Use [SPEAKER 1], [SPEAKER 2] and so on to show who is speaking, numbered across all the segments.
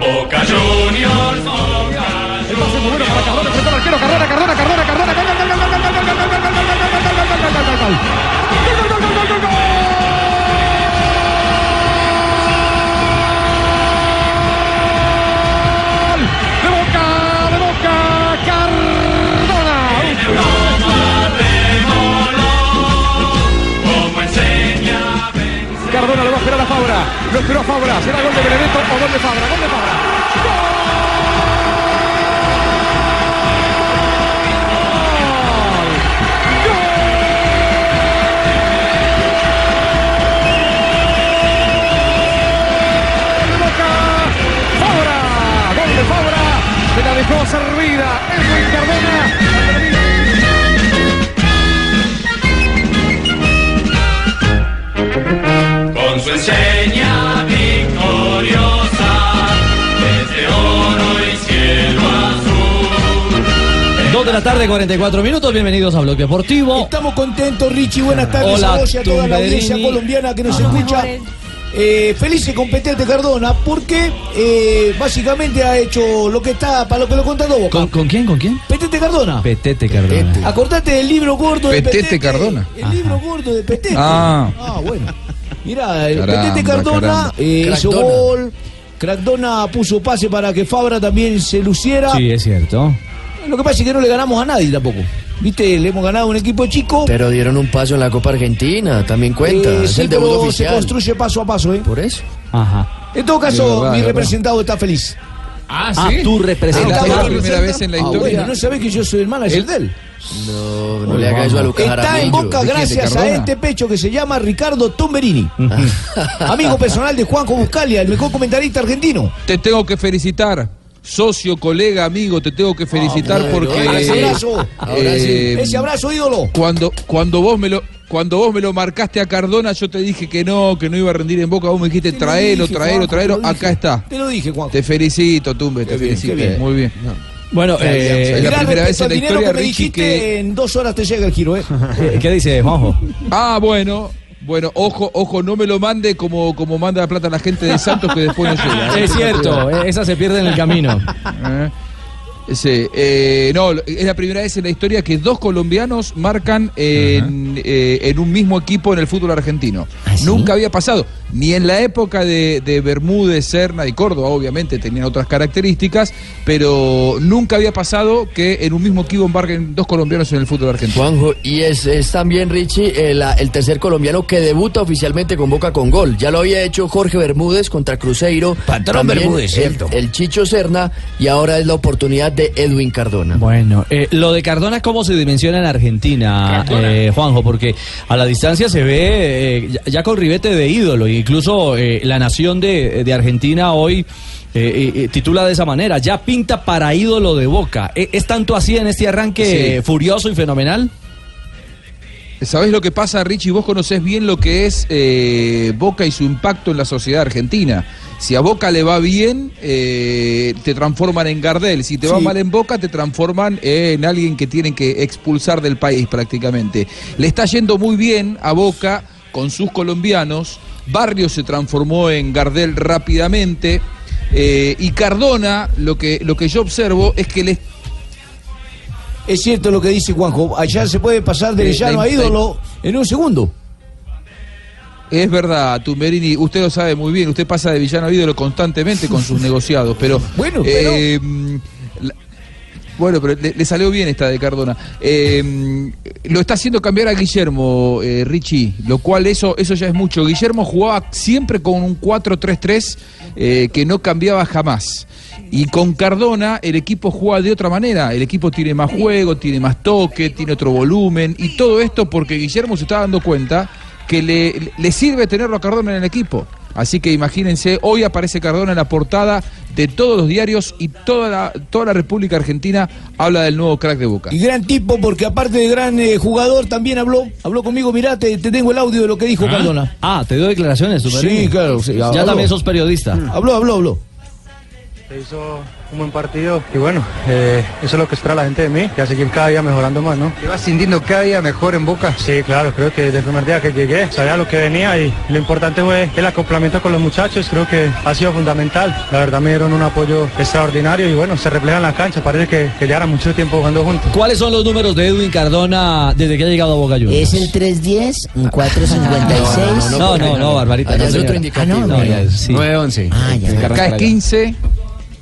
[SPEAKER 1] Boca Juniors, Boca
[SPEAKER 2] de Boca, de Boca, Cardona.
[SPEAKER 1] como enseña
[SPEAKER 2] Cardona lo va a esperar a Fabra, lo esperó a Fabra, será gol de Benevento o gol de Fabra, gol de Fabra. de Boca. Fabra, gol de Fabra, se la dejó servida. Edwin Cardona.
[SPEAKER 1] con su enseña victoriosa desde oro y cielo azul.
[SPEAKER 3] Dos de la tarde, 44 minutos. Bienvenidos a Blog Deportivo.
[SPEAKER 4] Estamos contentos, Richie. Buenas tardes
[SPEAKER 3] Hola, Ah.
[SPEAKER 4] a vos y a toda la
[SPEAKER 3] Tumberini.
[SPEAKER 4] audiencia colombiana que nos escucha. Eh, feliz y competente Cardona, porque eh, básicamente ha hecho lo que está para lo que lo contando Boca.
[SPEAKER 3] ¿Con, con quién? ¿Con quién?
[SPEAKER 4] Petete Cardona.
[SPEAKER 3] Petete Cardona.
[SPEAKER 4] Acordate del libro gordo de
[SPEAKER 5] Petete
[SPEAKER 4] Petete.
[SPEAKER 5] Cardona.
[SPEAKER 4] El libro gordo de Petete.
[SPEAKER 5] Ah.
[SPEAKER 4] Ah, bueno. Mirá, eh,
[SPEAKER 5] Caramba,
[SPEAKER 4] Petete Cardona
[SPEAKER 5] caramba.
[SPEAKER 4] eh, hizo
[SPEAKER 5] Crackdona.
[SPEAKER 4] gol. Crackdona puso pase para que Fabra también se luciera.
[SPEAKER 3] Sí, es cierto.
[SPEAKER 4] Lo que pasa es que no le ganamos a nadie tampoco. Viste, le hemos ganado a un equipo chico.
[SPEAKER 6] Pero dieron un paso en la Copa Argentina, también cuenta.
[SPEAKER 4] Eh,
[SPEAKER 6] es
[SPEAKER 4] sí,
[SPEAKER 6] el debut
[SPEAKER 4] pero se
[SPEAKER 6] oficial.
[SPEAKER 4] construye paso a paso, ¿eh?
[SPEAKER 6] Por eso.
[SPEAKER 3] Ajá.
[SPEAKER 4] En todo
[SPEAKER 5] Es
[SPEAKER 4] caso,
[SPEAKER 5] verdad,
[SPEAKER 4] mi
[SPEAKER 5] es verdad.
[SPEAKER 4] representado está feliz.
[SPEAKER 5] Ah,
[SPEAKER 3] Ah, tu
[SPEAKER 4] Ah,
[SPEAKER 5] Es
[SPEAKER 3] representante.
[SPEAKER 5] la
[SPEAKER 4] bueno,
[SPEAKER 5] primera vez en la
[SPEAKER 4] ah,
[SPEAKER 5] historia.
[SPEAKER 4] bueno, no sabés que yo soy el manager de él.
[SPEAKER 6] No, no le haga eso a Lucas
[SPEAKER 4] Está en
[SPEAKER 6] Jaramillo.
[SPEAKER 4] boca
[SPEAKER 5] ¿De quién? ¿De
[SPEAKER 4] gracias a
[SPEAKER 5] Cardona?
[SPEAKER 4] este pecho que se llama Ricardo Tomberini. Amigo personal de Juanjo Buscalia, el mejor comentarista argentino.
[SPEAKER 5] Te tengo que felicitar. Socio, colega, amigo, te tengo que felicitar
[SPEAKER 6] bueno.
[SPEAKER 5] porque.
[SPEAKER 4] Ah, ese Ah, abrazo.
[SPEAKER 6] Ahora
[SPEAKER 5] eh,
[SPEAKER 4] Ese abrazo, ídolo.
[SPEAKER 5] Cuando, cuando vos me lo. Cuando vos me lo marcaste a Cardona, yo te dije que no, que no iba a rendir en boca. Vos me dijiste,
[SPEAKER 4] Te lo
[SPEAKER 5] traelo,
[SPEAKER 4] dije,
[SPEAKER 5] traelo,
[SPEAKER 4] Juanjo,
[SPEAKER 5] traelo.
[SPEAKER 4] te lo
[SPEAKER 5] Acá
[SPEAKER 4] dije.
[SPEAKER 5] está.
[SPEAKER 4] Te lo dije, Juanjo.
[SPEAKER 5] Te felicito, Tumbe, te
[SPEAKER 4] bien,
[SPEAKER 5] felicito.
[SPEAKER 4] qué bien.
[SPEAKER 5] Muy bien.
[SPEAKER 3] Bueno,
[SPEAKER 5] es
[SPEAKER 3] eh,
[SPEAKER 5] la
[SPEAKER 4] Mirá,
[SPEAKER 5] primera vez
[SPEAKER 4] respecto
[SPEAKER 5] en la
[SPEAKER 4] al dinero
[SPEAKER 5] historia,
[SPEAKER 4] que me
[SPEAKER 5] Richie,
[SPEAKER 4] dijiste,
[SPEAKER 5] que-
[SPEAKER 4] en dos horas te llega el giro, ¿eh?
[SPEAKER 3] ¿qué dice Juanjo?
[SPEAKER 5] Ah, bueno. Bueno, ojo, ojo, no me lo mande como, como manda la plata la gente de Santos que después no llega. Eh,
[SPEAKER 3] Es cierto, eh, esa se pierde en el camino.
[SPEAKER 5] Sí, eh, no, es la primera vez en la historia que dos colombianos marcan en, eh, en un mismo equipo en el fútbol argentino.
[SPEAKER 3] ¿Ah,
[SPEAKER 5] Nunca había pasado, ni en la época de, de Bermúdez, Serna y Córdoba, obviamente tenían otras características, pero nunca había pasado que en un mismo equipo embarquen dos colombianos en el fútbol argentino.
[SPEAKER 6] Juanjo, y es, es también Richie el, el tercer colombiano que debuta oficialmente con Boca con gol. Ya lo había hecho Jorge Bermúdez contra Cruzeiro.
[SPEAKER 4] Patrón
[SPEAKER 6] También
[SPEAKER 4] Bermúdez,
[SPEAKER 6] el-
[SPEAKER 4] cierto.
[SPEAKER 6] El, Chicho Serna y ahora es la oportunidad de Edwin Cardona.
[SPEAKER 3] Bueno, eh, lo de Cardona, ¿cómo se dimensiona en Argentina, eh, Juanjo? Porque a la distancia se ve eh, ya, ya con ribete de ídolo, e incluso eh, la nación de, de Argentina hoy eh, eh, titula de esa manera, ya pinta para ídolo de boca. Eh, ¿Es tanto así en este arranque
[SPEAKER 5] Sí.
[SPEAKER 3] eh, furioso y fenomenal?
[SPEAKER 5] ¿Sabés lo que pasa, Richie? Vos conocés bien lo que es eh, Boca y su impacto en la sociedad argentina. Si a Boca le va bien, eh, te transforman en Gardel. Si te va
[SPEAKER 4] Sí.
[SPEAKER 5] mal en Boca, te transforman eh, en alguien que tienen que expulsar del país prácticamente. Le está yendo muy bien a Boca con sus colombianos. Barrio se transformó en Gardel rápidamente. Eh, y Cardona, lo que, lo que yo observo es que le
[SPEAKER 4] Es cierto lo que dice Juanjo. Allá se puede pasar de
[SPEAKER 5] Eh,
[SPEAKER 4] llano
[SPEAKER 5] la-
[SPEAKER 4] a ídolo en un segundo.
[SPEAKER 5] Es verdad, Tumberini, usted lo sabe muy bien, usted pasa de villano a ídolo constantemente con sus negociados, pero...
[SPEAKER 4] Bueno, pero-
[SPEAKER 5] eh, mm, la- Bueno, pero le, le salió bien esta de Cardona. Eh, lo está haciendo cambiar a Guillermo, eh, Richie, lo cual eso, eso ya es mucho. Guillermo jugaba siempre con un 4-3-3 eh, que no cambiaba jamás. Y con Cardona el equipo juega de otra manera. El equipo tiene más juego, tiene más toque, tiene otro volumen. Y todo esto porque Guillermo se está dando cuenta que le, le sirve tenerlo a Cardona en el equipo. Así que imagínense, hoy aparece Cardona en la portada de todos los diarios y toda la, toda la República Argentina habla del nuevo crack de Boca.
[SPEAKER 4] Y gran tipo, porque aparte de gran eh, jugador, también habló, habló conmigo. Mirá, te, te tengo el audio de lo que dijo Cardona.
[SPEAKER 3] Ah, te dio declaraciones, Superini.
[SPEAKER 4] Sí, claro, sí,
[SPEAKER 3] ya
[SPEAKER 4] habló.
[SPEAKER 3] también sos periodista.
[SPEAKER 4] Habló, habló, habló.
[SPEAKER 7] Se hizo un buen partido y bueno, eh, eso es lo que espera la gente de mí, que seguir cada día mejorando más, ¿no? ¿Te vas sintiendo cada día mejor en Boca? Sí, claro, creo que desde el primer día que llegué sabía lo que venía y lo importante fue el acoplamiento con los muchachos, creo que ha sido fundamental. La verdad me dieron un apoyo extraordinario y bueno, se refleja en la cancha, parece que, que llevaran mucho tiempo jugando juntos.
[SPEAKER 3] ¿Cuáles son los números de Edwin Cardona desde que ha llegado a Boca Juniors?
[SPEAKER 8] Es el 310, un 456.
[SPEAKER 3] No, no, no, Barbarita.
[SPEAKER 8] Ah,
[SPEAKER 3] no,
[SPEAKER 8] es otro
[SPEAKER 3] señora.
[SPEAKER 8] indicativo.
[SPEAKER 3] Ah, no, ya es- sí.
[SPEAKER 2] 9-11.
[SPEAKER 8] Ah, ya.
[SPEAKER 5] Acá es 15.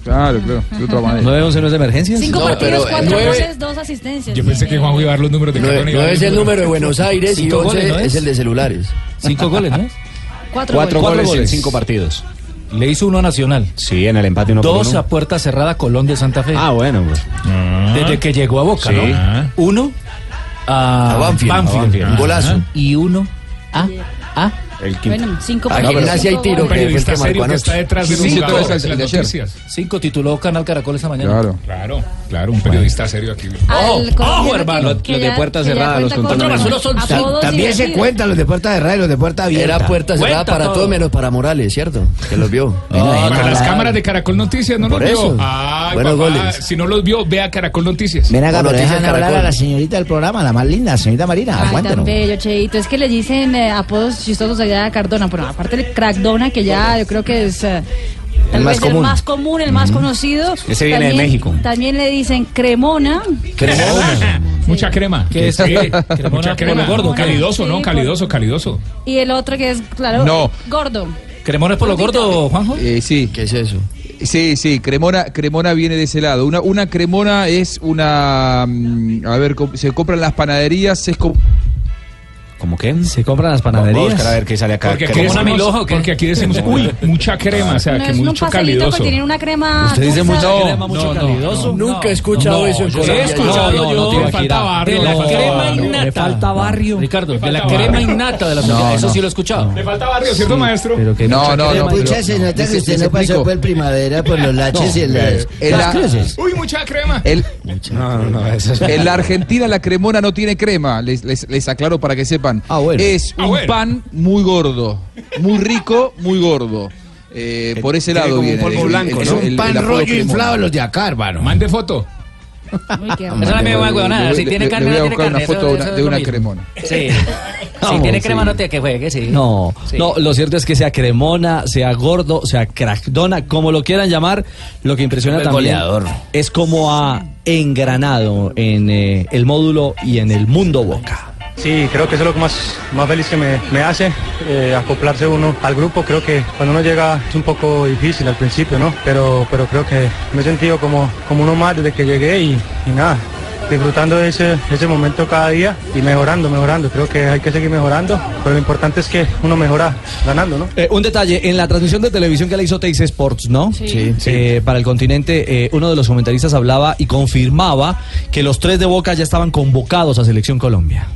[SPEAKER 5] Claro, claro, de otra manera.
[SPEAKER 3] 9-11 no es de emergencia.
[SPEAKER 9] Cinco
[SPEAKER 6] No,
[SPEAKER 9] partidos,
[SPEAKER 6] pero, eh,
[SPEAKER 9] cuatro
[SPEAKER 6] nueve-
[SPEAKER 9] goles, dos asistencias.
[SPEAKER 2] Yo pensé que Juan iba a dar los números de
[SPEAKER 6] No,
[SPEAKER 2] Cardona. y
[SPEAKER 6] no
[SPEAKER 2] iba a
[SPEAKER 6] es
[SPEAKER 2] decir,
[SPEAKER 6] el número de
[SPEAKER 2] bueno,
[SPEAKER 6] Buenos Aires y
[SPEAKER 2] cinco
[SPEAKER 6] 11
[SPEAKER 2] goles, ¿no
[SPEAKER 6] es?
[SPEAKER 2] es?
[SPEAKER 6] el de celulares.
[SPEAKER 2] Cinco goles, ¿no?
[SPEAKER 9] Cuatro,
[SPEAKER 2] Cuatro
[SPEAKER 9] goles.
[SPEAKER 2] goles en cinco partidos.
[SPEAKER 10] Le hizo uno a Nacional.
[SPEAKER 2] Sí, en el empate uno por
[SPEAKER 10] Dos
[SPEAKER 2] uno.
[SPEAKER 10] a puerta cerrada Colón de Santa Fe. Ah.
[SPEAKER 2] Ah, bueno, pues.
[SPEAKER 10] Desde que llegó a Boca,
[SPEAKER 2] Sí.
[SPEAKER 10] ¿no?
[SPEAKER 2] Ah.
[SPEAKER 10] Uno a,
[SPEAKER 2] A Banfield. A Banfield.
[SPEAKER 10] Ajá.
[SPEAKER 2] Golazo.
[SPEAKER 10] Y uno
[SPEAKER 8] Ah,
[SPEAKER 10] a, a
[SPEAKER 2] El
[SPEAKER 9] Bueno, cinco
[SPEAKER 10] Ah,
[SPEAKER 9] partidos.
[SPEAKER 10] gimnasia
[SPEAKER 9] cinco
[SPEAKER 10] y tiro,
[SPEAKER 9] goles.
[SPEAKER 10] que-
[SPEAKER 2] periodista
[SPEAKER 10] Fue el
[SPEAKER 2] serio
[SPEAKER 10] que marcó
[SPEAKER 2] que
[SPEAKER 10] anoche.
[SPEAKER 2] está detrás de
[SPEAKER 10] Sí,
[SPEAKER 2] un
[SPEAKER 10] sí,
[SPEAKER 2] jugador,
[SPEAKER 10] todo eso,
[SPEAKER 2] las
[SPEAKER 10] el de ayer.
[SPEAKER 2] noticias.
[SPEAKER 10] Cinco tituló Canal Caracol esta mañana.
[SPEAKER 5] Claro.
[SPEAKER 2] Claro, claro, un periodista serio aquí.
[SPEAKER 9] Al colombiano
[SPEAKER 10] hermano,
[SPEAKER 9] que- que
[SPEAKER 10] los de
[SPEAKER 9] ya-
[SPEAKER 10] puerta
[SPEAKER 9] que ya
[SPEAKER 10] cerrada, los
[SPEAKER 9] cuenta
[SPEAKER 10] contaron.
[SPEAKER 9] con
[SPEAKER 10] Solo son-
[SPEAKER 9] apodos y
[SPEAKER 8] También se
[SPEAKER 9] apellidos.
[SPEAKER 8] cuentan los de puerta de radio, los de puerta abierta.
[SPEAKER 6] Era puerta cerrada
[SPEAKER 8] Cuenta
[SPEAKER 6] para todo.
[SPEAKER 8] todo.
[SPEAKER 6] menos para Morales, ¿cierto? Que los vio.
[SPEAKER 2] Ah, para las cámaras de Caracol Noticias no
[SPEAKER 6] Por
[SPEAKER 2] los
[SPEAKER 6] eso.
[SPEAKER 2] vio. Ay,
[SPEAKER 6] Buenos
[SPEAKER 2] papá,
[SPEAKER 6] goles.
[SPEAKER 2] si no los vio, vea Caracol Noticias.
[SPEAKER 8] Ven acá, pero dejan
[SPEAKER 2] Caracol.
[SPEAKER 8] hablar a la señorita del programa, la más linda, señorita Marina.
[SPEAKER 9] Ay, tan
[SPEAKER 8] Aguántenos.
[SPEAKER 9] bello, Cheito. Es que le dicen eh, apodos chistosos allá a Cardona, pero aparte el Crackdona, que ya yo creo que es... eh, Tal
[SPEAKER 2] El más
[SPEAKER 9] vez el
[SPEAKER 2] común.
[SPEAKER 9] más común, el más conocido.
[SPEAKER 2] Ese viene de
[SPEAKER 9] También-
[SPEAKER 2] México.
[SPEAKER 9] También le dicen cremona.
[SPEAKER 2] Cremona. Mucha crema.
[SPEAKER 10] ¿Qué es?
[SPEAKER 2] Sí,
[SPEAKER 10] Cremona
[SPEAKER 2] mucha
[SPEAKER 10] por
[SPEAKER 2] crema.
[SPEAKER 10] lo gordo.
[SPEAKER 2] Calidoso,
[SPEAKER 10] Sí,
[SPEAKER 2] ¿no?
[SPEAKER 10] por-
[SPEAKER 2] Calidoso, calidoso.
[SPEAKER 9] Y el otro que es, claro,
[SPEAKER 5] No.
[SPEAKER 9] gordo.
[SPEAKER 5] ¿Cremona es por lo gordo, Juanjo? Eh, sí. ¿Qué
[SPEAKER 6] es eso?
[SPEAKER 5] Sí, sí, Cremona, Cremona viene de ese lado. Una, una Cremona es una. mm, A ver, com- se compran las panaderías, es como.
[SPEAKER 3] ¿Cómo qué? Se compran las panaderías.
[SPEAKER 2] Vamos a buscar a ver
[SPEAKER 3] qué sale
[SPEAKER 2] acá. Porque aquí decimos, porque aquí decimos, uy, mucha crema, o sea,
[SPEAKER 9] no
[SPEAKER 2] Ah, que
[SPEAKER 9] es un
[SPEAKER 2] mucho
[SPEAKER 9] pasadito que
[SPEAKER 2] calidoso.
[SPEAKER 9] tiene una crema. dulce.
[SPEAKER 10] mucho calidoso.
[SPEAKER 6] Nunca he escuchado
[SPEAKER 10] No,
[SPEAKER 6] eso en
[SPEAKER 10] yo he
[SPEAKER 6] Colombia.
[SPEAKER 10] escuchado
[SPEAKER 6] No, no,
[SPEAKER 10] yo.
[SPEAKER 6] no,
[SPEAKER 10] Le
[SPEAKER 6] te
[SPEAKER 10] falta
[SPEAKER 6] imaginas.
[SPEAKER 10] barrio, de la crema innata.
[SPEAKER 3] barrio.
[SPEAKER 10] Ricardo, de la crema innata de la sociedad.
[SPEAKER 2] No,
[SPEAKER 10] eso
[SPEAKER 2] no.
[SPEAKER 10] sí lo he escuchado.
[SPEAKER 2] Le falta barrio, ¿cierto, maestro?
[SPEAKER 5] No, no, no.
[SPEAKER 8] Pucha,
[SPEAKER 5] pero-
[SPEAKER 8] se
[SPEAKER 5] no,
[SPEAKER 8] nota
[SPEAKER 5] les-
[SPEAKER 8] que usted
[SPEAKER 5] les
[SPEAKER 8] no pasó
[SPEAKER 5] explico.
[SPEAKER 8] por el primavera, por los laches y
[SPEAKER 5] No,
[SPEAKER 8] las,
[SPEAKER 5] eh,
[SPEAKER 8] las
[SPEAKER 5] la-
[SPEAKER 8] cruces.
[SPEAKER 2] Uy, mucha crema.
[SPEAKER 5] El-
[SPEAKER 2] No, no, no, eso es-
[SPEAKER 5] En la Argentina la cremona no tiene crema, les, les- les aclaro para que sepan. Es
[SPEAKER 2] Ah,
[SPEAKER 5] un pan muy gordo, muy rico, muy gordo. Eh, por ese
[SPEAKER 2] Tiene
[SPEAKER 5] lado
[SPEAKER 2] como un
[SPEAKER 5] viene.
[SPEAKER 2] polvo blanco, ¿no? Un pan rollo inflado
[SPEAKER 8] los de acá, hermano.
[SPEAKER 2] Mande foto.
[SPEAKER 10] Esa es la misma huevonada. Si tiene carne,
[SPEAKER 5] le
[SPEAKER 10] no
[SPEAKER 5] voy a
[SPEAKER 10] tiene
[SPEAKER 5] buscar una
[SPEAKER 10] carne.
[SPEAKER 5] foto
[SPEAKER 10] eso-
[SPEAKER 5] de una-
[SPEAKER 10] eso es
[SPEAKER 5] de
[SPEAKER 10] lo
[SPEAKER 5] una
[SPEAKER 10] mismo.
[SPEAKER 5] cremona.
[SPEAKER 10] Sí. Si
[SPEAKER 3] No,
[SPEAKER 10] tiene crema,
[SPEAKER 3] sí.
[SPEAKER 10] no te que juegue, sí.
[SPEAKER 3] No,
[SPEAKER 10] Sí.
[SPEAKER 3] no, lo cierto es que sea Cremona, sea Gordo, sea Crackdona, como lo quieran llamar, lo que impresiona
[SPEAKER 10] El
[SPEAKER 3] también
[SPEAKER 10] goleador.
[SPEAKER 3] es como ha engranado en eh, el módulo y en el mundo Boca.
[SPEAKER 7] Sí, creo que eso es lo que más, más feliz que me, me hace, eh, acoplarse uno al grupo. Creo que cuando uno llega es un poco difícil al principio, ¿no? Pero, pero creo que me he sentido como, como uno más desde que llegué y, y nada, disfrutando de ese, ese momento cada día y mejorando, mejorando. Creo que hay que seguir mejorando, pero lo importante es que uno mejora ganando, ¿no?
[SPEAKER 3] Eh, un detalle, en la transmisión de televisión que le hizo Teis Sports, ¿no?
[SPEAKER 7] Sí. Sí.
[SPEAKER 3] Eh, para el continente, eh, uno de los comentaristas hablaba y confirmaba que los tres de Boca ya estaban convocados a Selección Colombia.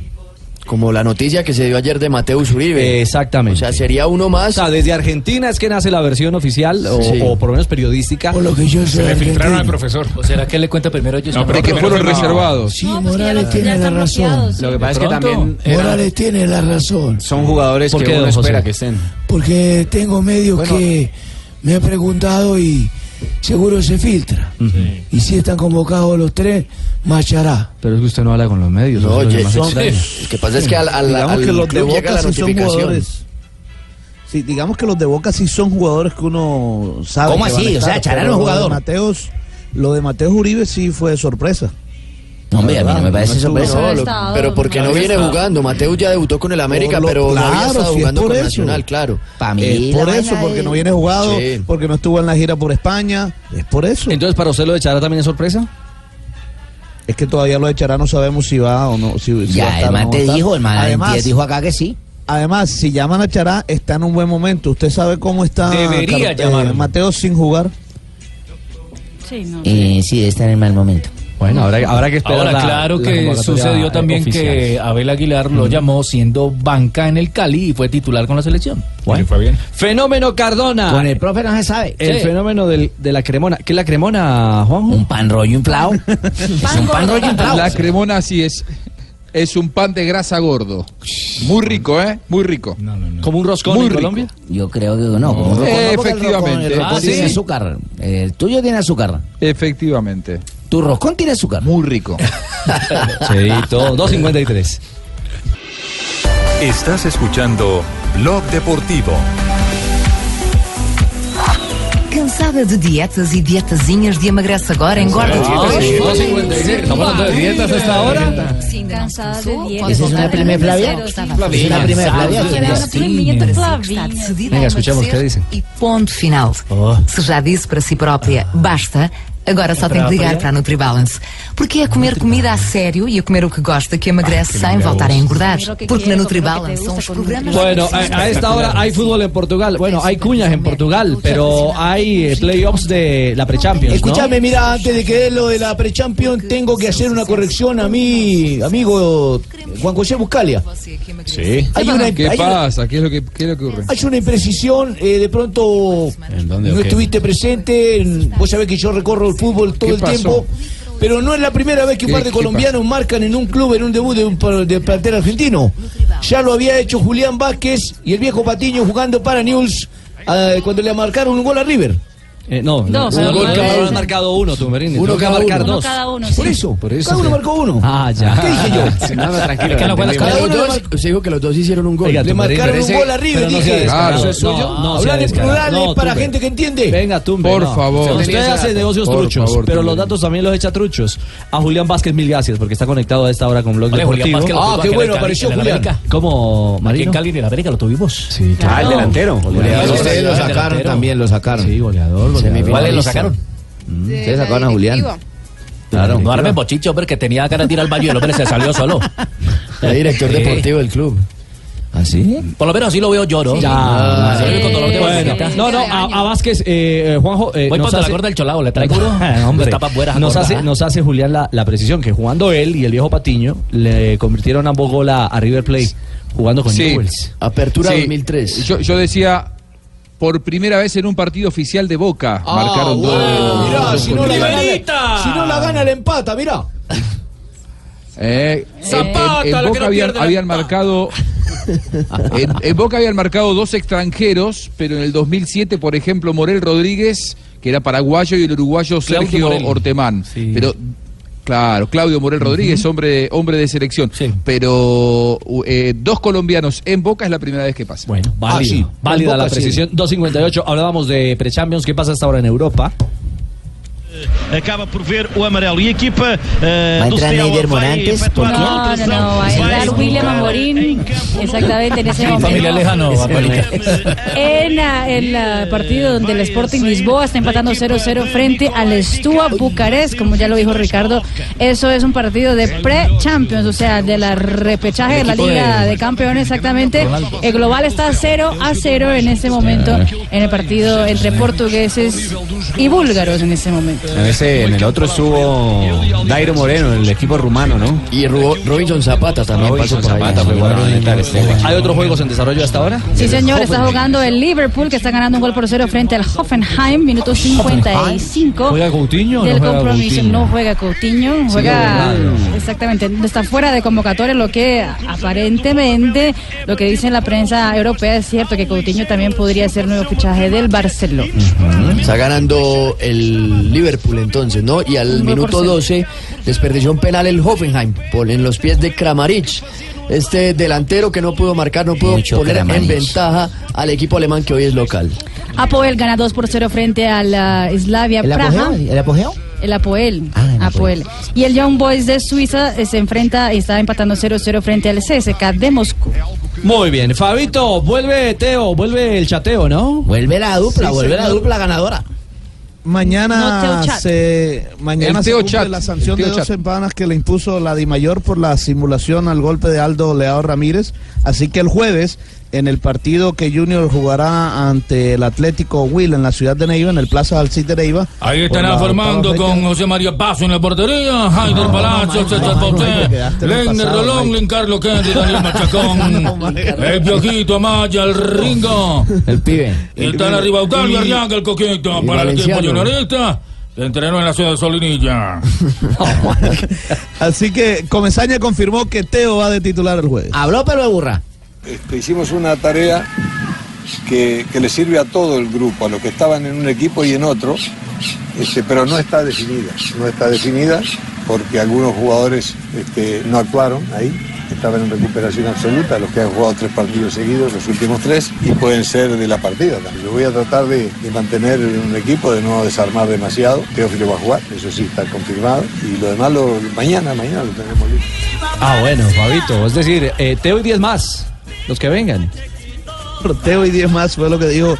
[SPEAKER 6] Como la noticia que se dio ayer de Mateus Uribe.
[SPEAKER 3] Exactamente.
[SPEAKER 6] O sea, sería uno
[SPEAKER 3] O
[SPEAKER 6] más.
[SPEAKER 3] sea, desde Argentina es que nace la versión oficial, o,
[SPEAKER 6] Sí.
[SPEAKER 3] o por lo menos periodística.
[SPEAKER 6] O lo que yo
[SPEAKER 2] Se le filtraron al profesor.
[SPEAKER 10] ¿O será que le cuenta primero ellos?
[SPEAKER 2] No, pero
[SPEAKER 5] que fueron reservados.
[SPEAKER 8] Sí, Morales tiene la razón.
[SPEAKER 2] Lo que pasa
[SPEAKER 10] es que pronto. también
[SPEAKER 2] era-
[SPEAKER 8] Morales tiene la razón.
[SPEAKER 2] Son jugadores
[SPEAKER 8] ¿Por
[SPEAKER 2] que
[SPEAKER 8] qué,
[SPEAKER 2] uno
[SPEAKER 8] don José?
[SPEAKER 2] espera que estén.
[SPEAKER 8] Porque tengo medios que me han preguntado y seguro se filtra. Y si están convocados los tres, marchará.
[SPEAKER 3] Pero es que usted no habla con los medios.
[SPEAKER 6] No,
[SPEAKER 3] eso es lo que
[SPEAKER 6] oye,
[SPEAKER 3] más
[SPEAKER 6] son-
[SPEAKER 3] extraña.
[SPEAKER 6] lo que pasa es que al, al,
[SPEAKER 11] digamos
[SPEAKER 6] al
[SPEAKER 11] que los de
[SPEAKER 6] club llega
[SPEAKER 11] Boca
[SPEAKER 6] la
[SPEAKER 11] sí son
[SPEAKER 6] notificación.
[SPEAKER 11] jugadores. Sí, digamos que los de Boca sí son jugadores que uno sabe.
[SPEAKER 8] ¿Cómo
[SPEAKER 11] que van
[SPEAKER 8] así?
[SPEAKER 11] a
[SPEAKER 8] O
[SPEAKER 11] estar,
[SPEAKER 8] sea, Chará no
[SPEAKER 11] pero
[SPEAKER 8] es
[SPEAKER 11] lo de
[SPEAKER 8] jugador.
[SPEAKER 11] Mateos, lo de Mateos Uribe sí fue de sorpresa.
[SPEAKER 8] No, hombre, a mí no me
[SPEAKER 11] verdad,
[SPEAKER 8] parece
[SPEAKER 11] estuvo-
[SPEAKER 8] sorpresa.
[SPEAKER 6] No, lo- pero porque no
[SPEAKER 11] Había
[SPEAKER 6] viene
[SPEAKER 11] estado.
[SPEAKER 6] jugando. Mateus ya debutó con el América,
[SPEAKER 11] Por lo-
[SPEAKER 6] pero no había
[SPEAKER 11] claro,
[SPEAKER 6] estado
[SPEAKER 11] si es
[SPEAKER 6] jugando
[SPEAKER 11] por
[SPEAKER 6] con
[SPEAKER 11] eso.
[SPEAKER 6] Nacional, claro.
[SPEAKER 11] Es por eso, porque no viene jugado,
[SPEAKER 6] Sí.
[SPEAKER 11] porque no estuvo en la gira por España. Es por eso.
[SPEAKER 3] Entonces, ¿para usted lo de Chará también es sorpresa?
[SPEAKER 11] Es que todavía lo de Chará no sabemos si va o no. Si, si
[SPEAKER 8] Ya,
[SPEAKER 11] va a estar o
[SPEAKER 8] además
[SPEAKER 11] no va
[SPEAKER 8] te
[SPEAKER 11] a estar.
[SPEAKER 8] dijo, el Manaventías dijo acá que sí.
[SPEAKER 11] Además, si llaman a Chará, está en un buen momento. ¿Usted sabe cómo está
[SPEAKER 8] Debería
[SPEAKER 11] Car- eh,
[SPEAKER 8] llamarlo.
[SPEAKER 11] Mateo sin jugar?
[SPEAKER 9] Sí, no.
[SPEAKER 8] Eh, sí, debe estar en el mal momento.
[SPEAKER 3] Bueno, habrá, habrá que esperar.
[SPEAKER 10] Ahora,
[SPEAKER 3] la-
[SPEAKER 10] claro
[SPEAKER 3] la
[SPEAKER 10] que
[SPEAKER 3] convocatoria
[SPEAKER 8] eh,
[SPEAKER 10] sucedió también
[SPEAKER 3] oficial.
[SPEAKER 10] que Abel Aguilar lo llamó siendo banca en el Cali y fue titular con la selección.
[SPEAKER 3] Bueno.
[SPEAKER 10] fue bien.
[SPEAKER 3] Fenómeno Cardona.
[SPEAKER 10] Con
[SPEAKER 8] el profe no se sabe.
[SPEAKER 3] El
[SPEAKER 10] Sí.
[SPEAKER 3] fenómeno del- de la cremona. ¿Qué es la cremona, Juanjo? Un
[SPEAKER 8] pan rollo inflado.
[SPEAKER 5] un pan rollo inflado. La cremona así es. Es un pan de grasa gordo. Muy rico, ¿eh? Muy rico.
[SPEAKER 3] ¿Como un roscón
[SPEAKER 5] Muy
[SPEAKER 3] en
[SPEAKER 5] rico.
[SPEAKER 3] Colombia?
[SPEAKER 8] Yo creo que no. como un
[SPEAKER 5] Eh,
[SPEAKER 8] rocón, no, porque el
[SPEAKER 5] efectivamente.
[SPEAKER 8] rocón- el rocón
[SPEAKER 5] Ah,
[SPEAKER 8] tiene
[SPEAKER 5] ¿sí?
[SPEAKER 8] azúcar. El tuyo tiene azúcar.
[SPEAKER 5] Efectivamente.
[SPEAKER 8] Tu roscón tiene azúcar.
[SPEAKER 5] Muy rico.
[SPEAKER 3] Cheito, 253.
[SPEAKER 12] Estás escuchando Blog Deportivo.
[SPEAKER 13] Cansada de dietas e dietazinhas de emagrece agora, engorda de
[SPEAKER 3] Ah, sí,
[SPEAKER 13] vez.
[SPEAKER 3] 2.56. Estamos hablando de dietas hasta ahora.
[SPEAKER 9] Sin cansada de dietas.
[SPEAKER 8] ¿Esa es una primera Flavia?
[SPEAKER 13] Flavia.
[SPEAKER 8] ¿Es una primera Flavia?
[SPEAKER 13] Flavia.
[SPEAKER 9] Era una primeira Flavia.
[SPEAKER 13] Decidida a emagrecer é e ponto final.
[SPEAKER 3] Oh.
[SPEAKER 13] Se já disse para si própria, basta, agora só tem que ligar para a NutriBalance. Porque é comer comida a sério e a comer o que gosta que emagrece sem voltar a engordar. Porque na NutriBalance são os programas...
[SPEAKER 3] Bueno, a, a esta hora hay fútbol en Portugal. Bueno, hay cuñas en Portugal, pero hay eh, playoffs de la Pre-Champions. ¿no?
[SPEAKER 4] Escúchame, mira, antes de que dé lo de la pre-champion, tengo que hacer una corrección a mi amigo Juan José Buscalia.
[SPEAKER 5] Sí.
[SPEAKER 4] Hay una-
[SPEAKER 5] ¿Qué
[SPEAKER 4] hay una-
[SPEAKER 5] pasa? ¿Qué es lo que, qué es lo que ocurre?
[SPEAKER 4] Hay una imprecisión, eh, de pronto
[SPEAKER 5] dónde o
[SPEAKER 4] no
[SPEAKER 5] qué?
[SPEAKER 4] estuviste presente, en- vos sabés que yo recorro el fútbol todo
[SPEAKER 5] ¿Qué
[SPEAKER 4] el
[SPEAKER 5] pasó?
[SPEAKER 4] tiempo, pero no es la primera vez que un
[SPEAKER 5] ¿Qué-
[SPEAKER 4] par de
[SPEAKER 5] qué
[SPEAKER 4] colombianos marcan en un club, en un debut de, un, par- de plantel argentino. Ya lo había hecho Julián Vázquez y el viejo Patiño jugando para News cuando le marcaron un gol a River.
[SPEAKER 3] Eh, no,
[SPEAKER 4] No,
[SPEAKER 3] un
[SPEAKER 4] o sea,
[SPEAKER 3] gol
[SPEAKER 4] no,
[SPEAKER 3] cada
[SPEAKER 4] no,
[SPEAKER 3] uno
[SPEAKER 4] no.
[SPEAKER 3] ha marcado uno, Tumberini.
[SPEAKER 4] Uno
[SPEAKER 3] Uno que
[SPEAKER 4] cada
[SPEAKER 3] marcar
[SPEAKER 4] uno.
[SPEAKER 3] dos.
[SPEAKER 4] Uno cada
[SPEAKER 9] uno,
[SPEAKER 4] Por sí. eso,
[SPEAKER 3] por
[SPEAKER 4] cada uno marcó uno.
[SPEAKER 3] Ah, ya.
[SPEAKER 4] ¿Qué dije yo?
[SPEAKER 3] No, no, tranquilo.
[SPEAKER 6] Cada uno
[SPEAKER 3] entendimos.
[SPEAKER 6] Los dos- se dijo que los dos hicieron un gol.
[SPEAKER 3] Oiga,
[SPEAKER 6] Le
[SPEAKER 3] Tumberini,
[SPEAKER 6] marcaron un
[SPEAKER 3] parece-
[SPEAKER 6] gol a River,
[SPEAKER 3] pero no
[SPEAKER 6] dije.
[SPEAKER 3] sea descarado.
[SPEAKER 6] Ah, ¿eso es suyo?
[SPEAKER 3] No, no sea
[SPEAKER 4] Hablar en
[SPEAKER 3] descarado.
[SPEAKER 4] plurales
[SPEAKER 3] No,
[SPEAKER 4] para
[SPEAKER 3] Tumbe.
[SPEAKER 4] gente que entiende.
[SPEAKER 3] Venga, Tumbe.
[SPEAKER 4] Por
[SPEAKER 3] no.
[SPEAKER 4] favor.
[SPEAKER 3] Usted
[SPEAKER 4] Tenía
[SPEAKER 3] hace
[SPEAKER 4] esa-
[SPEAKER 3] negocios
[SPEAKER 4] Por
[SPEAKER 3] truchos,
[SPEAKER 4] favor,
[SPEAKER 3] pero
[SPEAKER 4] Tumbe.
[SPEAKER 3] los datos también los echa truchos. A Julián Vázquez, mil gracias, porque está conectado a esta hora con Blog
[SPEAKER 10] Ole, Julián
[SPEAKER 3] Deportivo.
[SPEAKER 10] Vázquez lo
[SPEAKER 4] Ah,
[SPEAKER 10] tuvo aquí en el Cali, en el América.
[SPEAKER 3] ¿Cómo,
[SPEAKER 10] Aquí en
[SPEAKER 3] Marino?
[SPEAKER 10] Cali en el América lo tuvimos.
[SPEAKER 3] Sí,
[SPEAKER 10] claro. Ah, el delantero.
[SPEAKER 6] Goleador. Ustedes lo
[SPEAKER 10] El
[SPEAKER 6] sacaron
[SPEAKER 10] delantero.
[SPEAKER 6] también, lo sacaron.
[SPEAKER 3] Sí, goleador,
[SPEAKER 10] goleador. ¿Cuáles lo sacaron?
[SPEAKER 6] Ustedes sacaron a Julián.
[SPEAKER 10] Claro. No arme bochicho, hombre, que tenía ganas de ir al baño y el hombre se salió solo.
[SPEAKER 6] El director
[SPEAKER 10] Sí.
[SPEAKER 6] deportivo del club. ¿Ah,
[SPEAKER 3] ¿Así?
[SPEAKER 10] Por lo menos así lo veo yo, ¿no?
[SPEAKER 3] Ya.
[SPEAKER 10] Ah,
[SPEAKER 3] Sí.
[SPEAKER 10] sí, con dolor de
[SPEAKER 3] Bueno,
[SPEAKER 10] barriguita.
[SPEAKER 3] no, no, a, a Vázquez, eh, eh, Juanjo. eh,
[SPEAKER 10] Voy
[SPEAKER 3] nos
[SPEAKER 10] cuando la
[SPEAKER 3] hace-
[SPEAKER 10] gorda del cholao, le traigo uno.
[SPEAKER 3] Ah, hombre,
[SPEAKER 10] Las tapas buenas a
[SPEAKER 3] nos,
[SPEAKER 10] gorda,
[SPEAKER 3] hace,
[SPEAKER 10] ¿ah?
[SPEAKER 3] nos hace Julián la, la precisión que jugando él y el viejo Patiño le convirtieron ambos gol a, a River Plate jugando con
[SPEAKER 5] Sí.
[SPEAKER 3] Newell's.
[SPEAKER 5] Sí. Yo, yo decía, por primera vez en un partido oficial de Boca, marcaron dos.
[SPEAKER 4] Ah, Mirá,
[SPEAKER 5] dos
[SPEAKER 4] si no,
[SPEAKER 5] goles.
[SPEAKER 4] la gana, si no la gana, la empata, mirá.
[SPEAKER 5] Eh, en-
[SPEAKER 4] Zapata,
[SPEAKER 5] en, en
[SPEAKER 4] la que
[SPEAKER 5] Boca
[SPEAKER 4] no
[SPEAKER 5] habían,
[SPEAKER 4] pierde la
[SPEAKER 5] habían marcado en, en Boca habían marcado dos extranjeros, pero en el 2007, por ejemplo, Morel Rodríguez, que era paraguayo, y el uruguayo
[SPEAKER 10] Claudio
[SPEAKER 5] Sergio
[SPEAKER 10] Morel.
[SPEAKER 5] Ortemán. Pero claro, Claudio Morel Rodríguez, hombre hombre de selección, pero u- eh, dos colombianos en Boca es la primera vez que pasa. Ah, Bueno,
[SPEAKER 3] Válida, válida la precisión. 2.58. Hablábamos de pre-champions. ¿Qué pasa hasta ahora en Europa?
[SPEAKER 14] acaba por ver o amarelo. E a equipa eh,
[SPEAKER 3] Vai
[SPEAKER 14] do
[SPEAKER 3] entrar
[SPEAKER 14] Cielo
[SPEAKER 3] Neider
[SPEAKER 14] vai
[SPEAKER 3] Morantes,
[SPEAKER 9] pues,
[SPEAKER 14] efetuar
[SPEAKER 3] por
[SPEAKER 14] a
[SPEAKER 3] quê?
[SPEAKER 9] No, no, no.
[SPEAKER 14] alteração.
[SPEAKER 9] Va a entrar William Amorín. Exactamente en ese momento.
[SPEAKER 10] Familia lejano, América.
[SPEAKER 9] En ah, el ah, partido donde el Sporting Lisboa está empatando 0-0 frente al Stuart Bucarest, como ya lo dijo Ricardo, eso es un partido de pre-champions, o sea, de la repechaje de la
[SPEAKER 15] equipo
[SPEAKER 9] Liga
[SPEAKER 15] de-
[SPEAKER 9] de Campeones, exactamente. El global está 0 a 0 en este momento, en el partido entre portugueses y búlgaros en este momento.
[SPEAKER 16] En, ese, en el otro estuvo Dairo Moreno, el equipo rumano, ¿no?
[SPEAKER 6] Y Ru- Robinson Zapata también pasó por ahí.
[SPEAKER 16] Zapata fue fundamental este equipo.
[SPEAKER 3] ¿Hay otros juegos en desarrollo hasta ahora?
[SPEAKER 9] Sí, señor, está jugando el Liverpool, que está ganando un gol por cero frente al Hoffenheim, minuto 55.
[SPEAKER 3] ¿Juega Coutinho o no
[SPEAKER 9] Del
[SPEAKER 3] juega
[SPEAKER 9] compromiso.
[SPEAKER 3] Coutinho?
[SPEAKER 9] No juega Coutinho, juega.
[SPEAKER 3] verdad.
[SPEAKER 9] exactamente, está fuera de convocatoria, lo que aparentemente, lo que dice la prensa europea es cierto, que Coutinho también podría ser nuevo fichaje del Barcelona.
[SPEAKER 6] Está ganando el Liverpool entonces, ¿no? Y al
[SPEAKER 9] Un gol por
[SPEAKER 6] minuto
[SPEAKER 9] cero.
[SPEAKER 6] 12 desperdició un penal el Hoffenheim por, en los pies de Kramaric. Este delantero que no pudo marcar, no pudo
[SPEAKER 8] Mucho
[SPEAKER 6] poner en
[SPEAKER 8] Kramaric.
[SPEAKER 6] ventaja al equipo alemán que hoy es local.
[SPEAKER 9] Apoel gana 2 por 0 frente a la Slavia Praha.
[SPEAKER 6] apogeo?
[SPEAKER 9] Ah, El Apoel. Apoel. Y el Young Boys de Suiza eh, se enfrenta y está empatando 0-0 frente al CSK de Moscú.
[SPEAKER 3] Muy bien. Fabito, vuelve Teo, vuelve el chateo, ¿no?
[SPEAKER 8] Vuelve la
[SPEAKER 3] dupla, vuelve la dupla
[SPEAKER 8] ganadora.
[SPEAKER 9] No,
[SPEAKER 11] Mañana
[SPEAKER 9] Teo Chat.
[SPEAKER 11] se mañana
[SPEAKER 5] El
[SPEAKER 11] se
[SPEAKER 5] Teo
[SPEAKER 11] cumple
[SPEAKER 5] Chat,
[SPEAKER 11] la sanción
[SPEAKER 5] el
[SPEAKER 11] de
[SPEAKER 5] Teo
[SPEAKER 11] dos
[SPEAKER 5] Chat.
[SPEAKER 11] empanas que le impuso la DIMAYOR por la simulación al golpe de Aldo Leao Ramírez. Así que el jueves, en el partido que Junior jugará ante el Atlético Will en la ciudad de Neiva, en el Plaza Alcid de Neiva.
[SPEAKER 17] Ahí
[SPEAKER 11] por
[SPEAKER 17] estará
[SPEAKER 11] la
[SPEAKER 17] formando
[SPEAKER 11] octava fecha,
[SPEAKER 17] con José María Paso en la portería, Jaider Palacio, César
[SPEAKER 11] te quedaste
[SPEAKER 17] Pauté,
[SPEAKER 11] en el
[SPEAKER 17] Leiner
[SPEAKER 11] pasado,
[SPEAKER 17] Rolón, Lincarlo Kennedy, Daniel Machacón, el Piojito Amaya, el Ringo.
[SPEAKER 8] El pibe.
[SPEAKER 17] Y están arriba
[SPEAKER 8] Y-
[SPEAKER 17] Octavio Arriaga, el Coquito,
[SPEAKER 8] y
[SPEAKER 17] para el equipo
[SPEAKER 8] Valenciano.
[SPEAKER 17] juniorista. que Entrenó en la ciudad de Solinilla.
[SPEAKER 11] Así que Comesaña confirmó que Teo va de titular el jueves.
[SPEAKER 8] Habló pero de burra.
[SPEAKER 18] Este, hicimos una tarea que, que le sirve a todo el grupo, a los que estaban en un equipo y en otro, este, pero no está definida, no está definida porque algunos jugadores este, no actuaron ahí, estaban en recuperación absoluta, los que han jugado tres partidos seguidos, los últimos tres, y pueden ser de la partida también. Yo voy a tratar de, de mantener un equipo, de no desarmar demasiado, Teófilo va a jugar, eso sí está confirmado, y lo demás lo- mañana, mañana lo tenemos listo.
[SPEAKER 3] Ah, bueno, Fabito. Es decir, eh, Teo y 10 más. Los que vengan.
[SPEAKER 11] Teo y 10 más fue lo que dijo.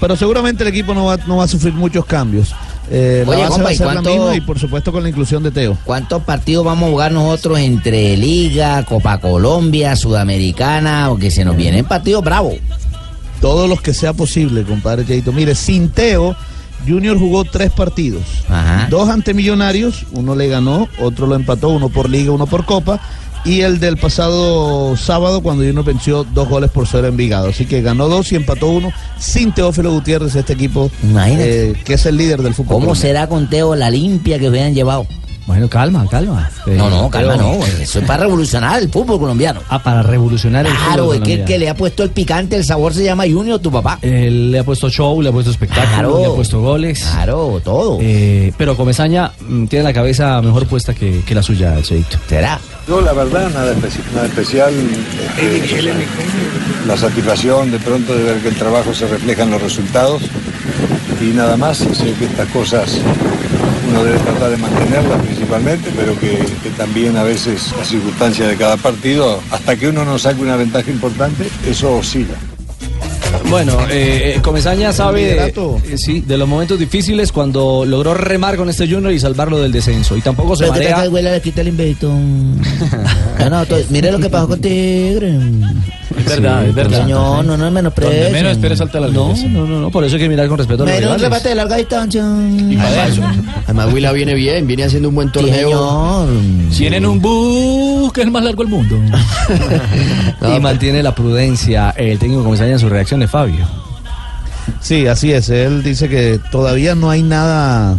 [SPEAKER 11] Pero seguramente el equipo no va, no va a sufrir muchos cambios. Eh, la
[SPEAKER 8] Oye,
[SPEAKER 11] base
[SPEAKER 8] compa,
[SPEAKER 11] va a
[SPEAKER 8] ¿y
[SPEAKER 11] ser la
[SPEAKER 8] cuánto-
[SPEAKER 11] misma y por supuesto con la inclusión de Teo.
[SPEAKER 8] ¿Cuántos partidos vamos a jugar nosotros entre Liga, Copa Colombia, Sudamericana? Porque se nos vienen partidos bravos.
[SPEAKER 11] Todos los que sea posible, compadre Cheito. Mire, sin Teo, Junior jugó tres partidos. Dos ante Millonarios, uno le ganó, otro lo empató, uno por liga, uno por copa. Y el del pasado sábado, cuando Junior venció dos goles por cero en Vigado. Así que ganó dos y empató uno sin Teófilo Gutiérrez, este equipo
[SPEAKER 8] Imagínate.
[SPEAKER 11] eh, que es el líder del fútbol.
[SPEAKER 8] ¿Cómo
[SPEAKER 11] colombiano.
[SPEAKER 8] será con Teo la limpia que hubieran llevado? Bueno, calma, calma. No, no, calma,
[SPEAKER 3] Teo.
[SPEAKER 8] no. Eso es para revolucionar el fútbol colombiano.
[SPEAKER 3] Ah, para revolucionar el
[SPEAKER 8] Claro,
[SPEAKER 3] fútbol
[SPEAKER 8] es que el
[SPEAKER 3] colombiano.
[SPEAKER 8] que le ha puesto el picante, el sabor se llama Junior, tu papá.
[SPEAKER 3] Eh, le ha puesto show, le ha puesto espectáculo,
[SPEAKER 8] Claro.
[SPEAKER 3] le ha puesto goles. Eh,
[SPEAKER 8] Claro, todo.
[SPEAKER 3] pero Comesaña mm, tiene la cabeza mejor puesta que, que la suya, Cheito.
[SPEAKER 8] ¿Será?
[SPEAKER 18] Yo, la verdad, nada, especi- nada especial. este, la satisfacción de pronto de ver que el trabajo se refleja en los resultados y nada más. Sé que estas cosas uno debe tratar de mantenerlas principalmente, pero que, que también a veces las circunstancias de cada partido, hasta que uno no saque una ventaja importante, eso oscila.
[SPEAKER 3] Bueno, eh, eh, Comesaña sabe
[SPEAKER 18] liderato.
[SPEAKER 3] de, eh, sí, de los momentos difíciles cuando logró remar con este Junior y salvarlo del descenso. Y tampoco se
[SPEAKER 8] Pero que
[SPEAKER 3] marea.
[SPEAKER 8] te huela, le quita el invento. No, no, to- mire lo que pasó con Tigre.
[SPEAKER 3] Es verdad, es verdad.
[SPEAKER 8] Señor, no, no es menosprecio.
[SPEAKER 3] Donde menos esperes, salta la
[SPEAKER 8] No,
[SPEAKER 3] No, no, no, por eso hay que mirar con respeto a los
[SPEAKER 8] Menos
[SPEAKER 3] rivales.
[SPEAKER 8] remate de larga distancia.
[SPEAKER 6] Además, Huila viene bien, viene haciendo un buen torneo.
[SPEAKER 8] mm.
[SPEAKER 3] Tienen un bus Uh, que es el más largo del mundo. y mantiene la prudencia el técnico Comesaña en sus reacciones, Fabio.
[SPEAKER 11] Sí, así es. Él dice que todavía no hay nada.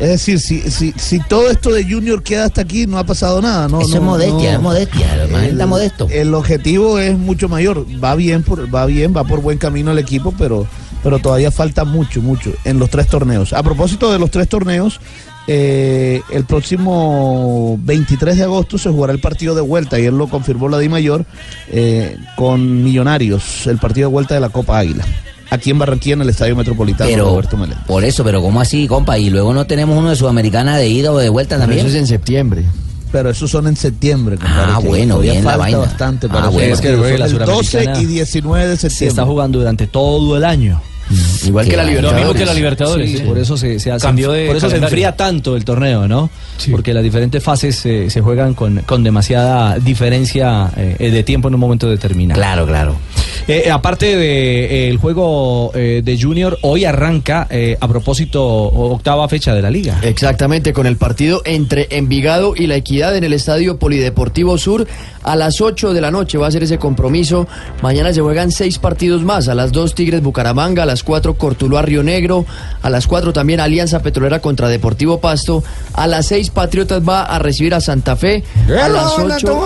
[SPEAKER 11] Es decir, si, si, si todo esto de Junior queda hasta aquí, no ha pasado nada. No,
[SPEAKER 8] Eso
[SPEAKER 11] no,
[SPEAKER 8] es modestia,
[SPEAKER 11] no.
[SPEAKER 8] es modestia, hermano, está modesto.
[SPEAKER 11] El objetivo es mucho mayor. Va bien, por, va bien, va por buen camino el equipo, pero, pero todavía falta mucho, mucho en los tres torneos. A propósito de los tres torneos, eh, el próximo 23 de agosto se jugará el partido de vuelta, y él lo confirmó la Di Mayor, eh, con Millonarios, el partido de vuelta de la Copa Águila. Aquí en Barranquilla, en el Estadio Metropolitano
[SPEAKER 8] Pero-
[SPEAKER 11] Roberto Meléndez.
[SPEAKER 8] Por eso, pero ¿cómo así, compa? Y luego no tenemos uno de Sudamericana de ida o de vuelta también.
[SPEAKER 11] eso es
[SPEAKER 8] en septiembre.
[SPEAKER 11] Pero esos son en septiembre. compadre,
[SPEAKER 8] Ah,
[SPEAKER 11] que
[SPEAKER 8] bueno,
[SPEAKER 11] todavía
[SPEAKER 8] bien la
[SPEAKER 11] falta
[SPEAKER 8] vaina.
[SPEAKER 11] bastante para
[SPEAKER 8] Ah,
[SPEAKER 11] esos
[SPEAKER 8] bueno, es que
[SPEAKER 11] partidos.
[SPEAKER 8] juegue
[SPEAKER 11] Son
[SPEAKER 8] la
[SPEAKER 11] el 12
[SPEAKER 8] Suramericana.
[SPEAKER 11] y 19 de septiembre.
[SPEAKER 3] Se está jugando durante todo el año.
[SPEAKER 8] Igual
[SPEAKER 17] que la Libertadores. Lo mismo que la Libertadores, sí.
[SPEAKER 3] Por eso se, se hace-
[SPEAKER 17] Cambió de
[SPEAKER 3] por eso se
[SPEAKER 17] calendario.
[SPEAKER 3] enfría tanto el torneo, ¿no? Porque las diferentes fases eh, se juegan con, con demasiada diferencia eh, de tiempo en un momento determinado.
[SPEAKER 8] Claro, claro.
[SPEAKER 3] Eh, eh, aparte del de, eh, el juego eh, de Junior, hoy arranca eh, a propósito octava fecha de la liga.
[SPEAKER 6] Exactamente, con el partido entre Envigado y La Equidad en el Estadio Polideportivo Sur a las 8 de la noche va a ser ese compromiso. Mañana se juegan seis partidos más, a las 2 Tigres Bucaramanga, a las 4 Cortuluá Río Negro, a las 4 también Alianza Petrolera contra Deportivo Pasto, a las 6 Patriotas va a recibir a Santa Fe, a las 8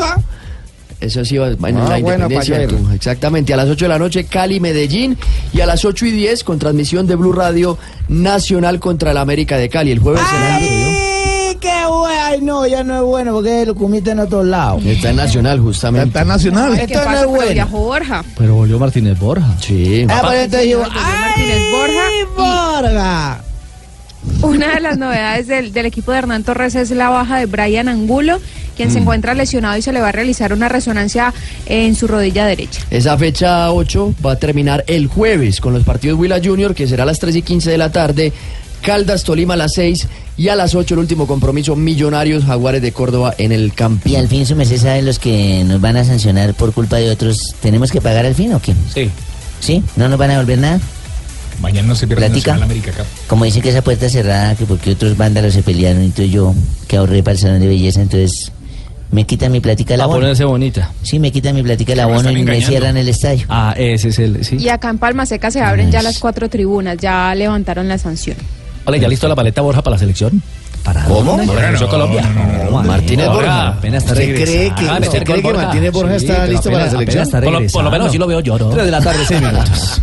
[SPEAKER 6] eso sí, va en la
[SPEAKER 8] Ah,
[SPEAKER 15] bueno,
[SPEAKER 6] independencia.
[SPEAKER 15] Payero.
[SPEAKER 6] del Tunja. Exactamente. A las 8 de la noche, Cali, Medellín. Y a las 8 y 10, con transmisión de Blue Radio Nacional contra la América de Cali. El jueves en
[SPEAKER 8] ¡Ay, qué bueno! Ay, no, ya no es bueno porque lo comiste en otros lados.
[SPEAKER 6] Está en Nacional, justamente.
[SPEAKER 11] Está en Nacional.
[SPEAKER 8] Esto no es bueno.
[SPEAKER 19] Borja.
[SPEAKER 3] Pero volvió Martínez Borja.
[SPEAKER 6] Sí.
[SPEAKER 8] Ah, por eso digo,
[SPEAKER 19] Martínez Borja.
[SPEAKER 8] ¡ay, Borja!
[SPEAKER 19] Una de las novedades del, del equipo de Hernán Torres es la baja de Brian Angulo, quien se
[SPEAKER 6] Mm.
[SPEAKER 19] encuentra lesionado y se le va a realizar una resonancia en su rodilla derecha.
[SPEAKER 6] Esa fecha 8 va a terminar el jueves con los partidos Huila Junior, que será a las 3 y 15 de la tarde. Caldas Tolima a las 6 y a las 8 el último compromiso Millonarios Jaguares de Córdoba en el Campín.
[SPEAKER 8] Y al fin, su merced sabe los que nos van a sancionar por culpa de otros. ¿Tenemos que pagar al fin o qué?
[SPEAKER 10] Sí.
[SPEAKER 8] ¿Sí? ¿No nos van a devolver nada?
[SPEAKER 10] Mañana no se pierde
[SPEAKER 8] Platica.
[SPEAKER 10] Nacional América acá.
[SPEAKER 8] Como dicen que esa puerta es cerrada, que porque otros vándalos se pelearon, entonces yo, que ahorré para el salón de belleza, entonces me quitan mi platica la
[SPEAKER 3] Para
[SPEAKER 8] abono.
[SPEAKER 3] ponerse bonita.
[SPEAKER 8] Sí, me quitan mi platica el
[SPEAKER 3] Que me
[SPEAKER 8] abono
[SPEAKER 3] están
[SPEAKER 8] y me
[SPEAKER 3] engañando.
[SPEAKER 8] cierran el estadio.
[SPEAKER 3] Ah, ese es el, sí.
[SPEAKER 19] Y acá en Palma Seca se abren ya las cuatro tribunas, ya levantaron la sanción.
[SPEAKER 10] Hola, ¿ya listo la paleta Borja para la selección? ¿Para
[SPEAKER 4] ¿Cómo?
[SPEAKER 10] dónde? Para la selección Colombia.
[SPEAKER 4] Martínez Borja. ¿Usted cree que- usted cree que Martínez Borja está listo para la selección?
[SPEAKER 10] Por lo, por lo menos
[SPEAKER 4] regresando.
[SPEAKER 10] sí lo veo yo, ¿no?
[SPEAKER 4] Tres de la tarde, seis minutos.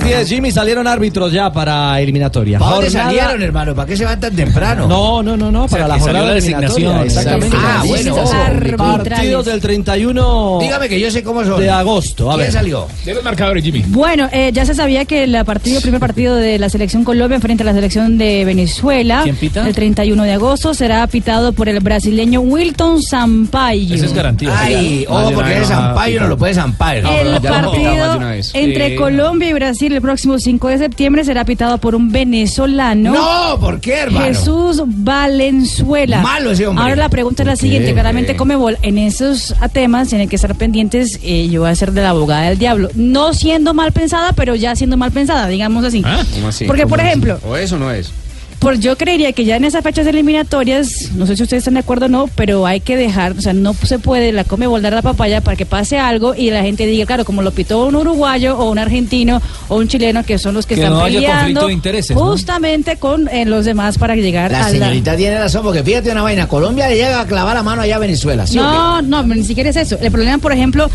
[SPEAKER 3] 3-10, Jimmy, salieron árbitros ya para eliminatoria.
[SPEAKER 8] ¿Para dónde
[SPEAKER 3] Jornada-
[SPEAKER 8] salieron, hermano? ¿Para qué se van tan temprano?
[SPEAKER 3] No, no, no, no, para la jornada eliminatoria, Exactamente.
[SPEAKER 8] Ah, bueno.
[SPEAKER 3] Arbitrales. Partidos del 31.
[SPEAKER 8] Dígame que yo sé cómo son.
[SPEAKER 3] De agosto, a
[SPEAKER 8] ¿Quién
[SPEAKER 3] ver.
[SPEAKER 8] salió?
[SPEAKER 10] De los marcadores, Jimmy.
[SPEAKER 9] Bueno, eh, ya se sabía que el partido, primer partido de la selección Colombia frente a la selección de Venezuela,
[SPEAKER 10] ¿Quién pita?
[SPEAKER 9] el 31 de agosto, será pitado por el brasileño Wilton Sampaio.
[SPEAKER 8] Ese es garantía. Ay, ojo,
[SPEAKER 9] ojo,
[SPEAKER 8] porque ese Sampaio no lo puede Sampaio.
[SPEAKER 9] El partido entre Colombia y Brasil el próximo 5 de septiembre será pitado por un venezolano.
[SPEAKER 8] No, ¿por qué, hermano?
[SPEAKER 9] Jesús Valenzuela.
[SPEAKER 8] Malo ese hombre.
[SPEAKER 9] Ahora la pregunta es la
[SPEAKER 8] ¿Por qué,
[SPEAKER 9] siguiente.
[SPEAKER 8] hombre?
[SPEAKER 9] Claramente Comebol en esos temas tiene que estar pendientes. eh, yo voy a ser de la abogada del diablo. No siendo mal pensada, pero ya siendo mal pensada, digamos así.
[SPEAKER 16] ¿Ah?
[SPEAKER 8] ¿Ah?
[SPEAKER 16] ¿Cómo así?
[SPEAKER 9] Porque, por
[SPEAKER 16] ¿Cómo así?
[SPEAKER 9] ejemplo,
[SPEAKER 16] ¿O eso no es?
[SPEAKER 9] por Pues yo creería que ya en esas fechas eliminatorias, no sé si ustedes están de acuerdo o no, pero hay que dejar, o sea, no se puede la come dar la papaya para que pase algo y la gente diga, claro, como lo pitó un uruguayo o un argentino o un chileno, que son los que,
[SPEAKER 8] Que
[SPEAKER 9] están
[SPEAKER 8] no haya
[SPEAKER 9] peleando
[SPEAKER 8] conflicto de intereses, ¿no?
[SPEAKER 9] justamente con eh, los demás para llegar
[SPEAKER 8] La
[SPEAKER 9] a
[SPEAKER 8] señorita tiene razón, porque fíjate una vaina. Colombia le llega a clavar la mano allá a Venezuela. ¿sí o qué?
[SPEAKER 9] No, no, ni siquiera es eso. El problema, por ejemplo,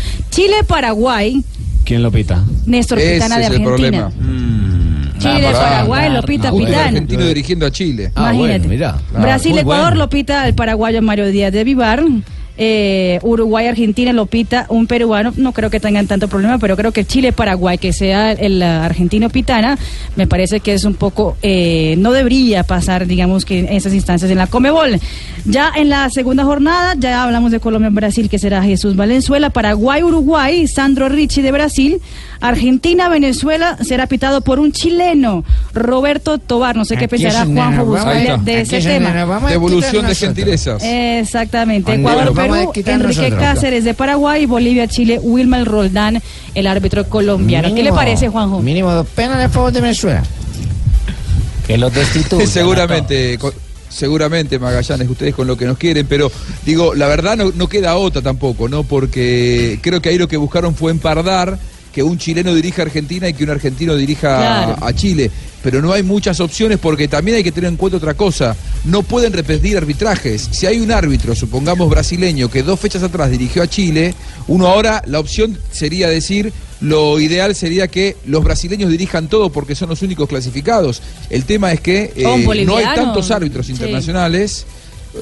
[SPEAKER 9] Chile-Paraguay,
[SPEAKER 16] ¿Quién lo pita?
[SPEAKER 9] Néstor
[SPEAKER 5] Ese
[SPEAKER 9] Pitana de
[SPEAKER 5] es el
[SPEAKER 9] Argentina. Mm.
[SPEAKER 5] problema.
[SPEAKER 9] Chile, Paraguay, lo pita
[SPEAKER 5] Un
[SPEAKER 9] Pitana.
[SPEAKER 5] argentino dirigiendo a Chile.
[SPEAKER 9] Ah, bueno, Imagínate.
[SPEAKER 5] mira.
[SPEAKER 9] Brasil, Ecuador lo pita el paraguayo Mario Díaz de Vivar. Eh, Uruguay, Argentina lo pita un peruano. No creo que tengan tanto problema, pero creo que Chile, Paraguay, que sea el eh, argentino pitana, me parece que es un poco. eh, no debería pasar, digamos, que en esas instancias en la Comebol. Ya en la segunda jornada, ya hablamos de Colombia, Brasil, que será Jesús Valenzuela. Paraguay, Uruguay, Sandro Ricci de Brasil. Argentina, Venezuela será pitado por un chileno, Roberto Tobar. No sé qué
[SPEAKER 5] Aquí
[SPEAKER 9] pensará
[SPEAKER 5] es una
[SPEAKER 9] Juanjo
[SPEAKER 5] guapa. Ahí
[SPEAKER 9] Buscalia
[SPEAKER 5] está.
[SPEAKER 9] de
[SPEAKER 5] Aquí
[SPEAKER 9] ese
[SPEAKER 5] es una
[SPEAKER 9] tema.
[SPEAKER 5] guapa. Devolución de gentilezas.
[SPEAKER 9] Exactamente.
[SPEAKER 5] Ande,
[SPEAKER 9] Ecuador,
[SPEAKER 5] nos vamos a
[SPEAKER 9] Perú,
[SPEAKER 5] quitar
[SPEAKER 9] Enrique
[SPEAKER 5] nosotros.
[SPEAKER 9] Cáceres de Paraguay, Bolivia, Chile, Wilmer Roldán, el árbitro colombiano. ¿Qué le
[SPEAKER 8] Mínimo,
[SPEAKER 9] parece, Juanjo?
[SPEAKER 8] Mínimo dos penas de favor de Venezuela.
[SPEAKER 5] Que los destituyan. seguramente, co- seguramente, Magallanes, ustedes con lo que nos quieren, pero digo, la verdad no, no queda otra tampoco, ¿no? Porque creo que ahí lo que buscaron fue empardar que un chileno dirija a Argentina y que un argentino dirija
[SPEAKER 20] Claro.
[SPEAKER 5] a Chile. Pero no hay muchas opciones porque también hay que tener en cuenta otra cosa. No pueden repetir arbitrajes. Si hay un árbitro, supongamos brasileño, que dos fechas atrás dirigió a Chile, uno ahora, la opción sería decir, lo ideal sería que los brasileños dirijan todo porque son los únicos clasificados. El tema es que eh,
[SPEAKER 20] O un
[SPEAKER 5] no hay
[SPEAKER 20] boliviano.
[SPEAKER 5] tantos árbitros
[SPEAKER 20] Sí.
[SPEAKER 5] internacionales.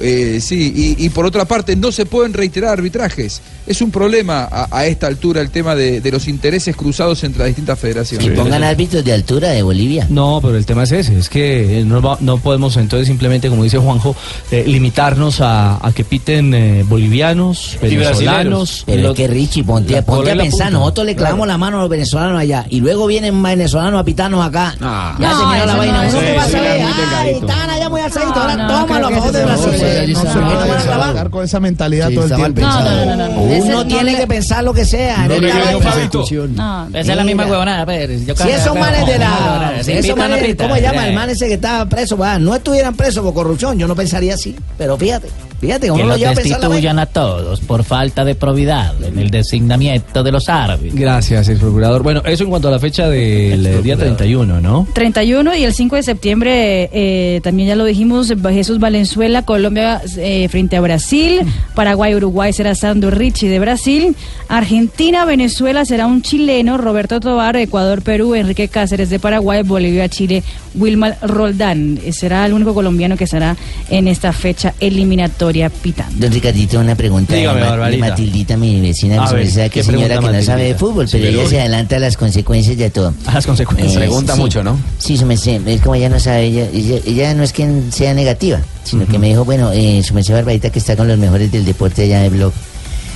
[SPEAKER 5] eh, sí, y, y por otra parte no se pueden reiterar arbitrajes. Es un problema a, a esta altura el tema de, de los intereses cruzados entre las distintas federaciones.
[SPEAKER 8] Y pongan árbitros de altura de Bolivia.
[SPEAKER 3] No, pero el tema es ese, es que eh, no, va- no podemos entonces simplemente, como dice Juanjo, eh, limitarnos a, a que piten eh, bolivianos, venezolanos.
[SPEAKER 8] Pero
[SPEAKER 3] los-
[SPEAKER 8] es que Richie, ponte,
[SPEAKER 3] la
[SPEAKER 8] ponte
[SPEAKER 3] cola
[SPEAKER 8] a
[SPEAKER 3] en la
[SPEAKER 8] pensar,
[SPEAKER 3] punta.
[SPEAKER 8] nosotros le clavamos
[SPEAKER 3] Claro.
[SPEAKER 8] la mano a los venezolanos allá y luego vienen venezolanos a pitarnos acá. Ya
[SPEAKER 1] No,
[SPEAKER 8] se miró la
[SPEAKER 1] eso
[SPEAKER 8] vaina.
[SPEAKER 1] no,
[SPEAKER 8] ¿Eso
[SPEAKER 1] eso
[SPEAKER 8] qué
[SPEAKER 1] no,
[SPEAKER 8] pasa?
[SPEAKER 1] eso
[SPEAKER 8] ahí?
[SPEAKER 1] era muy
[SPEAKER 8] Ay,
[SPEAKER 1] delgadito.
[SPEAKER 8] estaban allá muy alzaditos. Ahora
[SPEAKER 1] no,
[SPEAKER 8] toma
[SPEAKER 1] creo
[SPEAKER 8] los
[SPEAKER 1] que
[SPEAKER 8] ojos
[SPEAKER 1] ese
[SPEAKER 8] de
[SPEAKER 1] es el
[SPEAKER 8] Brasil.
[SPEAKER 1] error. Sí, sí, sí.
[SPEAKER 8] No, no, no, no,
[SPEAKER 1] Sí,
[SPEAKER 8] no,
[SPEAKER 1] está
[SPEAKER 8] no,
[SPEAKER 1] mal
[SPEAKER 8] no.
[SPEAKER 11] Con esa mentalidad
[SPEAKER 8] Sí,
[SPEAKER 11] todo el
[SPEAKER 8] está mal
[SPEAKER 11] tiempo.
[SPEAKER 8] pensado.
[SPEAKER 11] Ese
[SPEAKER 8] Uno tiene que pensar lo que sea. en
[SPEAKER 11] No le
[SPEAKER 8] esta
[SPEAKER 11] creo,
[SPEAKER 8] vaina.
[SPEAKER 11] Fabito.
[SPEAKER 8] No,
[SPEAKER 11] Esa es la misma
[SPEAKER 8] mira.
[SPEAKER 11] huevonada, Pérez. Yo
[SPEAKER 8] Si
[SPEAKER 11] cambio,
[SPEAKER 8] esos
[SPEAKER 11] pero-
[SPEAKER 8] manes de la.
[SPEAKER 11] No,
[SPEAKER 8] si
[SPEAKER 11] si
[SPEAKER 8] esos
[SPEAKER 11] pita, no
[SPEAKER 8] manes-
[SPEAKER 11] pita.
[SPEAKER 8] ¿Cómo se llama?
[SPEAKER 11] Eh.
[SPEAKER 8] El man ese que estaba preso. va, No estuvieran presos por corrupción. Yo no pensaría así. Pero fíjate,
[SPEAKER 21] Que
[SPEAKER 8] fíjate cómo lo
[SPEAKER 21] los
[SPEAKER 8] lleva a pensar la vaina.
[SPEAKER 21] destituyan a todos por falta de probidad en el designamiento de los árbitros.
[SPEAKER 3] Gracias, ex procurador. Bueno, eso en cuanto a la fecha del eh, día 31, ¿no?
[SPEAKER 9] 31 y el 5 de septiembre, eh, también ya lo dijimos, va Jesús Valenzuela, Colombia eh, frente a Brasil, Paraguay, Uruguay será Sandro Ricci de Brasil, Argentina, Venezuela será un chileno, Roberto Tobar, Ecuador, Perú, Enrique Cáceres de Paraguay, Bolivia, Chile, Wilmar Roldán. Eh, Será el único colombiano que estará en esta fecha eliminatoria pitando.
[SPEAKER 8] Don Ricardito, una pregunta
[SPEAKER 3] Dígame,
[SPEAKER 8] de, Ma- de
[SPEAKER 3] Barbarita.
[SPEAKER 8] Matildita, mi vecina,
[SPEAKER 3] A
[SPEAKER 8] mi
[SPEAKER 3] ver,
[SPEAKER 8] sobrina, que
[SPEAKER 3] ¿qué
[SPEAKER 8] es señora
[SPEAKER 3] pregunta,
[SPEAKER 8] que no sabe de
[SPEAKER 3] Matildita?
[SPEAKER 8] fútbol,
[SPEAKER 3] Sí,
[SPEAKER 8] pero
[SPEAKER 3] pero-
[SPEAKER 8] ella se adelanta a las consecuencias de todo.
[SPEAKER 3] A las consecuencias. Pregunta mucho,
[SPEAKER 8] ¿no? Eh, Sí, su merced, es como ella no sabe, ella, ella, ella no es que sea negativa, sino que me dijo, bueno, eh, su merced Barbarita que está con los mejores del deporte allá de blog.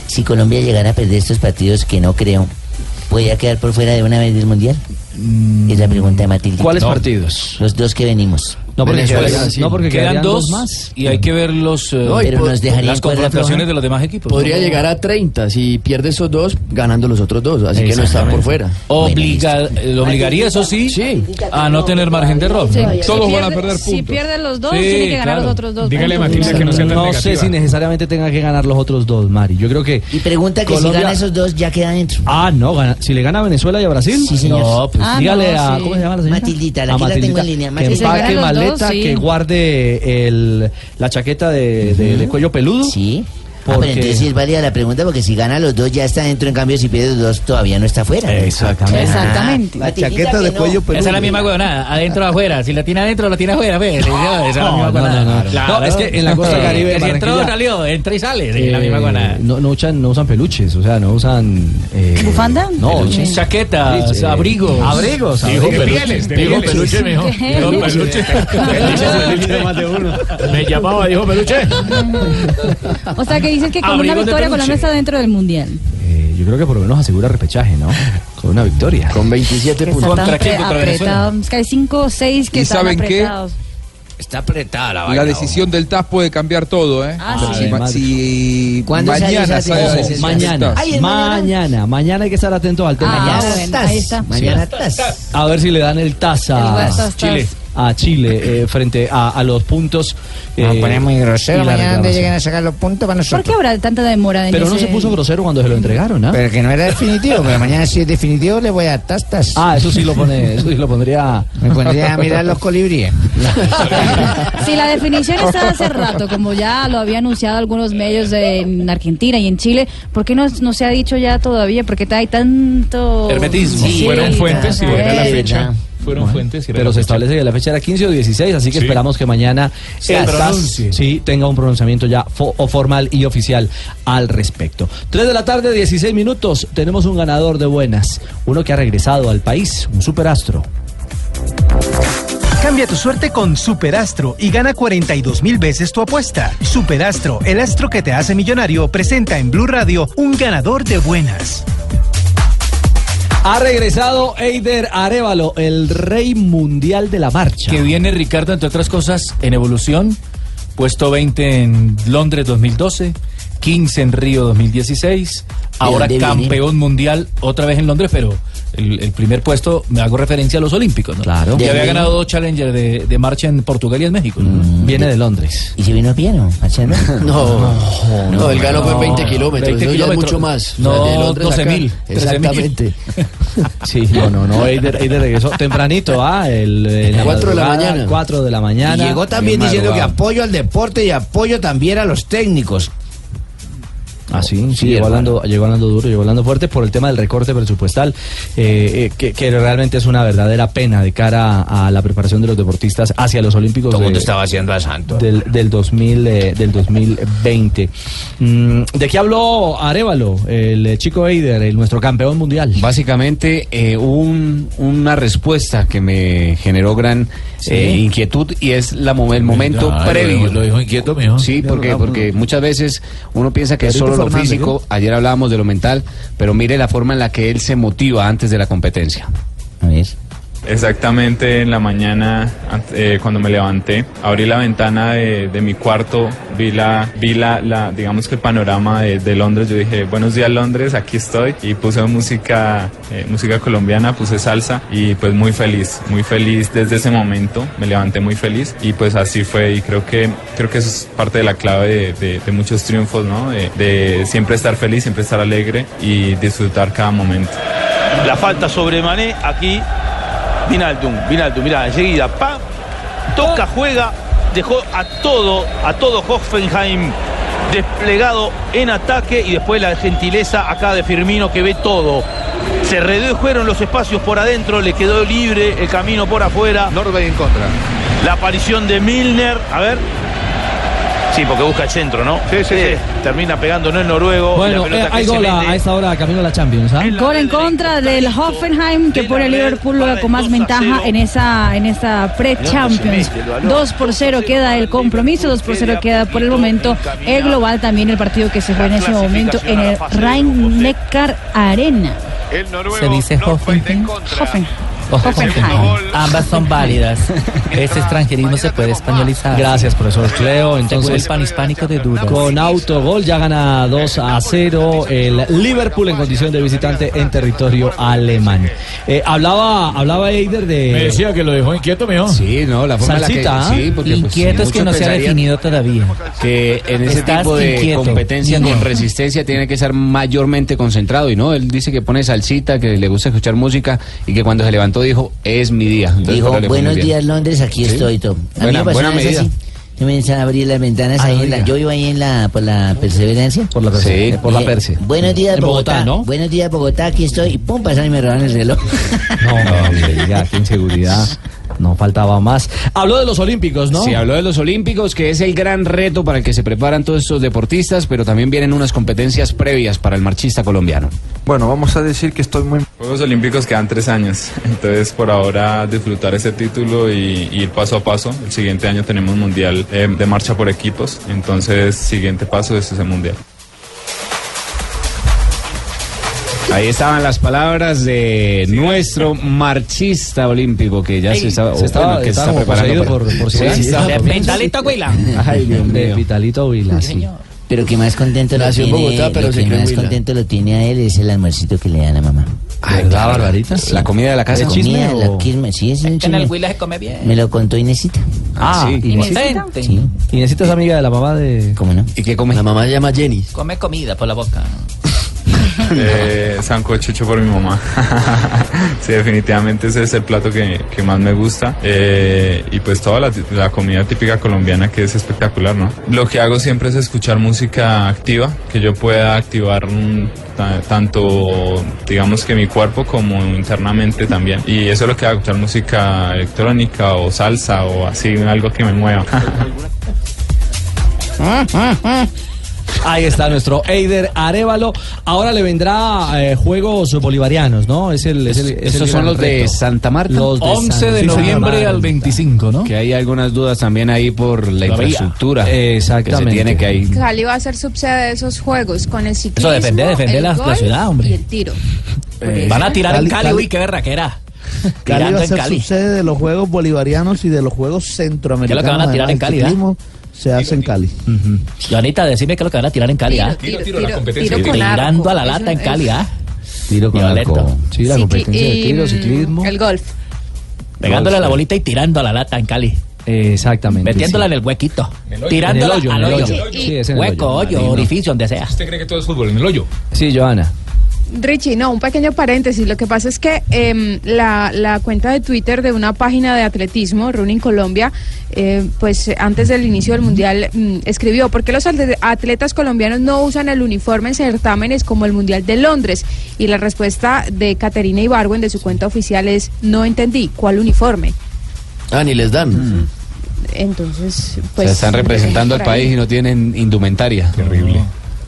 [SPEAKER 22] si Colombia llegara a perder estos partidos que no creo, ¿podría quedar por fuera de una vez del Mundial? es la pregunta de Matilde.
[SPEAKER 10] ¿Cuáles No. partidos?
[SPEAKER 22] Los dos que venimos.
[SPEAKER 10] No, porque Venezuela, quedan- sí. no, porque Quedan quedarían dos dos más. y hay que ver los, eh, No, y
[SPEAKER 22] pero
[SPEAKER 10] po-
[SPEAKER 22] nos dejaría
[SPEAKER 10] las
[SPEAKER 22] en cuerda
[SPEAKER 10] contrataciones
[SPEAKER 22] floja.
[SPEAKER 10] de los demás equipos.
[SPEAKER 6] Podría llegar a 30 si pierde esos dos, ganando los otros dos. Así que no está por fuera.
[SPEAKER 10] Obliga, eh, lo obligaría, eso sí, a no tener margen de error.
[SPEAKER 9] Sí, si pierde- Si pierden los dos,
[SPEAKER 10] Sí,
[SPEAKER 9] tiene que ganar
[SPEAKER 10] claro.
[SPEAKER 9] los otros dos.
[SPEAKER 10] Dígale a
[SPEAKER 9] puntos.
[SPEAKER 10] Matilde que no sea tan
[SPEAKER 3] No sé
[SPEAKER 10] negativa.
[SPEAKER 3] si necesariamente tenga que ganar los otros dos, Mari. Yo creo que.
[SPEAKER 22] Y pregunta que
[SPEAKER 3] Colombia-
[SPEAKER 22] si gana esos dos ya queda dentro.
[SPEAKER 3] Ah, no, gana- si le gana a Venezuela y a Brasil.
[SPEAKER 22] Sí, señor.
[SPEAKER 3] No, pues
[SPEAKER 22] Ah,
[SPEAKER 3] dígale
[SPEAKER 22] no,
[SPEAKER 3] a.
[SPEAKER 22] sí.
[SPEAKER 3] ¿Cómo se llama la señora?
[SPEAKER 22] Matildita, la
[SPEAKER 3] A
[SPEAKER 22] que la tengo
[SPEAKER 3] Matildita,
[SPEAKER 22] en línea.
[SPEAKER 3] Que
[SPEAKER 22] Matildita. Si se
[SPEAKER 3] empaque
[SPEAKER 22] ganan los
[SPEAKER 3] maleta,
[SPEAKER 22] dos, sí.
[SPEAKER 3] que guarde el, la chaqueta de, de- de cuello peludo.
[SPEAKER 22] Sí. Ah,
[SPEAKER 3] Porque-
[SPEAKER 22] pero entonces sí es válida la pregunta porque si gana los dos ya está dentro, en cambio si pierde los dos todavía no está fuera. Exactamente.
[SPEAKER 10] La chaqueta de cuello
[SPEAKER 8] pues,
[SPEAKER 10] peludo. Esa es la misma huevonada, adentro o afuera. Si la tiene adentro, la tiene afuera. ve. Sí, no, Ah, Esa es la
[SPEAKER 3] No,
[SPEAKER 10] misma
[SPEAKER 3] no,
[SPEAKER 10] huevonada.
[SPEAKER 3] no, no.
[SPEAKER 10] Claro.
[SPEAKER 3] No, es que en la costa
[SPEAKER 10] Sí,
[SPEAKER 3] caribe,
[SPEAKER 10] que Si entró,
[SPEAKER 3] Barranquilla-
[SPEAKER 10] salió. Entra y sale. Sí, la
[SPEAKER 3] Eh,
[SPEAKER 10] misma huevonada.
[SPEAKER 3] no, no, usan, no usan peluches, o sea, no usan. eh,
[SPEAKER 9] ¿Bufanda?
[SPEAKER 3] No,
[SPEAKER 10] Peluche. Chaquetas,
[SPEAKER 3] Peluche, eh,
[SPEAKER 10] abrigos.
[SPEAKER 3] Abrigos,
[SPEAKER 10] Dijo
[SPEAKER 3] abrigos.
[SPEAKER 10] pieles, de Dijo pieles. peluche mejor.
[SPEAKER 9] ¿Qué?
[SPEAKER 10] Dijo peluche. Me llamaba, dijo peluche.
[SPEAKER 9] O sea, que dices que con
[SPEAKER 10] Abrigos
[SPEAKER 9] una
[SPEAKER 10] de
[SPEAKER 9] victoria
[SPEAKER 10] peluche.
[SPEAKER 9] Colombia está dentro del Mundial.
[SPEAKER 3] Eh, yo creo que por lo menos asegura repechaje, ¿no? Con una victoria. Con 27
[SPEAKER 9] Que está tan apre- apretado. Es que hay cinco o seis que
[SPEAKER 5] ¿Y
[SPEAKER 9] están
[SPEAKER 5] saben qué?
[SPEAKER 9] apretados.
[SPEAKER 5] Está apretada
[SPEAKER 22] la
[SPEAKER 5] La decisión del TAS puede cambiar todo, ¿eh?
[SPEAKER 9] Ah,
[SPEAKER 5] Si
[SPEAKER 3] sí.
[SPEAKER 5] ma- si
[SPEAKER 3] ¿Cuándo sale
[SPEAKER 5] mañana
[SPEAKER 3] esa
[SPEAKER 5] sale la
[SPEAKER 3] decisión?
[SPEAKER 5] decisión
[SPEAKER 3] Mañana.
[SPEAKER 5] del TAS.
[SPEAKER 3] mañana. Mañana hay que estar atentos al tema.
[SPEAKER 9] Ah,
[SPEAKER 3] Ya.
[SPEAKER 9] bueno, ahí está.
[SPEAKER 3] Mañana A ver si le dan el TAS
[SPEAKER 9] El
[SPEAKER 3] a
[SPEAKER 9] TAS, TAS.
[SPEAKER 3] Chile. A Chile, eh, frente a, a los puntos. eh,
[SPEAKER 8] Nos ponemos pues, muy groseros,
[SPEAKER 3] y la
[SPEAKER 8] mañana donde
[SPEAKER 3] reclamación.
[SPEAKER 8] lleguen a sacar los puntos para
[SPEAKER 9] ¿Por
[SPEAKER 8] nosotros.
[SPEAKER 9] qué habrá tanta demora en
[SPEAKER 3] Pero no
[SPEAKER 9] ese-
[SPEAKER 3] se puso grosero cuando se lo entregaron, ¿ah?
[SPEAKER 8] Pero que no era definitivo, pero mañana si es definitivo le voy a dar tastas.
[SPEAKER 3] Ah, eso sí lo pone, eso sí lo pondría.
[SPEAKER 8] Me pondría a mirar los colibríes.
[SPEAKER 9] Si la definición está hace rato, como ya lo había anunciado algunos medios de- en Argentina y en Chile, ¿por qué no, no se ha dicho ya todavía? ¿Por qué hay tanto...
[SPEAKER 10] Hermetismo.
[SPEAKER 9] Sí,
[SPEAKER 10] Fueron fuentes y
[SPEAKER 9] ajá.
[SPEAKER 10] era la
[SPEAKER 3] Sí,
[SPEAKER 10] fecha.
[SPEAKER 3] ya.
[SPEAKER 10] Fueron fuentes y era
[SPEAKER 3] Pero
[SPEAKER 10] la
[SPEAKER 3] se
[SPEAKER 10] fecha.
[SPEAKER 3] establece que la fecha era 15 o 16, así que
[SPEAKER 10] Sí.
[SPEAKER 3] esperamos que mañana
[SPEAKER 10] Se
[SPEAKER 3] el TAS
[SPEAKER 10] pronuncie.
[SPEAKER 3] sí, tenga un pronunciamiento ya fo- o formal y oficial al respecto. 3 de la tarde, 16 minutos. Tenemos un ganador de buenas, uno que ha regresado al país, un superastro.
[SPEAKER 20] Cambia tu suerte con Superastro y gana 42 mil veces tu apuesta. Superastro, el astro que te hace millonario, presenta en Blue Radio un ganador de buenas.
[SPEAKER 3] Ha regresado Eider Arevalo, el rey mundial de la marcha.
[SPEAKER 10] Que viene Ricardo, entre otras cosas, en evolución, puesto 20 en Londres 2012, 15 en Río 2016, ahora
[SPEAKER 22] dónde viene?
[SPEAKER 10] campeón mundial otra vez en Londres, pero el, el primer puesto me hago referencia a los Olímpicos, ¿no? Claro.
[SPEAKER 22] ¿De
[SPEAKER 10] Y había
[SPEAKER 22] dónde Mm.
[SPEAKER 10] ganado dos Challenger de, de marcha en Portugal y en México. Viene
[SPEAKER 3] de Londres.
[SPEAKER 22] ¿Y si vino bien o marchando?
[SPEAKER 6] No, no, el gano fue
[SPEAKER 10] no,
[SPEAKER 6] 20
[SPEAKER 10] no,
[SPEAKER 6] kilómetros,
[SPEAKER 10] 20
[SPEAKER 6] eso ya es
[SPEAKER 10] kilómetros.
[SPEAKER 6] mucho más.
[SPEAKER 10] No,
[SPEAKER 6] O sea, de Londres
[SPEAKER 10] 12.000,
[SPEAKER 6] acá.
[SPEAKER 10] 13.000.
[SPEAKER 6] Exactamente.
[SPEAKER 3] Sí, no, no, no, Eider, Eider regresó tempranito, ah, el, en
[SPEAKER 6] Cuatro de la
[SPEAKER 3] madrugada,
[SPEAKER 6] mañana.
[SPEAKER 3] cuatro de la mañana.
[SPEAKER 8] Y llegó también diciendo que
[SPEAKER 3] Madrugada.
[SPEAKER 8] apoyo al deporte y apoyo también a los técnicos.
[SPEAKER 3] Ah, sí, sí, llegó, hablando, llegó hablando duro, llegó hablando fuerte por el tema del recorte presupuestal, eh, eh, que, que realmente es una verdadera pena de cara a, a la preparación de los deportistas hacia los Olímpicos
[SPEAKER 16] Todo el
[SPEAKER 3] de-
[SPEAKER 16] mundo estaba haciendo a santo.
[SPEAKER 3] del, del, 2000, eh, del 2020. Mm, ¿De qué habló Arevalo, el eh, chico Eider, el- nuestro campeón mundial?
[SPEAKER 16] Básicamente eh, hubo un- una respuesta que me generó gran
[SPEAKER 3] Sí.
[SPEAKER 16] eh, inquietud y es la, mo- el momento
[SPEAKER 3] Ah, lo
[SPEAKER 16] previo.
[SPEAKER 3] dijo- lo dijo
[SPEAKER 16] inquieto, mijo. Sí, porque, porque muchas veces uno piensa que es
[SPEAKER 3] Pedrito
[SPEAKER 16] solo lo
[SPEAKER 3] Fernández, ¿eh?
[SPEAKER 16] físico, ayer hablábamos de lo mental, pero mire la forma en la que él se motiva antes de la competencia.
[SPEAKER 15] Exactamente en la mañana, an- eh, cuando me levanté, abrí la ventana de, de mi cuarto, vi la, vi la, la- digamos que el panorama de, de Londres. Yo dije, buenos días Londres, aquí estoy. Y puse música, eh, música colombiana, puse salsa y pues muy feliz, muy feliz desde ese momento. Me levanté muy feliz y pues así fue. Y creo que, creo que eso es parte de la clave de, de- de muchos triunfos, ¿no? De- de siempre estar feliz, siempre estar alegre y disfrutar cada momento.
[SPEAKER 23] La falta sobre Mané, aquí Vinaldum, Vinaldum, mirá, enseguida, pa, toca,
[SPEAKER 24] Oh.
[SPEAKER 23] juega, dejó a todo, a todo Hoffenheim desplegado en ataque y después la gentileza acá de Firmino que ve todo. Se redujeron los espacios por adentro, le quedó libre el camino por afuera. Norway en contra. La aparición de Milner, a ver,
[SPEAKER 24] Sí, porque busca el centro, ¿no? Sí, sí,
[SPEAKER 23] Eh,
[SPEAKER 24] Termina pegando no el noruego.
[SPEAKER 3] Bueno,
[SPEAKER 24] y la pelota
[SPEAKER 3] eh, hay
[SPEAKER 24] que se
[SPEAKER 3] gol a,
[SPEAKER 24] mete.
[SPEAKER 3] a esta hora camino a la Champions, ¿ah?
[SPEAKER 9] Gol en contra del Hoffenheim que pone el Liverpool con más ventaja en esa en esta pre-Champions. 2 por 0 queda el compromiso, 2 por 0 queda por el momento el global también el partido que se juega en ese momento en el Rhein-Neckar Arena.
[SPEAKER 10] Se dice Hoffenheim.
[SPEAKER 9] Hoffenheim.
[SPEAKER 10] Ambas son válidas. Ese extranjerismo se puede españolizar.
[SPEAKER 3] Gracias, profesor Cleo. Entonces,
[SPEAKER 10] el pan hispánico de Duda.
[SPEAKER 3] Con autogol ya gana 2 a 0 el Liverpool en condición de visitante en territorio alemán. Eh, hablaba, hablaba Eider de.
[SPEAKER 16] Me decía
[SPEAKER 3] que lo dejó inquieto, mijo.
[SPEAKER 16] Sí, no, la forma
[SPEAKER 3] Salsita,
[SPEAKER 16] en la que.
[SPEAKER 3] ¿ah?
[SPEAKER 16] Sí, porque, pues,
[SPEAKER 10] Inquieto es que
[SPEAKER 16] muchos
[SPEAKER 10] no se ha
[SPEAKER 16] pensarían
[SPEAKER 10] definido todavía.
[SPEAKER 16] Que en ese
[SPEAKER 10] Estás
[SPEAKER 16] tipo de
[SPEAKER 10] inquieto,
[SPEAKER 16] competencia
[SPEAKER 10] niño.
[SPEAKER 16] con resistencia tiene que ser mayormente concentrado. Y no, él dice que pone salsita, que le gusta escuchar música y que cuando se levantó dijo, es mi día. Entonces,
[SPEAKER 8] Dijo,
[SPEAKER 16] pero le fue muy
[SPEAKER 8] buenos
[SPEAKER 16] bien.
[SPEAKER 8] días Londres, aquí
[SPEAKER 16] Sí.
[SPEAKER 8] estoy, Tom. A mí
[SPEAKER 16] Buena-
[SPEAKER 8] me pasó
[SPEAKER 16] buena
[SPEAKER 8] una vez
[SPEAKER 16] medida.
[SPEAKER 8] así. Yo me empezaron a abrir las ventanas ahí en la- yo iba ahí en la, por la perseverancia. Por la
[SPEAKER 16] Perse- por la Perse.
[SPEAKER 8] Buenos días,
[SPEAKER 16] En Bogotá,
[SPEAKER 8] Bogotá.
[SPEAKER 16] ¿no?
[SPEAKER 8] Buenos días, Bogotá, aquí estoy. Y pum, pasaron y me robaron el reloj.
[SPEAKER 3] No, hombre, ya, qué inseguridad. No faltaba más. Habló de los Olímpicos, ¿no?
[SPEAKER 16] Sí, habló de los Olímpicos, que es el gran reto para el que se preparan todos estos deportistas, pero también vienen unas competencias previas para el marchista colombiano.
[SPEAKER 15] Bueno, vamos a decir que estoy muy... Juegos Olímpicos quedan tres años, entonces por ahora disfrutar ese título y, y ir paso a paso. El siguiente año tenemos Mundial eh, de marcha por equipos, entonces siguiente paso es ese Mundial.
[SPEAKER 16] Ahí estaban las palabras de nuestro marchista olímpico que ya
[SPEAKER 10] Ey,
[SPEAKER 16] se está,
[SPEAKER 3] se estaba-
[SPEAKER 16] que se
[SPEAKER 3] estaba como
[SPEAKER 16] preparando.
[SPEAKER 3] poseído
[SPEAKER 16] para-
[SPEAKER 3] por- por
[SPEAKER 16] Sí,
[SPEAKER 3] Zidane.
[SPEAKER 16] está-
[SPEAKER 3] De Vitalito
[SPEAKER 10] Huila.
[SPEAKER 3] Ay, Dios mío. Huila, sí.
[SPEAKER 8] Pero que más contento lo
[SPEAKER 3] Nació en
[SPEAKER 8] tiene,
[SPEAKER 3] Bogotá, pero
[SPEAKER 8] lo
[SPEAKER 3] se
[SPEAKER 8] que
[SPEAKER 3] crió en
[SPEAKER 8] más
[SPEAKER 3] Huila.
[SPEAKER 8] contento lo tiene a él es el almuercito que le da la mamá.
[SPEAKER 16] Ay, ¿verdad, Barbarita? ¿La comida de la casa?
[SPEAKER 8] La
[SPEAKER 16] ¿Es chisme
[SPEAKER 8] comida,
[SPEAKER 16] o-
[SPEAKER 8] la quisme- sí, es un
[SPEAKER 10] En
[SPEAKER 8] chisme.
[SPEAKER 10] el Huila se come bien.
[SPEAKER 8] Me lo contó Inesita.
[SPEAKER 10] Ah,
[SPEAKER 8] Sí.
[SPEAKER 10] Inesita.
[SPEAKER 8] Sí.
[SPEAKER 3] Inesita es amiga de la mamá de.
[SPEAKER 8] ¿Cómo no?
[SPEAKER 16] ¿Y qué come?
[SPEAKER 6] La mamá se llama Jenny.
[SPEAKER 10] Come comida por la boca.
[SPEAKER 15] Eh, sancochucho por mi mamá. sí, definitivamente ese es el plato que, que más me gusta. Eh, y pues toda la, la comida típica colombiana que es espectacular, ¿no? Lo que hago siempre es escuchar música activa, que yo pueda activar mm, ta- tanto, digamos que mi cuerpo como internamente también. Y eso es lo que hago, escuchar música electrónica o salsa o así, algo que me mueva.
[SPEAKER 3] Ahí está nuestro Eider Arevalo. Ahora le vendrá eh, Juegos Bolivarianos, ¿no? Es el, es el- es el
[SPEAKER 16] Estos son
[SPEAKER 3] gran
[SPEAKER 16] los de
[SPEAKER 3] reto.
[SPEAKER 16] Santa Marta.
[SPEAKER 3] Los de 11 San- de sí, Santa noviembre Marta. al
[SPEAKER 16] 25, ¿no? Que hay algunas dudas también ahí por la
[SPEAKER 3] La vía.
[SPEAKER 16] infraestructura. Que
[SPEAKER 3] Exactamente.
[SPEAKER 16] se tiene que ahí.
[SPEAKER 19] Cali va a ser subsede de esos juegos con el ciclismo,
[SPEAKER 10] Mm. depende- depende
[SPEAKER 19] el
[SPEAKER 10] de la- la
[SPEAKER 19] golf
[SPEAKER 10] ciudad, hombre.
[SPEAKER 19] y el tiro.
[SPEAKER 10] Van a tirar en Cali,
[SPEAKER 11] Cali- Cali-
[SPEAKER 10] pues. uy, qué berraquera.
[SPEAKER 11] Cali
[SPEAKER 10] Tirando
[SPEAKER 11] va a
[SPEAKER 10] en
[SPEAKER 11] ser su
[SPEAKER 10] Cali.
[SPEAKER 11] sede de los Juegos Bolivarianos y de los Juegos Centroamericanos.
[SPEAKER 10] Ya lo que van a tirar en
[SPEAKER 11] además,
[SPEAKER 10] Cali, eh?
[SPEAKER 11] el ciclismo Se hace en Cali.
[SPEAKER 10] Joanita, decime qué es lo que van a tirar en Cali, ¿ah?
[SPEAKER 19] Tiro, tiro, tiro, tiro con
[SPEAKER 10] Tirando
[SPEAKER 19] arco.
[SPEAKER 10] a la lata en
[SPEAKER 19] Eso es-
[SPEAKER 10] Cali, ¿ah?
[SPEAKER 3] Tiro
[SPEAKER 10] con arco.
[SPEAKER 3] Sí, la
[SPEAKER 19] Cicli-
[SPEAKER 3] competencia de
[SPEAKER 19] y,
[SPEAKER 3] tiro,
[SPEAKER 19] mm,
[SPEAKER 3] ciclismo.
[SPEAKER 19] El golf.
[SPEAKER 10] Pegándole a la
[SPEAKER 3] Golf.
[SPEAKER 10] bolita y tirando a la lata en Cali.
[SPEAKER 3] Exactamente.
[SPEAKER 10] Metiéndola en el huequito.
[SPEAKER 3] En
[SPEAKER 10] Tirándola
[SPEAKER 3] el hoyo,
[SPEAKER 10] al
[SPEAKER 3] en el
[SPEAKER 10] hoyo.
[SPEAKER 3] hoyo. Sí, es en el
[SPEAKER 10] Hueco,
[SPEAKER 3] hoyo.
[SPEAKER 10] hoyo,
[SPEAKER 3] Marino.
[SPEAKER 10] orificio, donde sea. Pues
[SPEAKER 25] ¿Usted cree que todo es fútbol en el hoyo?
[SPEAKER 3] Sí, Joana.
[SPEAKER 19] Richie, no, un pequeño paréntesis. Lo que pasa es que em, la, la cuenta de Twitter de una página de atletismo, Running Colombia, eh, pues eh, antes del inicio del Mundial mm, escribió, ¿por qué los atle- atletas colombianos no usan el uniforme en certámenes como el Mundial de Londres? Y la respuesta de Caterina Ibarwen de su cuenta oficial es, no entendí, ¿cuál uniforme?
[SPEAKER 6] Ah, ni les dan.
[SPEAKER 8] Mm.
[SPEAKER 19] Entonces,
[SPEAKER 16] O
[SPEAKER 19] pues...
[SPEAKER 16] sea,
[SPEAKER 10] eh,
[SPEAKER 16] están representando al
[SPEAKER 19] por ahí.
[SPEAKER 16] país y no tienen indumentaria. Terrible.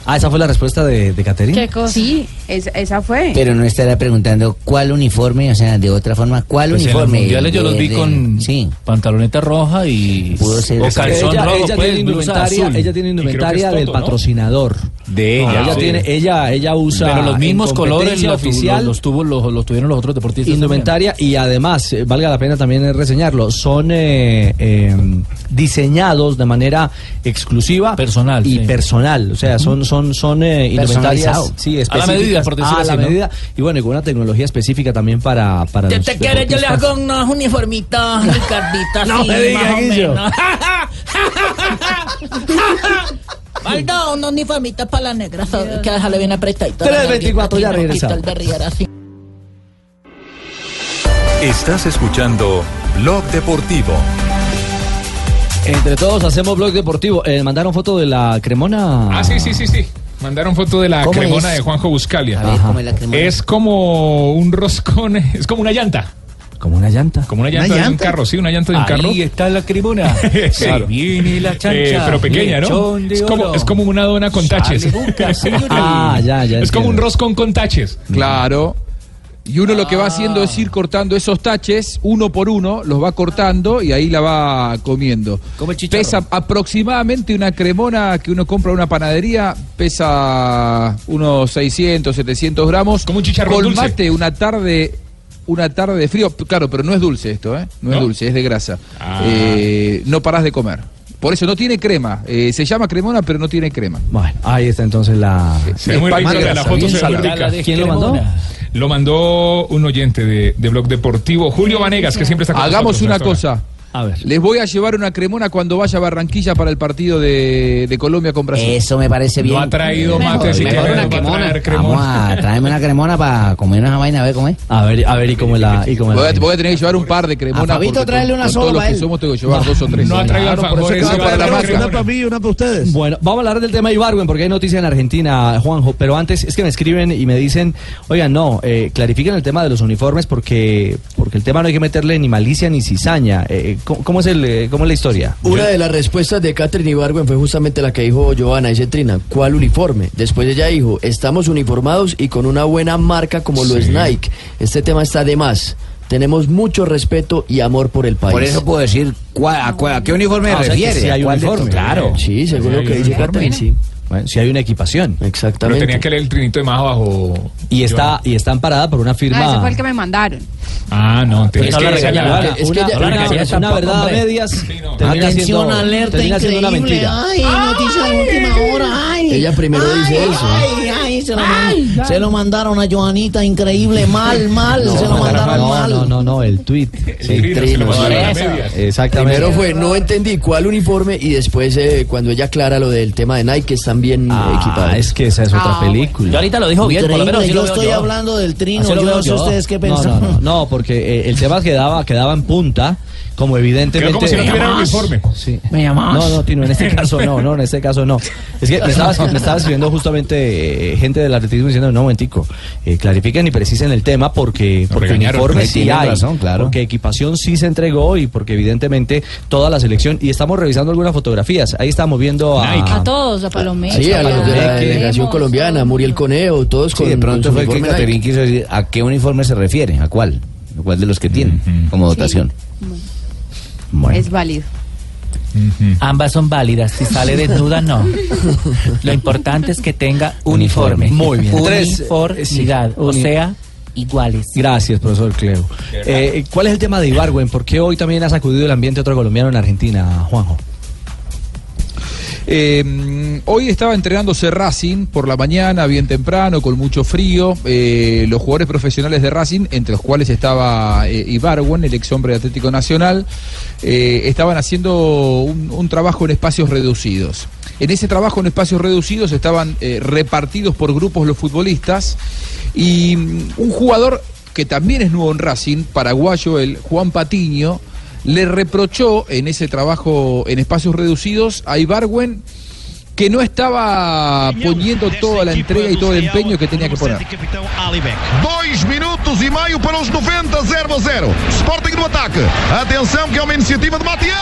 [SPEAKER 3] Ah, esa fue la respuesta de, de Caterina.
[SPEAKER 19] ¿Qué cosa? Sí, es- esa fue.
[SPEAKER 8] Pero no estará preguntando cuál uniforme, o sea, de otra forma, cuál
[SPEAKER 26] Pues en los
[SPEAKER 8] uniforme.
[SPEAKER 26] mundiales yo los vi con
[SPEAKER 8] pantaloneta roja y
[SPEAKER 26] Pudo ser-
[SPEAKER 3] Es que ella,
[SPEAKER 10] pues,
[SPEAKER 3] ella tiene indumentaria, ella tiene indumentaria del patrocinador.
[SPEAKER 16] De
[SPEAKER 3] ella.
[SPEAKER 26] Ah,
[SPEAKER 3] ella
[SPEAKER 26] sí.
[SPEAKER 3] tiene, ella, ella usa
[SPEAKER 26] Pero los
[SPEAKER 3] en
[SPEAKER 26] mismos colores
[SPEAKER 3] competencia
[SPEAKER 26] los,
[SPEAKER 3] oficial.
[SPEAKER 26] oficial, los, tuvo- los- los tuvieron los otros deportistas.
[SPEAKER 3] indumentaria y además, eh, valga la pena también eh, reseñarlo, son eh, eh, diseñados de manera exclusiva personal y personal, o sea, son son son eh,
[SPEAKER 10] Personalizado.
[SPEAKER 3] indumentarias, sí,
[SPEAKER 10] A la medida,
[SPEAKER 3] específicas,
[SPEAKER 10] por decirlo
[SPEAKER 3] a la
[SPEAKER 10] así, ¿no?
[SPEAKER 3] medida y bueno, y con una tecnología específica también para para
[SPEAKER 10] Si
[SPEAKER 3] los
[SPEAKER 10] usted quiere, yo le
[SPEAKER 3] deportistas.
[SPEAKER 10] hago unos uniformitos, Ricardito,
[SPEAKER 3] No
[SPEAKER 10] así,
[SPEAKER 3] me diga,
[SPEAKER 10] más o
[SPEAKER 3] Guillo.
[SPEAKER 10] menos. Baldo, unos uniformitos para la negra, so- que déjale bien apretadito. la
[SPEAKER 3] 3:24, ya
[SPEAKER 10] negrita, aquí, no, quito
[SPEAKER 3] regresamos.
[SPEAKER 10] el de Riera, así.
[SPEAKER 12] Estás escuchando Blog Deportivo.
[SPEAKER 3] Entre todos hacemos blog deportivo. Eh, mandaron foto de la Cremona.
[SPEAKER 2] Ah, sí, sí, sí, sí. Mandaron foto de la
[SPEAKER 3] ¿Cómo
[SPEAKER 2] cremona
[SPEAKER 3] es?
[SPEAKER 2] de Juanjo Buscalia.
[SPEAKER 3] A ver, ¿cómo es la
[SPEAKER 2] es como un roscón, es como una llanta.
[SPEAKER 3] Como una llanta.
[SPEAKER 2] Como una llanta, de un carro, sí, una llanta de un carro.
[SPEAKER 10] Ahí está la cribona.
[SPEAKER 2] Sí.
[SPEAKER 10] Se viene la chancha.
[SPEAKER 2] Eh, pero pequeña, ¿no?
[SPEAKER 10] lechón de
[SPEAKER 2] Es como,
[SPEAKER 10] oro.
[SPEAKER 2] es como una dona con
[SPEAKER 10] Sale,
[SPEAKER 2] taches.
[SPEAKER 10] busca, señora.
[SPEAKER 5] Ah, ya, ya
[SPEAKER 2] Es como
[SPEAKER 5] entiendo.
[SPEAKER 2] un roscón con taches. Ah.
[SPEAKER 5] Claro. Y uno lo que va haciendo es ir cortando esos taches, uno por uno, los va cortando y ahí la va comiendo. pesa aproximadamente una cremona que uno compra en una panadería, pesa unos 600, 700 gramos. Como un
[SPEAKER 2] chicharrón
[SPEAKER 5] Con
[SPEAKER 2] dulce.
[SPEAKER 5] mate una tarde, una tarde de frío. P- Claro, pero no es dulce esto, ¿eh? No,
[SPEAKER 2] ¿No? Ah.
[SPEAKER 5] es dulce, es de grasa. Eh, no parás de comer. Por eso no tiene crema. Eh, se llama cremona, pero no tiene crema.
[SPEAKER 3] Bueno, ahí está entonces la.
[SPEAKER 2] Se ve muy rica, la, la foto se ve muy rica.
[SPEAKER 3] ¿Quién lo mandó?
[SPEAKER 2] Lo mandó un oyente de, de Blog Deportivo, Julio Vanegas, que siempre está con
[SPEAKER 5] Hagamos
[SPEAKER 2] nosotros a
[SPEAKER 5] una
[SPEAKER 2] esta hora.
[SPEAKER 5] cosa. Les voy a llevar una cremona cuando vaya a Barranquilla para el partido de, de Colombia con Brasil.
[SPEAKER 8] Eso me parece bien.
[SPEAKER 5] No ha traído
[SPEAKER 8] Mejor,
[SPEAKER 5] mate, si
[SPEAKER 8] mejor
[SPEAKER 5] quiere,
[SPEAKER 8] una
[SPEAKER 5] va a
[SPEAKER 8] cremona.
[SPEAKER 5] traer
[SPEAKER 8] Vamos
[SPEAKER 5] cremona.
[SPEAKER 8] a traerme una cremona para comer una vaina, a ver cómo es.
[SPEAKER 3] A ver, a ver, y cómo la. Y cómo
[SPEAKER 5] Voy a, voy a tener que llevar un par de cremonas.
[SPEAKER 8] A Fabito,
[SPEAKER 5] porque con-
[SPEAKER 8] tráele una
[SPEAKER 5] con
[SPEAKER 8] sola
[SPEAKER 5] todos los
[SPEAKER 8] para
[SPEAKER 5] que
[SPEAKER 8] él.
[SPEAKER 5] somos tengo que llevar dos o tres.
[SPEAKER 11] Claro, por eso que va a traer una- una para mí y una para ustedes.
[SPEAKER 3] Bueno, vamos a hablar del tema Ibarwen porque hay noticia en Argentina, Juanjo, pero antes es que me escriben y me dicen, oigan, no, eh, clarifiquen el tema de los uniformes porque porque el tema no hay que meterle ni malicia ni cizaña. Eh, ¿cómo, cómo es el, eh, ¿Cómo es la historia?
[SPEAKER 6] Una de las respuestas de Catherine Ibargüen fue justamente la que dijo Giovanna y Cetrina, ¿cuál uniforme? Después ella dijo, estamos uniformados y con una buena marca como lo es Nike. Este tema está de más. Tenemos mucho respeto y amor por el país.
[SPEAKER 8] Por eso puedo decir cuál- a, cuál- a qué uniforme
[SPEAKER 6] Ah, o
[SPEAKER 8] me
[SPEAKER 6] sea que
[SPEAKER 8] refiere.
[SPEAKER 6] sí
[SPEAKER 8] ¿a
[SPEAKER 6] hay
[SPEAKER 8] cuál de
[SPEAKER 6] uniforme.
[SPEAKER 8] todos? Claro.
[SPEAKER 6] Sí, según lo que dice Catherine, sí.
[SPEAKER 3] Bueno, si hay una equipación.
[SPEAKER 2] Pero
[SPEAKER 6] Exactamente.
[SPEAKER 2] tenía que leer el trinito de más abajo.
[SPEAKER 3] Y está y está amparada por una
[SPEAKER 19] Ah, ese fue
[SPEAKER 3] firma.
[SPEAKER 19] el que me mandaron.
[SPEAKER 2] Ah, no,
[SPEAKER 3] Pero
[SPEAKER 2] tenés
[SPEAKER 3] no
[SPEAKER 2] que
[SPEAKER 3] la regaña,
[SPEAKER 2] regañar.
[SPEAKER 3] Ivana. Es que ya- Ivana,
[SPEAKER 2] regaña
[SPEAKER 3] es una
[SPEAKER 2] tampoco,
[SPEAKER 3] verdad a
[SPEAKER 2] hombre.
[SPEAKER 3] medias.
[SPEAKER 2] Sí, no.
[SPEAKER 3] Termina
[SPEAKER 8] Atención,
[SPEAKER 3] siendo-
[SPEAKER 8] alerta
[SPEAKER 3] termina siendo una
[SPEAKER 8] increíble.
[SPEAKER 3] mentira.
[SPEAKER 8] Ay, noticia de última hora. Ay.
[SPEAKER 6] Ella primero
[SPEAKER 8] Ay,
[SPEAKER 6] dice eso.
[SPEAKER 8] Ay, ay, se lo, man- se lo mandaron a Joanita, increíble, mal, mal, se lo mandaron
[SPEAKER 3] no,
[SPEAKER 8] mal.
[SPEAKER 3] No, no, no, el tweet.
[SPEAKER 6] El trino, sí.
[SPEAKER 3] Exactamente.
[SPEAKER 6] Primero fue, no entendí cuál uniforme y después eh, cuando ella aclara lo del tema de Nike, están bien eh, equipados.
[SPEAKER 3] Ah, es que esa es
[SPEAKER 8] Ah,
[SPEAKER 3] otra película.
[SPEAKER 6] Yo ahorita lo dijo bien, por lo menos
[SPEAKER 8] Increíble,
[SPEAKER 6] sí
[SPEAKER 8] yo
[SPEAKER 6] lo veo
[SPEAKER 8] estoy
[SPEAKER 6] yo.
[SPEAKER 8] hablando del trino,
[SPEAKER 3] Así
[SPEAKER 8] yo
[SPEAKER 3] lo veo
[SPEAKER 8] no sé
[SPEAKER 3] yo.
[SPEAKER 8] ustedes qué
[SPEAKER 3] No, No,
[SPEAKER 8] pensaron.
[SPEAKER 3] no, no, porque eh, el tema quedaba, quedaba en punta, como evidentemente.
[SPEAKER 2] Quedó como si no
[SPEAKER 3] Me
[SPEAKER 2] tuviera
[SPEAKER 3] llamás.
[SPEAKER 2] uniforme.
[SPEAKER 3] Sí.
[SPEAKER 8] Me llamás.
[SPEAKER 3] No, no, Tino, en este caso no, no, en este caso no. Es que me estaba, me estaba escribiendo justamente eh, gente del atletismo diciendo, no, momentico, eh, clarifiquen y precisen el tema porque, porque
[SPEAKER 2] regañaron.
[SPEAKER 3] uniforme
[SPEAKER 2] Ahí
[SPEAKER 3] sí
[SPEAKER 2] tienen
[SPEAKER 3] hay,
[SPEAKER 2] razón, claro.
[SPEAKER 3] porque equipación sí se entregó y porque evidentemente toda la selección, y estamos revisando algunas fotografías, ahí estamos viendo a...
[SPEAKER 9] A todos, a Palomé.
[SPEAKER 6] Sí, a la, de la
[SPEAKER 3] Palomeque.
[SPEAKER 6] delegación colombiana, Muriel Coneo, todos
[SPEAKER 8] Sí,
[SPEAKER 6] con
[SPEAKER 8] de
[SPEAKER 6] con
[SPEAKER 8] pronto
[SPEAKER 6] su
[SPEAKER 8] fue que
[SPEAKER 6] uniforme Nike.
[SPEAKER 8] Caterín quiso decir a qué uniforme se refiere, a cuál, a cuál de los que tienen como dotación.
[SPEAKER 19] Es válido.
[SPEAKER 21] Ambas son válidas. Si sale desnuda, no. Lo importante es que tenga uniforme.
[SPEAKER 3] Muy bien.
[SPEAKER 21] Uniformidad.
[SPEAKER 3] Tres, eh, sí.
[SPEAKER 21] O
[SPEAKER 3] Uni-
[SPEAKER 21] sea, iguales.
[SPEAKER 3] Gracias, profesor Cleo. Eh, ¿Cuál es el tema de Ibargüen? ¿Por qué hoy también ha sacudido el ambiente otro colombiano en Argentina, Juanjo?
[SPEAKER 5] Eh, hoy estaba entrenándose Racing por la mañana, bien temprano, con mucho frío. Eh, los jugadores profesionales de Racing, entre los cuales estaba eh, Ibarwen, el ex hombre de Atlético Nacional, eh, estaban haciendo un, un trabajo en espacios reducidos. En ese trabajo en espacios reducidos estaban eh, repartidos por grupos los futbolistas y mm, un jugador que también es nuevo en Racing, paraguayo, el Juan Patiño, le reprochó en ese trabajo en espacios reducidos a Ibarwen que no estaba poniendo toda la entrega y todo el empeño que tenía que poner.
[SPEAKER 27] Dois minutos e meio para os 90, 0 a 0. Sporting no ataque. Atenção que é uma iniciativa de Matiá.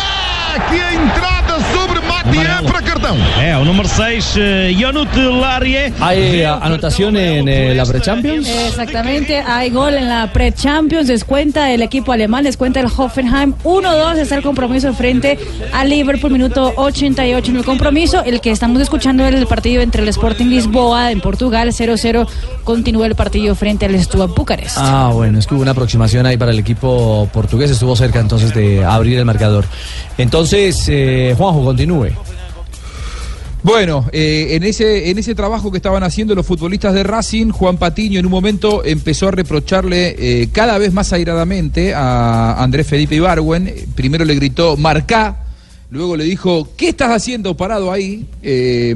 [SPEAKER 27] Que a entrada sobre Matiá para cartão.
[SPEAKER 28] É, o Eh, número 6, Yonut Larie.
[SPEAKER 3] ¿Hay eh, anotación en eh, la Pre-Champions?
[SPEAKER 9] Exactamente, hay gol en la Pre-Champions, descuenta el equipo alemán, descuenta el Hoffenheim, 1-2 está el compromiso frente al Liverpool, minuto 88 en el compromiso, el que estamos escuchando es el partido entre el Sporting Lisboa en Portugal, 0-0, continúa el partido frente al Stuart Bucarest.
[SPEAKER 3] Ah, bueno, es que hubo una aproximación ahí para el equipo portugués, estuvo cerca entonces de abrir el marcador. Entonces, eh, Juanjo, continúe.
[SPEAKER 5] Bueno, eh, en, ese, en ese trabajo que estaban haciendo los futbolistas de Racing, Juan Patiño en un momento empezó a reprocharle eh, cada vez más airadamente a Andrés Felipe Ibarwen. Primero le gritó, marcá. Luego le dijo, ¿qué estás haciendo parado ahí? Eh,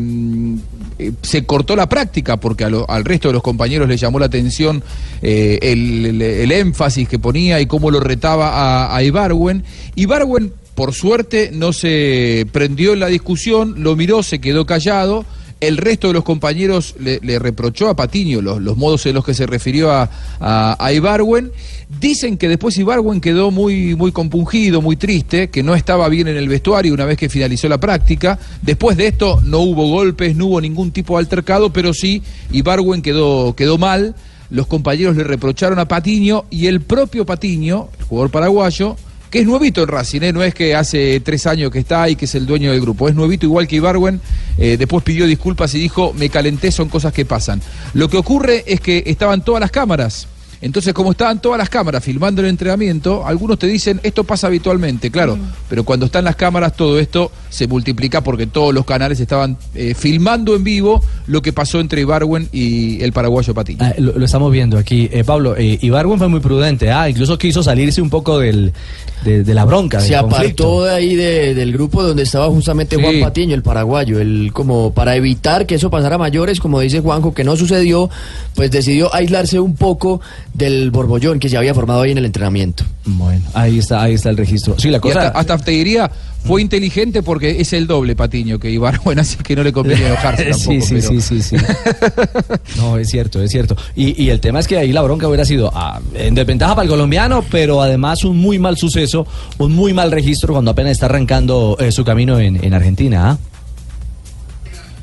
[SPEAKER 5] eh, se cortó la práctica porque a lo- al resto de los compañeros le llamó la atención eh, el, el- el énfasis que ponía y cómo lo retaba a, a Ibarwen. Ibarwen, por suerte, no se prendió en la discusión, lo miró, se quedó callado. El resto de los compañeros le, le reprochó a Patiño los, los modos en los que se refirió a, a, a Ibarwen. Dicen que después Ibarwen quedó muy, muy compungido, muy triste, que no estaba bien en el vestuario una vez que finalizó la práctica. Después de esto no hubo golpes, no hubo ningún tipo de altercado, pero sí Ibarwen quedó, quedó mal. Los compañeros le reprocharon a Patiño y el propio Patiño, el jugador paraguayo, que es nuevito en Racing, ¿eh? no es que hace tres años que está y que es el dueño del grupo, es nuevito igual que Ibarwen, eh, después pidió disculpas y dijo, me calenté, son cosas que pasan. Lo que ocurre es que estaban todas las cámaras, entonces como estaban todas las cámaras filmando el entrenamiento, algunos te dicen, esto pasa habitualmente, claro, pero cuando están las cámaras todo esto se multiplica porque todos los canales estaban eh, filmando en vivo lo que pasó entre Ibarwen y el paraguayo Patiño.
[SPEAKER 3] Ah, lo, lo estamos viendo aquí. Eh, Pablo, eh, Ibarwen fue muy prudente. Ah, incluso quiso salirse un poco del, de, de la bronca. del
[SPEAKER 6] Se
[SPEAKER 3] conflicto.
[SPEAKER 6] apartó de ahí de- del grupo donde estaba justamente Juan Patiño, el paraguayo. Él, como para evitar que eso pasara a mayores, como dice Juanjo, que no sucedió, pues decidió aislarse un poco del borbollón que se había formado ahí en el entrenamiento.
[SPEAKER 3] Bueno, ahí está, ahí está el registro. Sí, la
[SPEAKER 5] Y
[SPEAKER 3] cosa.
[SPEAKER 5] hasta, hasta te diría, fue inteligente porque es el doble Patiño que Ibarwen, así que no le conviene enojarse tampoco.
[SPEAKER 3] Sí, sí,
[SPEAKER 5] pero-
[SPEAKER 3] sí, sí, sí. No, es cierto, es cierto. Y, y el tema es que ahí la bronca hubiera sido ah, en desventaja para el colombiano, pero además un muy mal suceso, un muy mal registro cuando apenas está arrancando eh, su camino en, en Argentina. ¿ah?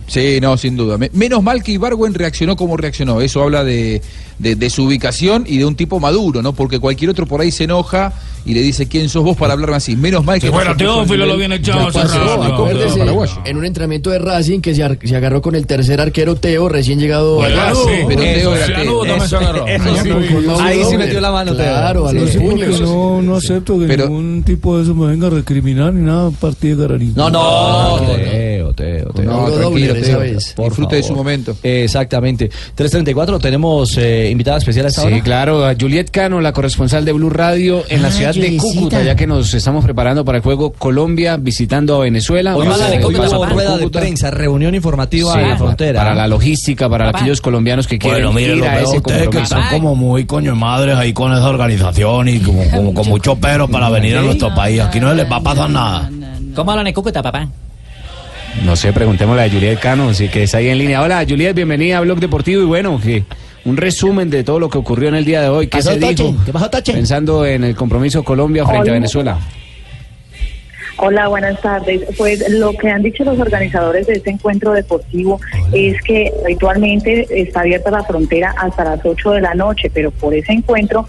[SPEAKER 5] Sí, no, sin duda. Me- menos mal que Ibarwen reaccionó como reaccionó. Eso habla de, de- de su ubicación y de un tipo maduro, ¿no? Porque cualquier otro por ahí se enoja y le dice quién sos vos para hablarme así. Menos mal que.
[SPEAKER 17] Si fuera
[SPEAKER 5] no se puso al
[SPEAKER 17] Teófilo,
[SPEAKER 5] nivel-
[SPEAKER 17] lo viene echado hace
[SPEAKER 5] Ya pasó,
[SPEAKER 17] rato.
[SPEAKER 5] acuérdese.
[SPEAKER 6] Acuérdese, en un entrenamiento de Racing que se, ar- se agarró con el tercer arquero Teo, recién llegado
[SPEAKER 5] Bueno,
[SPEAKER 6] al
[SPEAKER 5] sí, pero
[SPEAKER 6] Eso,
[SPEAKER 5] Teo era
[SPEAKER 6] Ah, sí,
[SPEAKER 5] Teo.
[SPEAKER 6] eso,
[SPEAKER 5] Eso-
[SPEAKER 6] eso sí.
[SPEAKER 3] Ahí sí metió la mano, Teo.
[SPEAKER 6] Claro, a
[SPEAKER 3] Sí,
[SPEAKER 6] los
[SPEAKER 3] sí, porque
[SPEAKER 6] puños.
[SPEAKER 18] No, no acepto que ningún tipo de eso me venga a recriminar ni nada, partido de garanismo.
[SPEAKER 3] No,
[SPEAKER 4] Ah,
[SPEAKER 3] no, Teo, Teo, Teo.
[SPEAKER 18] No,
[SPEAKER 5] tranquilo,
[SPEAKER 3] Teo,
[SPEAKER 5] Teo.
[SPEAKER 3] por
[SPEAKER 5] Disfrute de su
[SPEAKER 3] favor.
[SPEAKER 5] momento.
[SPEAKER 3] Exactamente. 334, tenemos eh, invitada especial a esta
[SPEAKER 16] Sí,
[SPEAKER 3] hora.
[SPEAKER 16] claro, a Juliet Cano, la corresponsal de Blue Radio en la
[SPEAKER 3] Ah,
[SPEAKER 16] ciudad de
[SPEAKER 3] Julietcita.
[SPEAKER 16] Cúcuta, ya que nos estamos preparando para el juego Colombia visitando a Venezuela.
[SPEAKER 3] Hoy va
[SPEAKER 16] Vamos
[SPEAKER 3] la
[SPEAKER 16] a-
[SPEAKER 3] de Cúcuta
[SPEAKER 16] pasa
[SPEAKER 3] por
[SPEAKER 16] por
[SPEAKER 3] rueda de
[SPEAKER 16] Cúcuta.
[SPEAKER 3] prensa, reunión informativa Ah,
[SPEAKER 16] Sí,
[SPEAKER 3] en la
[SPEAKER 16] pa-
[SPEAKER 3] frontera.
[SPEAKER 16] Para la logística, para aquellos colombianos que quieren
[SPEAKER 4] Bueno, mire,
[SPEAKER 16] ir
[SPEAKER 4] lo
[SPEAKER 16] a
[SPEAKER 4] peor
[SPEAKER 16] ese
[SPEAKER 4] ustedes que
[SPEAKER 16] compromiso.
[SPEAKER 4] son como muy coño de madres ahí con esa organización y como, como con mucho pero para venir a nuestro país. Aquí no les va a pasar nada.
[SPEAKER 21] ¿Cómo hablan en Cúcuta, papá?
[SPEAKER 16] No sé, preguntémosle a Juliet Cano, así que está ahí en línea. Hola, Juliet, bienvenida a Blog Deportivo y bueno, que un resumen de todo lo que ocurrió en el día de hoy. ¿Qué
[SPEAKER 13] Pasó
[SPEAKER 16] se dijo?
[SPEAKER 13] Tachen,
[SPEAKER 16] Pensando en el compromiso Colombia frente
[SPEAKER 13] Hola.
[SPEAKER 16] a Venezuela.
[SPEAKER 13] Hola, buenas tardes. Pues lo que han dicho los organizadores de este encuentro deportivo es que habitualmente está abierta la frontera hasta las 8 de la noche, pero por ese encuentro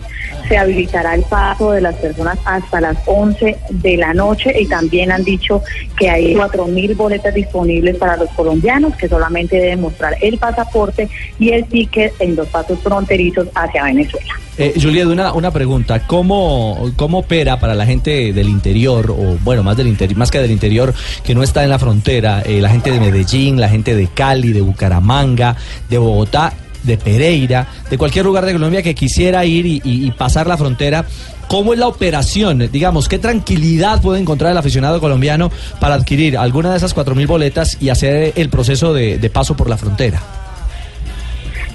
[SPEAKER 13] se habilitará el paso de las personas hasta las 11 de la noche y también han dicho que hay 4.000 boletas disponibles para los colombianos que solamente deben mostrar el pasaporte y el ticket en los pasos fronterizos hacia Venezuela.
[SPEAKER 3] Eh, Juliet, una, una pregunta. ¿Cómo, ¿Cómo opera para la gente del interior, o bueno, más, del interior, más que del interior, que no está en la frontera, eh, la gente de Medellín, la gente de Cali, de Bucaramanga, de Bogotá, de Pereira, de cualquier lugar de Colombia que quisiera ir y, y- y pasar la frontera? ¿Cómo es la operación? Digamos, ¿qué tranquilidad puede encontrar el aficionado colombiano para adquirir alguna de esas 4.000 boletas y hacer el proceso de- de paso por la frontera?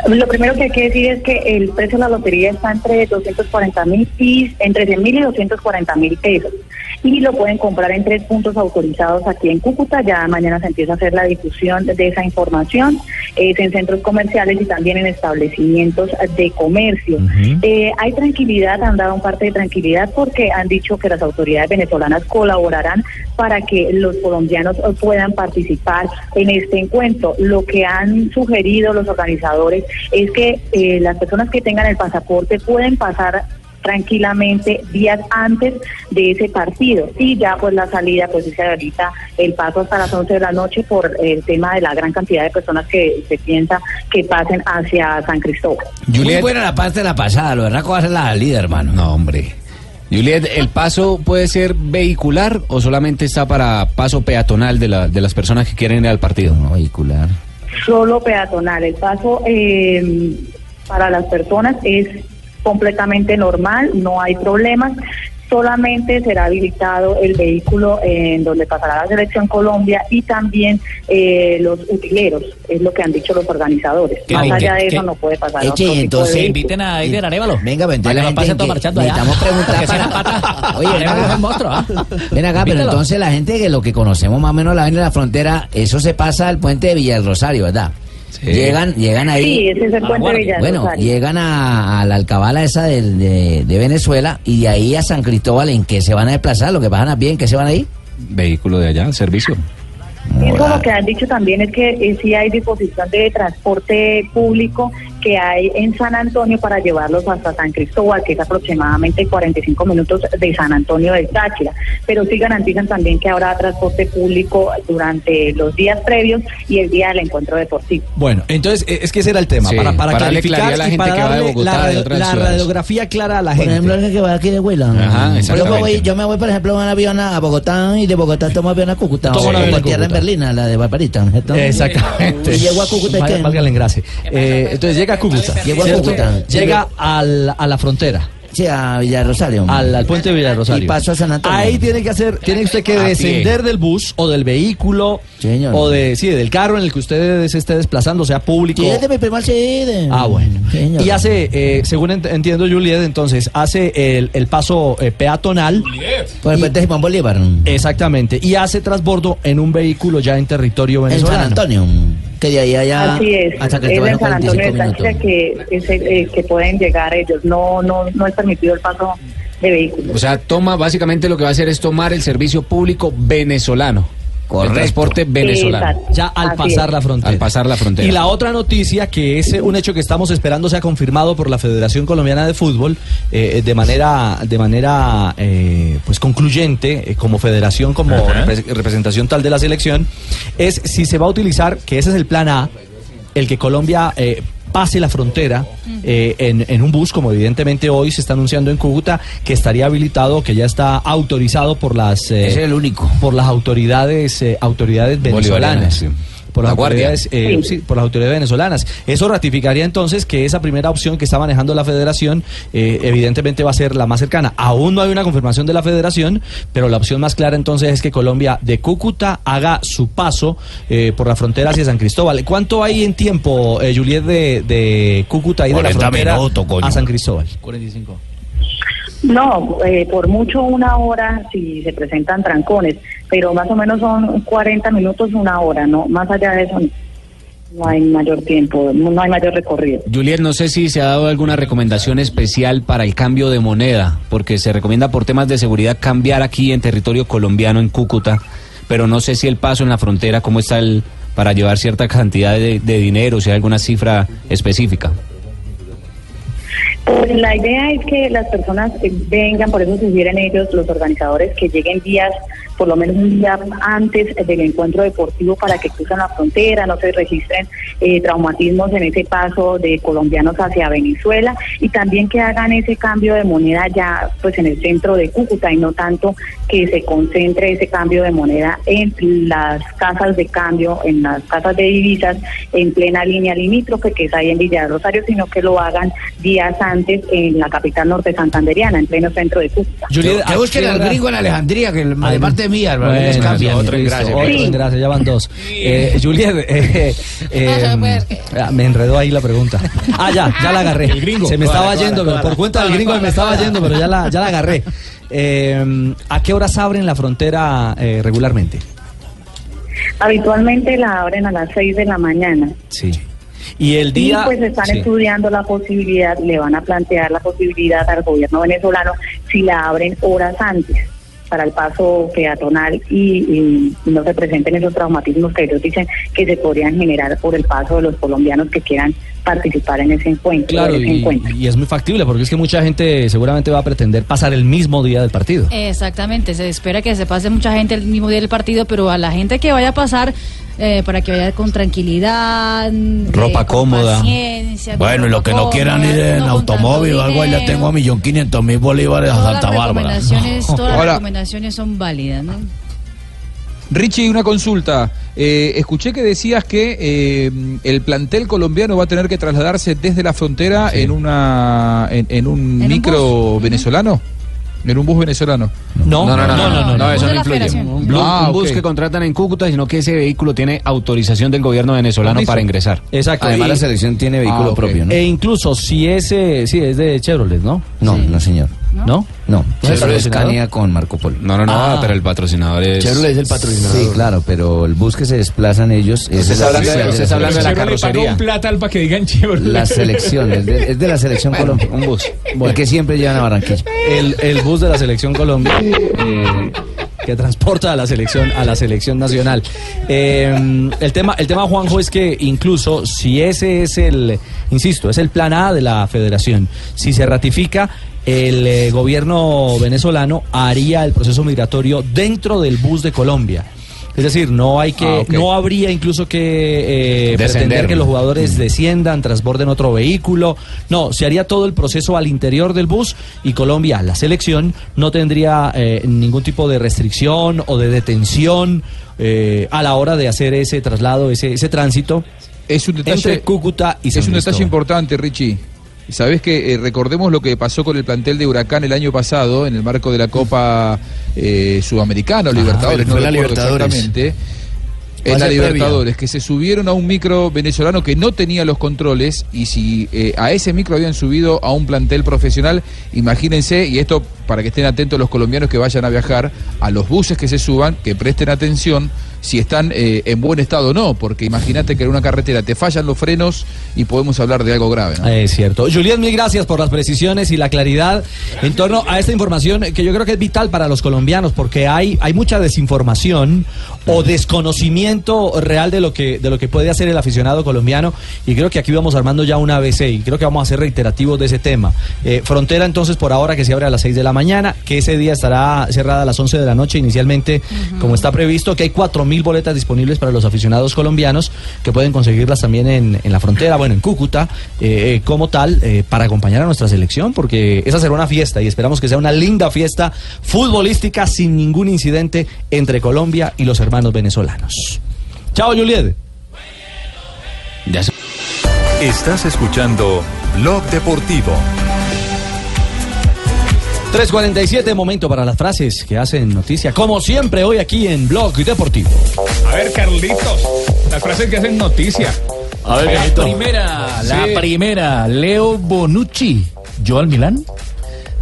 [SPEAKER 13] Lo primero que hay que decir es que el precio de la lotería está entre 240 mil y entre 100 mil y 240 mil pesos. Y lo pueden comprar en tres puntos autorizados aquí en Cúcuta. Ya mañana se empieza a hacer la difusión de esa información. Es en centros comerciales y también en establecimientos de comercio. Eh, hay tranquilidad, han dado un parte de tranquilidad porque han dicho que las autoridades venezolanas colaborarán para que los colombianos eh, puedan participar en este encuentro. Lo que han sugerido los organizadores es que eh, las personas que tengan el pasaporte pueden pasar tranquilamente días antes de ese partido y ya pues la salida pues sí se habilita el paso hasta las 11 de la noche por el tema de la gran cantidad de personas que se piensa que pasen hacia San Cristóbal.
[SPEAKER 4] Muy buena la parte de la pasada, lo verdad que va a ser la líder, hermano.
[SPEAKER 16] No, hombre. Juliet, ¿el paso puede ser vehicular o solamente está para paso peatonal de, la- de las personas que quieren ir al partido? No, vehicular.
[SPEAKER 13] solo peatonal. El paso eh, para las personas es completamente normal, no hay problemas. solamente será habilitado el vehículo en donde pasará la selección Colombia y también eh, los utileros, es lo que han dicho los organizadores.
[SPEAKER 22] ¿Qué?
[SPEAKER 13] Más allá de
[SPEAKER 22] ¿Qué?
[SPEAKER 13] eso no puede pasar.
[SPEAKER 22] Eche,
[SPEAKER 13] otro tipo de
[SPEAKER 22] entonces,
[SPEAKER 13] vehículo.
[SPEAKER 21] Inviten a Eider Arevalo.
[SPEAKER 22] Venga, vente.
[SPEAKER 21] Para que
[SPEAKER 22] la
[SPEAKER 21] no
[SPEAKER 22] gente
[SPEAKER 21] pasen todo
[SPEAKER 22] que
[SPEAKER 21] marchando allá.
[SPEAKER 22] necesitamos preguntar
[SPEAKER 21] Que sea
[SPEAKER 22] para-
[SPEAKER 21] pata.
[SPEAKER 22] Oye, ven
[SPEAKER 21] Arevalo es
[SPEAKER 22] acá.
[SPEAKER 21] un monstruo, ¿ah?
[SPEAKER 22] Ven acá, pero
[SPEAKER 21] Invítalo.
[SPEAKER 22] entonces la gente que lo que conocemos más o menos la avenida de la frontera, eso se pasa al puente de Villa del Rosario, ¿verdad? Llegan, llegan ahí.
[SPEAKER 13] Sí, ese es el puente de Villa del
[SPEAKER 22] Bueno,
[SPEAKER 13] Rosario.
[SPEAKER 22] llegan a, a la alcabala esa del- de, de Venezuela y de ahí a San Cristóbal, ¿en qué se van a desplazar? ¿Lo que pasan a pie, en qué se van a ir?
[SPEAKER 16] Vehículo de allá, servicio.
[SPEAKER 13] Eso lo que han dicho también es que eh, sí hay disposición de transporte público que hay en San Antonio para llevarlos hasta San Cristóbal, que es aproximadamente 45 minutos de San Antonio del Táchira. Pero sí garantizan también que habrá transporte público durante los días previos y el día del encuentro deportivo.
[SPEAKER 3] Bueno, entonces eh, es que ese era el tema,
[SPEAKER 16] Sí,
[SPEAKER 3] para, para,
[SPEAKER 16] para darle claridad
[SPEAKER 3] clarificar
[SPEAKER 16] a la
[SPEAKER 3] y
[SPEAKER 16] gente
[SPEAKER 3] para
[SPEAKER 16] que va de
[SPEAKER 3] darle
[SPEAKER 16] Bogotá,
[SPEAKER 3] la,
[SPEAKER 16] de otras
[SPEAKER 3] la
[SPEAKER 16] ciudades.
[SPEAKER 3] radiografía clara a la
[SPEAKER 22] Por
[SPEAKER 3] gente.
[SPEAKER 22] ejemplo, el que va aquí de Huila.
[SPEAKER 3] Ajá,
[SPEAKER 22] yo,
[SPEAKER 3] exactamente.
[SPEAKER 22] me voy, yo me voy, por ejemplo, en un avión a, a Bogotá y de Bogotá tomo avión a Cúcuta.
[SPEAKER 3] Tomo
[SPEAKER 22] o
[SPEAKER 3] un avión a
[SPEAKER 22] por tierra en
[SPEAKER 3] Cúcuta.
[SPEAKER 22] Berlín, a la de Barbarita. ¿no es cierto?
[SPEAKER 3] Exactamente.
[SPEAKER 22] Y llego a Cúcuta y
[SPEAKER 3] Valga-
[SPEAKER 22] qué?
[SPEAKER 3] valga el engrase. Eh, entonces llega a Cúcuta.
[SPEAKER 22] Llego a
[SPEAKER 3] ¿cierto?
[SPEAKER 22] Cúcuta.
[SPEAKER 3] Llega al- a la frontera.
[SPEAKER 22] Sí, a Villarrosario.
[SPEAKER 3] Al, al puente de Villarrosario.
[SPEAKER 22] Y paso a San Antonio.
[SPEAKER 3] Ahí tiene que hacer, tiene usted que
[SPEAKER 22] A pie.
[SPEAKER 3] descender del bus o del vehículo o de, sí, del carro en el que usted se esté desplazando, sea público.
[SPEAKER 22] Quédate, este mi primo, accede.
[SPEAKER 3] Ah, bueno.
[SPEAKER 22] Señor.
[SPEAKER 3] Y hace, eh, según ent- entiendo Juliet, entonces, hace el, el paso eh, peatonal.
[SPEAKER 22] Por el puente Simón Bolívar.
[SPEAKER 3] Exactamente. Y hace transbordo en un vehículo ya en territorio
[SPEAKER 22] En San
[SPEAKER 3] venezolano.
[SPEAKER 22] Antonio. Que de ahí allá.
[SPEAKER 13] Así es,
[SPEAKER 22] Hasta que
[SPEAKER 13] es
[SPEAKER 22] te
[SPEAKER 13] en San
[SPEAKER 22] van
[SPEAKER 13] Antonio de
[SPEAKER 22] 45 minutos.
[SPEAKER 13] Táchira que, es el- eh, que pueden llegar ellos, no, no, no es permitido el paso de vehículos.
[SPEAKER 16] O sea, toma, básicamente lo que va a hacer es tomar el servicio público venezolano. El transporte venezolano.
[SPEAKER 3] Exacto. Ya al Así pasar es. la frontera.
[SPEAKER 16] Al pasar la frontera.
[SPEAKER 3] Y la otra noticia, que es eh, un hecho que estamos esperando sea confirmado por la Federación Colombiana de Fútbol eh, de manera, de manera eh, pues concluyente, eh, como federación, como
[SPEAKER 10] Ajá.
[SPEAKER 3] repre- representación tal de la selección, es si se va a utilizar, que ese es el plan A, el que Colombia eh, pase la frontera eh, en, en un bus, como evidentemente hoy se está anunciando en Cúcuta, que estaría habilitado, que ya está autorizado por las eh,
[SPEAKER 16] Ese es el único.
[SPEAKER 3] por las autoridades eh, autoridades venezolanas.
[SPEAKER 16] Bolivarianas, sí.
[SPEAKER 3] Por las,
[SPEAKER 16] La Guardia.
[SPEAKER 3] autoridades, eh, sí, por las autoridades venezolanas. Eso ratificaría entonces que esa primera opción que está manejando la federación eh, evidentemente va a ser la más cercana. Aún no hay una confirmación de la federación, pero la opción más clara entonces es que Colombia de Cúcuta haga su paso eh, por la frontera hacia San Cristóbal. ¿Cuánto hay en tiempo, eh, Juliet, de, de Cúcuta y de la
[SPEAKER 4] 40
[SPEAKER 3] frontera
[SPEAKER 4] minutos, coño.
[SPEAKER 3] a San Cristóbal?
[SPEAKER 10] 45.
[SPEAKER 13] No, eh, por mucho una hora si se presentan trancones, pero más o menos son 40 minutos, una hora, ¿no? Más allá de eso, no hay mayor tiempo, no no hay mayor recorrido.
[SPEAKER 16] Juliet, no sé si se ha dado alguna recomendación especial para el cambio de moneda, porque se recomienda por temas de seguridad cambiar aquí en territorio colombiano, en Cúcuta, pero no sé si el paso en la frontera, cómo está el para llevar cierta cantidad de, de dinero, si hay alguna cifra específica.
[SPEAKER 13] Pues la idea es que las personas eh, vengan, por eso sugieren ellos, los organizadores, que lleguen días, por lo menos un día antes del encuentro deportivo para que cruzan la frontera, no se registren eh, traumatismos en ese paso de colombianos hacia Venezuela y también que hagan ese cambio de moneda ya pues en el centro de Cúcuta y no tanto que se concentre ese cambio de moneda en las casas de cambio, en las casas de divisas, en plena línea limítrofe, que es ahí en Villa de Rosario, sino que lo hagan días antes en la capital norte santanderiana, en pleno centro de Cúcuta.
[SPEAKER 3] Juliet,
[SPEAKER 8] que
[SPEAKER 3] ¿a
[SPEAKER 8] busquen
[SPEAKER 3] qué
[SPEAKER 8] al
[SPEAKER 3] hora?
[SPEAKER 8] gringo en Alejandría, que el- de parte mía,
[SPEAKER 3] Bueno,
[SPEAKER 8] les cambia.
[SPEAKER 3] listo, Otro
[SPEAKER 8] Sí.
[SPEAKER 3] engrase, ya van dos. Eh, Juliet, eh, eh, ah, me enredó ahí la pregunta. Ah, ya, ya la agarré.
[SPEAKER 10] El gringo.
[SPEAKER 3] Se me
[SPEAKER 10] Cuadra,
[SPEAKER 3] estaba
[SPEAKER 10] cuadra,
[SPEAKER 3] yendo, pero
[SPEAKER 10] cuadra.
[SPEAKER 3] por cuenta del
[SPEAKER 10] Cuadra,
[SPEAKER 3] gringo
[SPEAKER 10] cuadra,
[SPEAKER 3] me estaba
[SPEAKER 10] cuadra.
[SPEAKER 3] yendo, pero ya la, ya la agarré. Eh, ¿A qué horas abren la frontera eh, regularmente?
[SPEAKER 13] Habitualmente la abren a las 6 de la mañana.
[SPEAKER 3] Sí. Y el
[SPEAKER 13] Y
[SPEAKER 3] día.
[SPEAKER 13] pues están
[SPEAKER 3] sí.
[SPEAKER 13] estudiando la posibilidad, le van a plantear la posibilidad al gobierno venezolano si la abren horas antes para el paso peatonal y, y no se presenten esos traumatismos que ellos dicen que se podrían generar por el paso de los colombianos que quieran participar en ese encuentro.
[SPEAKER 3] Claro,
[SPEAKER 13] en ese
[SPEAKER 3] y,
[SPEAKER 13] encuentro.
[SPEAKER 3] y es muy factible porque es que mucha gente seguramente va a pretender pasar el mismo día del partido.
[SPEAKER 9] Exactamente, se espera que se pase mucha gente el mismo día del partido, pero a la gente que vaya a pasar, eh, para que vaya con tranquilidad, mm,
[SPEAKER 4] Ropa
[SPEAKER 9] eh, con
[SPEAKER 4] cómoda.
[SPEAKER 9] paciencia, con
[SPEAKER 4] Bueno, y los
[SPEAKER 9] ropa
[SPEAKER 4] que no quieran
[SPEAKER 9] cómoda,
[SPEAKER 4] ir en
[SPEAKER 9] no con
[SPEAKER 4] automóvil o
[SPEAKER 9] tanto
[SPEAKER 4] algo, ahí le
[SPEAKER 9] dinero.
[SPEAKER 4] tengo a millón quinientos mil bolívares a
[SPEAKER 9] Todas las
[SPEAKER 4] Santa Bárbara.
[SPEAKER 9] recomendaciones- Todas las
[SPEAKER 5] Ahora-
[SPEAKER 9] recomendaciones son válidas, ¿no?
[SPEAKER 5] Richie, una consulta. Eh, escuché que decías que eh, el plantel colombiano va a tener que trasladarse desde la frontera en una en, en un micro venezolano. En un bus venezolano.
[SPEAKER 16] No, no, no, no, no, no, no, eso
[SPEAKER 5] de
[SPEAKER 16] no
[SPEAKER 5] la
[SPEAKER 16] influye.
[SPEAKER 5] federación.
[SPEAKER 16] Un bus-
[SPEAKER 5] Ah,
[SPEAKER 16] un bus
[SPEAKER 5] ok.
[SPEAKER 16] que contratan en Cúcuta, sino que ese vehículo tiene autorización del gobierno venezolano
[SPEAKER 3] Permiso.
[SPEAKER 16] para ingresar.
[SPEAKER 3] Exacto. y-
[SPEAKER 16] tiene
[SPEAKER 3] Ah, ok. E incluso si ese, sí, es de Chevrolet, ¿no?
[SPEAKER 22] No, no, señor.
[SPEAKER 3] ¿No?
[SPEAKER 22] No,
[SPEAKER 3] ¿No es
[SPEAKER 22] Chevrolet
[SPEAKER 3] patrocinador?
[SPEAKER 22] Scania con Marco Polo.
[SPEAKER 16] No, no, no,
[SPEAKER 22] Ah.
[SPEAKER 16] pero el patrocinador es...
[SPEAKER 22] Chevrolet es el patrocinador. Sí, claro, pero el bus que se desplazan ellos es
[SPEAKER 16] Usted está hablando de-
[SPEAKER 22] selección.
[SPEAKER 16] usted está hablando de la
[SPEAKER 22] Chevrolet pagó
[SPEAKER 16] carrocería.
[SPEAKER 22] un pla-
[SPEAKER 2] plata al para que digan Chevrolet.
[SPEAKER 22] La selección, es de, es de la selección Colombia.
[SPEAKER 16] Un bus.
[SPEAKER 22] El que siempre llevan a Barranquilla.
[SPEAKER 3] El, el bus de la selección Colombia eh, que transporta a la selección a la selección nacional. Eh, el tema el tema Juanjo es que incluso si ese es el insisto es el plan A de la Federación si se ratifica el eh, gobierno venezolano haría el proceso migratorio dentro del bus de Colombia. Es decir, no hay que,
[SPEAKER 16] Ah, ok.
[SPEAKER 3] no habría incluso que
[SPEAKER 16] Descender.
[SPEAKER 3] eh, pretender que los jugadores desciendan, transborden otro vehículo. No, se haría todo el proceso al interior del bus y Colombia, la selección, no tendría eh, ningún tipo de restricción o de detención eh, a la hora de hacer ese traslado, ese, ese tránsito.
[SPEAKER 5] Es un detalle-
[SPEAKER 3] entre Cúcuta y San
[SPEAKER 5] Es un detalle
[SPEAKER 3] Cristóbal.
[SPEAKER 5] importante, Richie. Sabes que eh, recordemos lo que pasó con el plantel de Huracán el año pasado en el marco de la Copa eh, Sudamericana o
[SPEAKER 6] Ah,
[SPEAKER 5] Libertadores,
[SPEAKER 6] fue
[SPEAKER 5] no
[SPEAKER 6] la
[SPEAKER 5] recuerdo
[SPEAKER 6] Libertadores.
[SPEAKER 5] exactamente. En
[SPEAKER 6] Fase
[SPEAKER 5] la
[SPEAKER 6] previa.
[SPEAKER 5] Libertadores, que se subieron a un micro venezolano que no tenía los controles y si eh, a ese micro habían subido a un plantel profesional, imagínense, y esto para que estén atentos los colombianos que vayan a viajar, a los buses que se suban, que presten atención si están eh, en buen estado o no, porque imagínate que en una carretera te fallan los frenos y podemos hablar de algo grave. ¿no?
[SPEAKER 3] Ah, Es cierto. Julián, mil gracias por las precisiones y la claridad en torno a esta información que yo creo que es vital para los colombianos porque hay, hay mucha desinformación o desconocimiento real de lo, que, de lo que puede hacer el aficionado colombiano y creo que aquí vamos armando ya una ABC y creo que vamos a ser reiterativos de ese tema. Eh, frontera entonces por ahora que se abre a las 6 de la mañana, que ese día estará cerrada a las 11 de la noche inicialmente como está previsto, que hay 4.000 boletas disponibles para los aficionados colombianos que pueden conseguirlas también en, en la frontera, bueno, en Cúcuta, eh, eh, como tal, eh, para acompañar a nuestra selección, porque esa será una fiesta y esperamos que sea una linda fiesta futbolística sin ningún incidente entre Colombia y los hermanos venezolanos. Chao, Juliet.
[SPEAKER 12] Estás escuchando Blog Deportivo.
[SPEAKER 3] 3.47, momento para las frases que hacen noticia, como siempre, hoy aquí en Blog Deportivo.
[SPEAKER 2] A ver, Carlitos, las frases que hacen noticia. Eh,
[SPEAKER 10] A ver, la primera, la
[SPEAKER 2] Sí.
[SPEAKER 10] primera, Leo Bonucci. ¿Yo al Milán?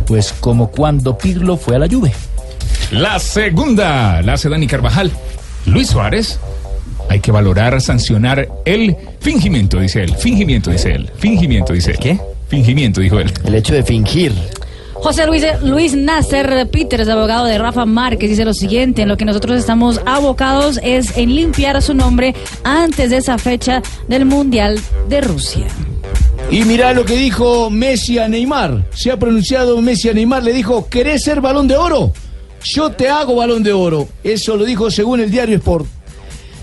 [SPEAKER 10] Pues como cuando Pirlo fue a la Juve.
[SPEAKER 2] La segunda la hace Dani Carvajal. Luis Suárez. Hay que valorar, sancionar el fingimiento, dice él. Fingimiento, dice él. Fingimiento, dice él. ¿Qué? Fingimiento, dijo él.
[SPEAKER 6] El hecho de fingir.
[SPEAKER 9] José Luis, Luis Nasser Peters, abogado de Rafa Márquez, dice lo siguiente, en lo que nosotros estamos abocados es en limpiar su nombre antes de esa fecha del Mundial de Rusia.
[SPEAKER 4] Y mirá lo que dijo Messi a Neymar. Se ha pronunciado Messi a Neymar. Le dijo, ¿querés ser balón de oro? Yo te hago balón de oro. Eso lo dijo según el diario Sport.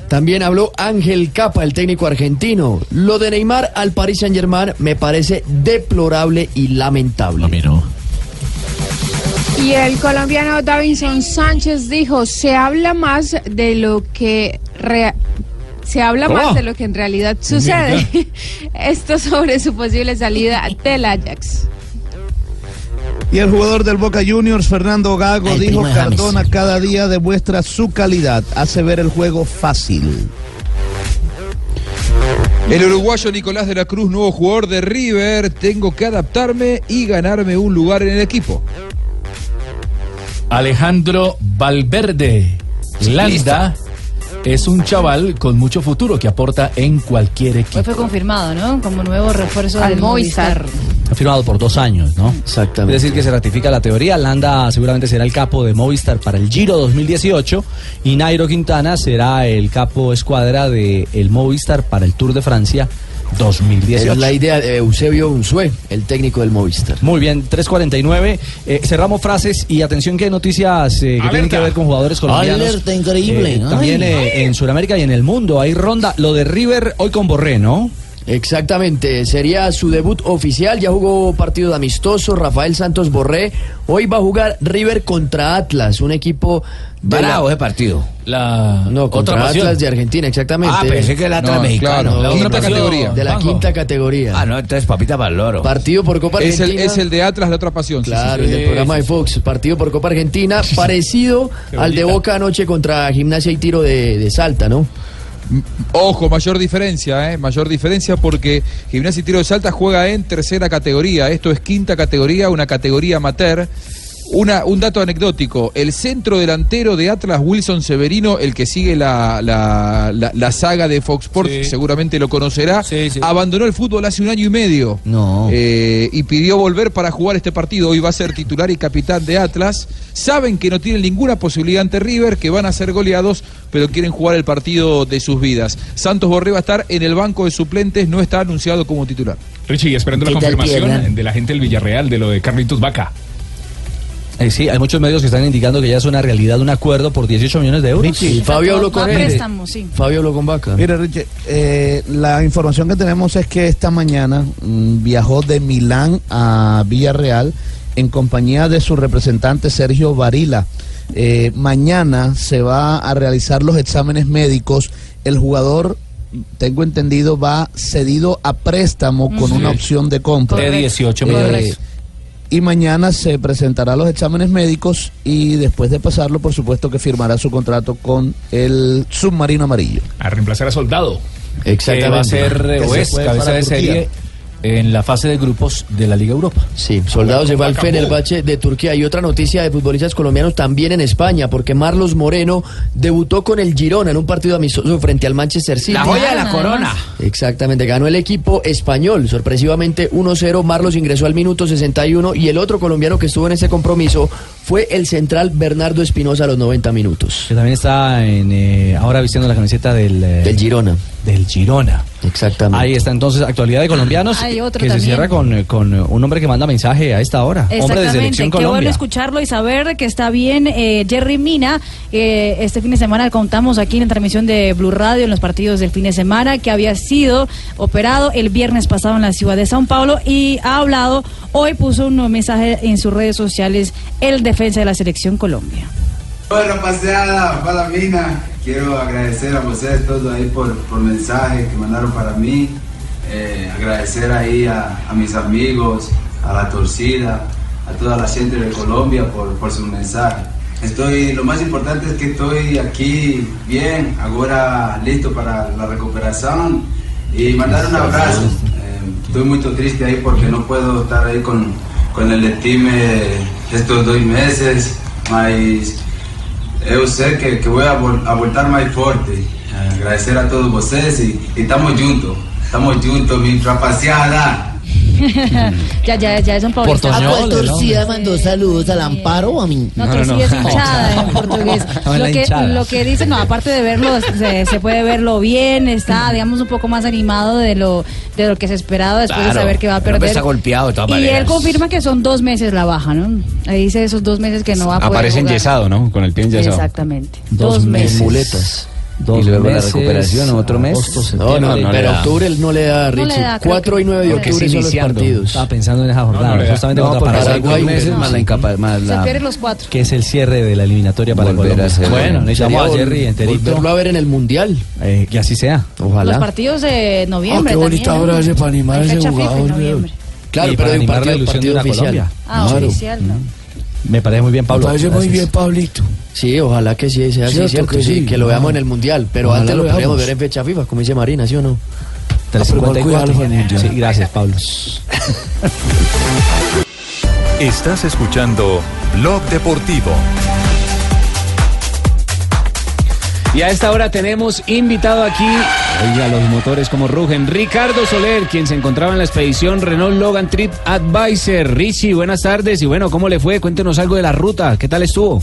[SPEAKER 6] También habló Ángel Capa, el técnico argentino. Lo de Neymar al Paris Saint-Germain me parece deplorable y lamentable.
[SPEAKER 19] Y el colombiano Davinson Sánchez dijo, se habla más de lo que rea- se habla
[SPEAKER 20] ¿Cómo?
[SPEAKER 19] más de lo que en realidad sucede. Esto sobre su posible salida del Ajax.
[SPEAKER 11] Y el jugador del Boca Juniors, Fernando Gago,
[SPEAKER 20] Ay,
[SPEAKER 11] dijo
[SPEAKER 20] primo de James.
[SPEAKER 11] Cardona cada día demuestra su calidad, hace ver el juego fácil.
[SPEAKER 5] El uruguayo Nicolás de la Cruz, nuevo jugador de River, tengo que adaptarme y ganarme un lugar en el equipo.
[SPEAKER 10] Alejandro Valverde. Landa es un chaval con mucho futuro que aporta en cualquier equipo.
[SPEAKER 9] Hoy fue confirmado, ¿no? Como nuevo refuerzo
[SPEAKER 19] Al
[SPEAKER 9] del Movistar.
[SPEAKER 3] Ha firmado por dos años, ¿no? Exactamente. Es decir, que se ratifica la teoría. Landa seguramente será el capo de Movistar para el Giro 2018 y Nairo Quintana será el capo escuadra de el Movistar para el Tour de Francia 2018.
[SPEAKER 6] Es la idea de Eusebio Unzué, el técnico del Movistar.
[SPEAKER 3] Muy bien, 349. Eh, cerramos frases y atención que hay noticias eh, que tienen que ver con jugadores colombianos.
[SPEAKER 8] Alerta increíble.
[SPEAKER 3] Eh,
[SPEAKER 8] Ay.
[SPEAKER 3] también eh, en Sudamérica y en el mundo. Hay ronda. Lo de River hoy con Borré, ¿no?
[SPEAKER 6] Exactamente, sería su debut oficial, ya jugó partidos amistosos, Rafael Santos Borré, hoy va a jugar River contra Atlas, un equipo... de la-
[SPEAKER 8] Bravo ese partido.
[SPEAKER 10] La
[SPEAKER 6] No, contra
[SPEAKER 8] otra pasión.
[SPEAKER 6] Atlas de Argentina, exactamente.
[SPEAKER 8] Ah, pensé que el Atlas
[SPEAKER 6] No,
[SPEAKER 8] mexicano.
[SPEAKER 6] claro,
[SPEAKER 8] La otra
[SPEAKER 6] quinta
[SPEAKER 8] pasión,
[SPEAKER 6] categoría. De la
[SPEAKER 8] Juanjo.
[SPEAKER 6] quinta categoría.
[SPEAKER 8] Ah, no, entonces papita para el loro.
[SPEAKER 6] Partido por Copa
[SPEAKER 5] Es
[SPEAKER 6] Argentina.
[SPEAKER 5] el, es el de Atlas, la otra pasión. sí, sí,
[SPEAKER 6] Claro, el
[SPEAKER 5] sí.
[SPEAKER 6] del programa de Fox, partido por Copa Argentina, parecido al de Boca anoche contra Gimnasia y Tiro de, de Salta, ¿no?
[SPEAKER 5] Ojo, mayor diferencia, ¿eh? Mayor diferencia porque Gimnasia y Tiro de Salta juega en tercera categoría. Esto es quinta categoría, una categoría amateur. Una, un dato anecdótico, el centro delantero de Atlas, Wilson Severino, el que sigue la, la- la- la saga de Fox Sports,
[SPEAKER 10] Sí.
[SPEAKER 5] seguramente lo conocerá, abandonó el fútbol hace un año y medio
[SPEAKER 8] No.
[SPEAKER 5] Eh, y pidió volver para jugar este partido. Hoy va a ser titular y capitán de Atlas. Saben que no tienen ninguna posibilidad ante River, que van a ser goleados, pero quieren jugar el partido de sus vidas. Santos Borré va a estar en el banco de suplentes, no está anunciado como titular.
[SPEAKER 2] Richie, esperando la
[SPEAKER 5] ¿Qué tal
[SPEAKER 2] confirmación
[SPEAKER 5] pierdan?
[SPEAKER 2] de la gente del Villarreal, de lo de Carlitos Vaca.
[SPEAKER 3] Eh, sí, hay muchos medios que están indicando que ya es una realidad un acuerdo por 18 millones de euros.
[SPEAKER 6] Y Fabio habló con
[SPEAKER 9] Va a
[SPEAKER 6] él.
[SPEAKER 9] préstamo, sí.
[SPEAKER 6] Fabio habló con Vaca.
[SPEAKER 11] Mira, Richie, eh, la información que tenemos es que esta mañana mm, viajó de Milán a Villarreal en compañía de su representante Sergio Varila. Eh, mañana se va a realizar los exámenes médicos. El jugador, tengo entendido, va cedido a préstamo con
[SPEAKER 10] Ujú.
[SPEAKER 11] una opción de compra.
[SPEAKER 10] De 18
[SPEAKER 11] Eh,
[SPEAKER 10] millones.
[SPEAKER 11] y mañana se presentará los exámenes médicos y después de pasarlo, por supuesto que firmará su contrato con el submarino amarillo.
[SPEAKER 2] A reemplazar a Soldado.
[SPEAKER 10] que va a ser eh, o es cabeza de serie en la fase de grupos de la Liga Europa.
[SPEAKER 6] Sí, Soldado se va al Fenerbahce de Turquía. Y otra noticia de futbolistas colombianos también en España, porque Marlos Moreno debutó con el Girona en un partido amistoso frente al Manchester City.
[SPEAKER 8] La joya de
[SPEAKER 9] Ah,
[SPEAKER 8] la corona.
[SPEAKER 6] Exactamente, ganó el equipo español. Sorpresivamente 1-0, Marlos ingresó al minuto 61 y el otro colombiano que estuvo en ese compromiso fue el central Bernardo Espinosa a los 90 minutos.
[SPEAKER 3] Que también está en, eh, ahora vistiendo la camiseta del, del
[SPEAKER 6] Girona.
[SPEAKER 3] Del Girona.
[SPEAKER 6] Exactamente.
[SPEAKER 3] Ahí está entonces actualidad de colombianos
[SPEAKER 9] Hay otro
[SPEAKER 3] que se
[SPEAKER 9] también.
[SPEAKER 3] cierra con, eh, con eh, un hombre que manda mensaje a esta hora. Hombre de
[SPEAKER 9] Exactamente,
[SPEAKER 3] selección
[SPEAKER 9] qué bueno
[SPEAKER 3] Colombia.
[SPEAKER 9] escucharlo y saber que está bien eh, Jerry Mina. eh, este fin de semana contamos aquí en la transmisión de Blue Radio en los partidos del fin de semana que había sido operado el viernes pasado en la ciudad de Sao Paulo y ha hablado, hoy puso un nuevo mensaje en sus redes sociales el defensa de la selección Colombia.
[SPEAKER 20] Bueno, paseada, para mina. Quiero agradecer a ustedes todos ahí por, por mensajes que mandaron para mí. Eh, agradecer ahí a, a mis amigos, a la torcida, a toda la gente de Colombia por, por su mensaje. Estoy, lo más importante es que estoy aquí bien, ahora listo para la recuperación y mandar un abrazo. Eh, estoy muy triste ahí porque no puedo estar ahí con, con el team eh, estos dos meses, mas Eu sei Eh, que, que vou abor- abortar mais forte. Agradecer a todos vocês e estamos juntos. Estamos juntos, mi rapaziada.
[SPEAKER 9] ya, ya, ya, es un paulista.
[SPEAKER 20] Portoñol,
[SPEAKER 9] Ah, pues,
[SPEAKER 20] ¿no?
[SPEAKER 9] torcida,
[SPEAKER 8] mandó saludos al amparo o a mí?
[SPEAKER 9] No, torcida es hinchada en portugués.
[SPEAKER 8] No,
[SPEAKER 9] Lo
[SPEAKER 8] la
[SPEAKER 9] que,
[SPEAKER 8] hinchada.
[SPEAKER 9] lo que dice, no, aparte de verlo, se, se puede verlo bien, está, digamos, un poco más animado de lo, de lo que se esperaba después de
[SPEAKER 8] Claro,
[SPEAKER 9] saber que va a
[SPEAKER 8] el hombre
[SPEAKER 9] perder.
[SPEAKER 8] está golpeado de todas
[SPEAKER 9] y
[SPEAKER 8] maneras.
[SPEAKER 9] él confirma que son dos meses la baja, ¿no? Ahí dice esos dos meses que no va a poder
[SPEAKER 16] Aparece
[SPEAKER 9] jugar.
[SPEAKER 16] enyesado, ¿no? Con el pie enyesado.
[SPEAKER 9] Exactamente.
[SPEAKER 16] Dos
[SPEAKER 9] Dos, meses.
[SPEAKER 16] meses.
[SPEAKER 6] Muletas.
[SPEAKER 16] Dos Y luego la meses, recuperación, otro mes. agosto,
[SPEAKER 6] No, no,
[SPEAKER 16] septiembre. No, no le
[SPEAKER 6] pero
[SPEAKER 16] da.
[SPEAKER 6] octubre no le da,
[SPEAKER 9] No le
[SPEAKER 6] Richie.
[SPEAKER 9] da, creo
[SPEAKER 6] 4 y 9 de
[SPEAKER 9] Porque
[SPEAKER 6] octubre
[SPEAKER 9] es
[SPEAKER 6] son los
[SPEAKER 9] iniciando.
[SPEAKER 6] partidos.
[SPEAKER 10] Ah,
[SPEAKER 3] Estaba pensando en esa jornada.
[SPEAKER 6] le da.
[SPEAKER 3] justamente
[SPEAKER 6] No,
[SPEAKER 3] contra
[SPEAKER 6] porque
[SPEAKER 3] Paraguay.
[SPEAKER 6] Paraguay,
[SPEAKER 3] Dos meses
[SPEAKER 6] no.
[SPEAKER 3] más la incapaz- más
[SPEAKER 9] Se
[SPEAKER 3] la-
[SPEAKER 9] pierde los cuatro.
[SPEAKER 3] que es el cierre de la eliminatoria para Colombia. Bueno, necesitamos a
[SPEAKER 6] Sería
[SPEAKER 3] Jerry
[SPEAKER 6] vol-
[SPEAKER 3] enterito.
[SPEAKER 6] Volverlo a ver en el Mundial.
[SPEAKER 3] eh, que así sea.
[SPEAKER 9] Los
[SPEAKER 6] Ojalá.
[SPEAKER 9] partidos de noviembre.
[SPEAKER 6] Ah, qué
[SPEAKER 9] también,
[SPEAKER 6] bonita
[SPEAKER 9] ¿no?
[SPEAKER 6] hora ese para animar
[SPEAKER 9] Hay
[SPEAKER 6] ese
[SPEAKER 9] fecha FIFA en
[SPEAKER 6] jugador,
[SPEAKER 9] noviembre.
[SPEAKER 6] Claro,
[SPEAKER 3] Y
[SPEAKER 6] pero
[SPEAKER 3] para
[SPEAKER 6] de un
[SPEAKER 3] animar la
[SPEAKER 6] partido,
[SPEAKER 3] ilusión
[SPEAKER 6] partido
[SPEAKER 3] de la
[SPEAKER 6] oficial.
[SPEAKER 3] Colombia.
[SPEAKER 9] Ah,
[SPEAKER 6] Claro.
[SPEAKER 9] oficial, ¿no.
[SPEAKER 3] Me parece muy bien, Pablo.
[SPEAKER 6] Me parece muy
[SPEAKER 3] Gracias.
[SPEAKER 6] bien,
[SPEAKER 11] Pablito.
[SPEAKER 6] Sí, ojalá que sí sea así,
[SPEAKER 3] Cierto
[SPEAKER 6] cierto,
[SPEAKER 3] que
[SPEAKER 6] que sí,
[SPEAKER 3] sí.
[SPEAKER 6] que lo veamos en el Mundial, pero
[SPEAKER 3] Ojalá
[SPEAKER 6] antes
[SPEAKER 3] lo
[SPEAKER 6] lo podríamos
[SPEAKER 3] veamos.
[SPEAKER 6] ver en fecha FIFA, como dice Marina, ¿sí o no?
[SPEAKER 3] 354. Sí, gracias, Pablo.
[SPEAKER 12] Estás escuchando Blog Deportivo.
[SPEAKER 16] Y a esta hora tenemos invitado aquí, oiga, los motores como rugen, Ricardo Soler, quien se encontraba en la expedición Renault Logan Trip Advisor. Richie, buenas tardes y bueno, ¿cómo le fue? Cuéntenos algo de la ruta, ¿qué tal estuvo?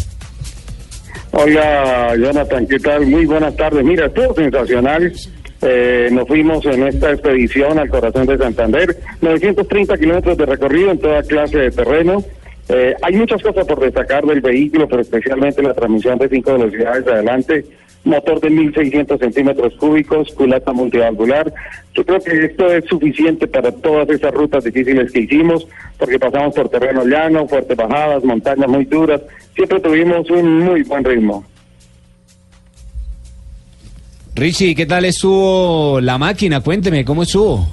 [SPEAKER 1] Hola, Jonathan, ¿qué tal? Muy buenas tardes. Mira, estuvo sensacional. Eh, nos fuimos en esta expedición al corazón de Santander. 930 kilómetros de recorrido en toda clase de terreno. Eh, hay muchas cosas por destacar del vehículo, pero especialmente la transmisión de cinco velocidades adelante. motor de 1.600 centímetros cúbicos, culata multivalvular. Yo creo que esto es suficiente para todas esas rutas difíciles que hicimos, porque pasamos por terreno llano, fuertes bajadas, montañas muy duras. Siempre tuvimos un muy buen ritmo.
[SPEAKER 16] Richie, ¿qué tal estuvo la máquina? Cuénteme, ¿cómo estuvo?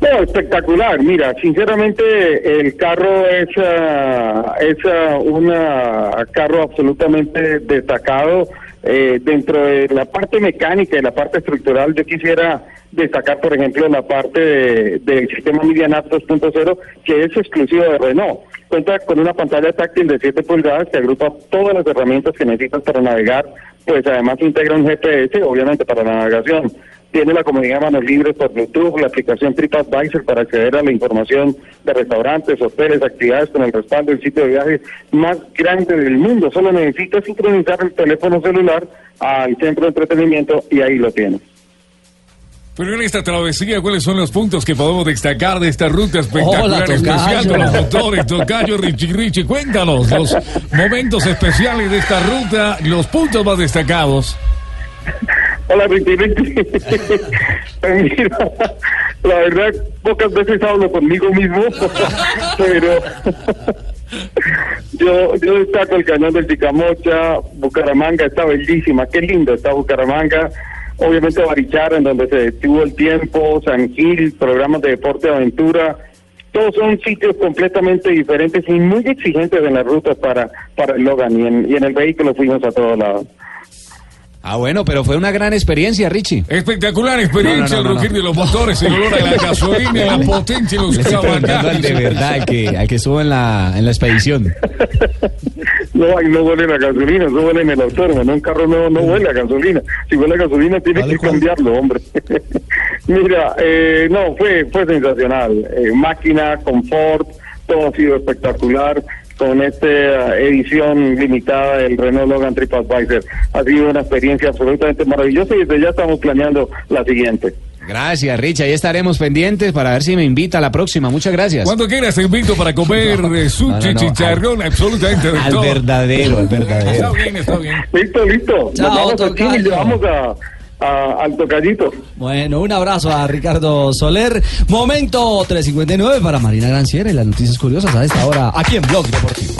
[SPEAKER 1] No, espectacular. Mira, sinceramente el carro es, ah, es ah, un ah, carro absolutamente destacado. Eh, dentro de la parte mecánica y la parte estructural, yo quisiera destacar, por ejemplo, la parte de- del sistema Midianat 2.0, que es exclusivo de Renault. Cuenta con una pantalla táctil de 7 pulgadas que agrupa todas las herramientas que necesitas para navegar, pues además integra un GPS, obviamente, para la navegación. Tiene la comunidad de manos libres por Bluetooth, la aplicación TripAdvisor para acceder a la información de restaurantes, hoteles, actividades con el respaldo del sitio de viajes más grande del mundo. Solo necesitas sincronizar el teléfono celular al centro de entretenimiento y ahí lo tienes.
[SPEAKER 17] Pero en esta travesía, ¿cuáles son los puntos que podemos destacar de esta ruta espectacular,
[SPEAKER 27] Hola, Tocayo.
[SPEAKER 17] especial con los motores, Tocayo, Richie, Richie? Cuéntanos los momentos especiales de esta ruta, los puntos más destacados.
[SPEAKER 1] Hola, Ricky Ricky. Pues Mira, la verdad, pocas veces hablo conmigo mismo, pero yo, yo destaco el cañón del Chicamocha, Bucaramanga está bellísima, qué lindo está Bucaramanga. Obviamente Barichara, en donde se detuvo el tiempo, San Gil, programas de deporte, aventura, todos son sitios completamente diferentes y muy exigentes en las rutas para, para el Logan y en, y en el vehículo fuimos a todos lados.
[SPEAKER 16] Ah, bueno, pero fue una gran experiencia, Richie.
[SPEAKER 17] Espectacular experiencia,
[SPEAKER 16] No, no, no,
[SPEAKER 17] el
[SPEAKER 16] no,
[SPEAKER 17] rugir
[SPEAKER 16] no.
[SPEAKER 17] de los motores, el olor a la gasolina, la potencia, los
[SPEAKER 16] Le estoy preguntando al
[SPEAKER 17] caballos.
[SPEAKER 16] de verdad, al que, al que estuvo en la, en la expedición.
[SPEAKER 1] No, ahí no huele la gasolina, eso huele en el autónomo, en un carro nuevo no huele a gasolina. Si huele a gasolina tiene que cambiarlo, hombre. Mira, eh, no, fue, fue sensacional. Eh, máquina, confort, todo ha sido espectacular con esta edición limitada del Renault Logan TripAdvisor. Ha sido una experiencia absolutamente maravillosa y desde ya estamos planeando la siguiente.
[SPEAKER 16] Gracias, Richie. Ahí estaremos pendientes para ver si me invita a la próxima. Muchas gracias.
[SPEAKER 17] Cuando quieras, te invito para comer eh, sushi,
[SPEAKER 16] no, no,
[SPEAKER 17] chicharrón, absolutamente de
[SPEAKER 16] al
[SPEAKER 17] todo.
[SPEAKER 16] verdadero, al verdadero.
[SPEAKER 17] Está bien, está bien.
[SPEAKER 1] Listo, listo.
[SPEAKER 17] Chao,
[SPEAKER 1] Nos vamos aquí y
[SPEAKER 17] tocayo.
[SPEAKER 1] llevamos a, a- al tocallito.
[SPEAKER 3] Bueno, un abrazo a Ricardo Soler. Momento 359 para Marina Granciera y las noticias curiosas a esta hora aquí en Blog Deportivo.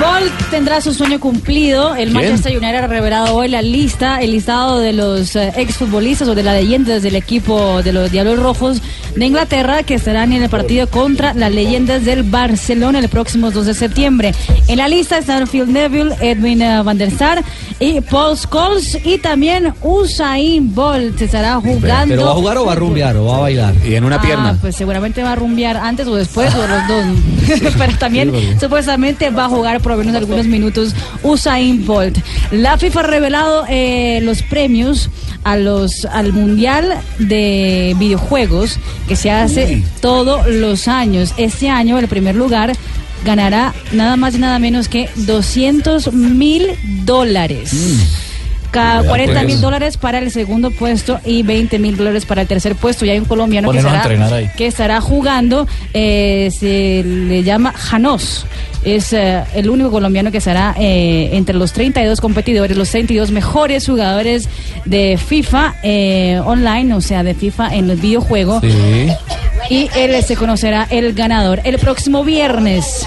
[SPEAKER 9] Gol tendrá su sueño cumplido.
[SPEAKER 3] ¿Quién?
[SPEAKER 9] El Manchester United ha revelado hoy la lista, el listado de los eh, exfutbolistas o de las leyendas del equipo de los Diablos Rojos de Inglaterra que estarán en el partido contra las leyendas del Barcelona el próximo 2 de septiembre. En la lista están Phil Neville, Edwin eh, van der Sar y Paul Scholes y también Usain Bolt estará jugando.
[SPEAKER 3] ¿Pero va a jugar o va a rumbear o va a bailar?
[SPEAKER 16] Y en
[SPEAKER 9] Ah, pues seguramente va a rumbear antes o después o los dos. Pero también
[SPEAKER 3] Sí, porque-
[SPEAKER 9] supuestamente va a jugar por lo menos algunos minutos Usain Bolt. La FIFA ha revelado eh, los premios a los al mundial de videojuegos que se hace
[SPEAKER 14] Uy.
[SPEAKER 9] todos los años. Este año el primer lugar ganará nada más y nada menos que 200 mil dólares. Cada
[SPEAKER 21] Vea,
[SPEAKER 9] 40 mil
[SPEAKER 21] pues.
[SPEAKER 9] dólares para el segundo puesto y 20 mil dólares para el tercer puesto. Y hay un colombiano que
[SPEAKER 21] Ponernos a entrenar
[SPEAKER 9] estará,
[SPEAKER 21] ahí.
[SPEAKER 9] que estará jugando, eh, se le llama Janos. Es eh, el único colombiano que estará eh, entre los 32 competidores, los 32 mejores jugadores de FIFA eh, online, o sea, de FIFA en el videojuego. Y él se conocerá el ganador el próximo viernes.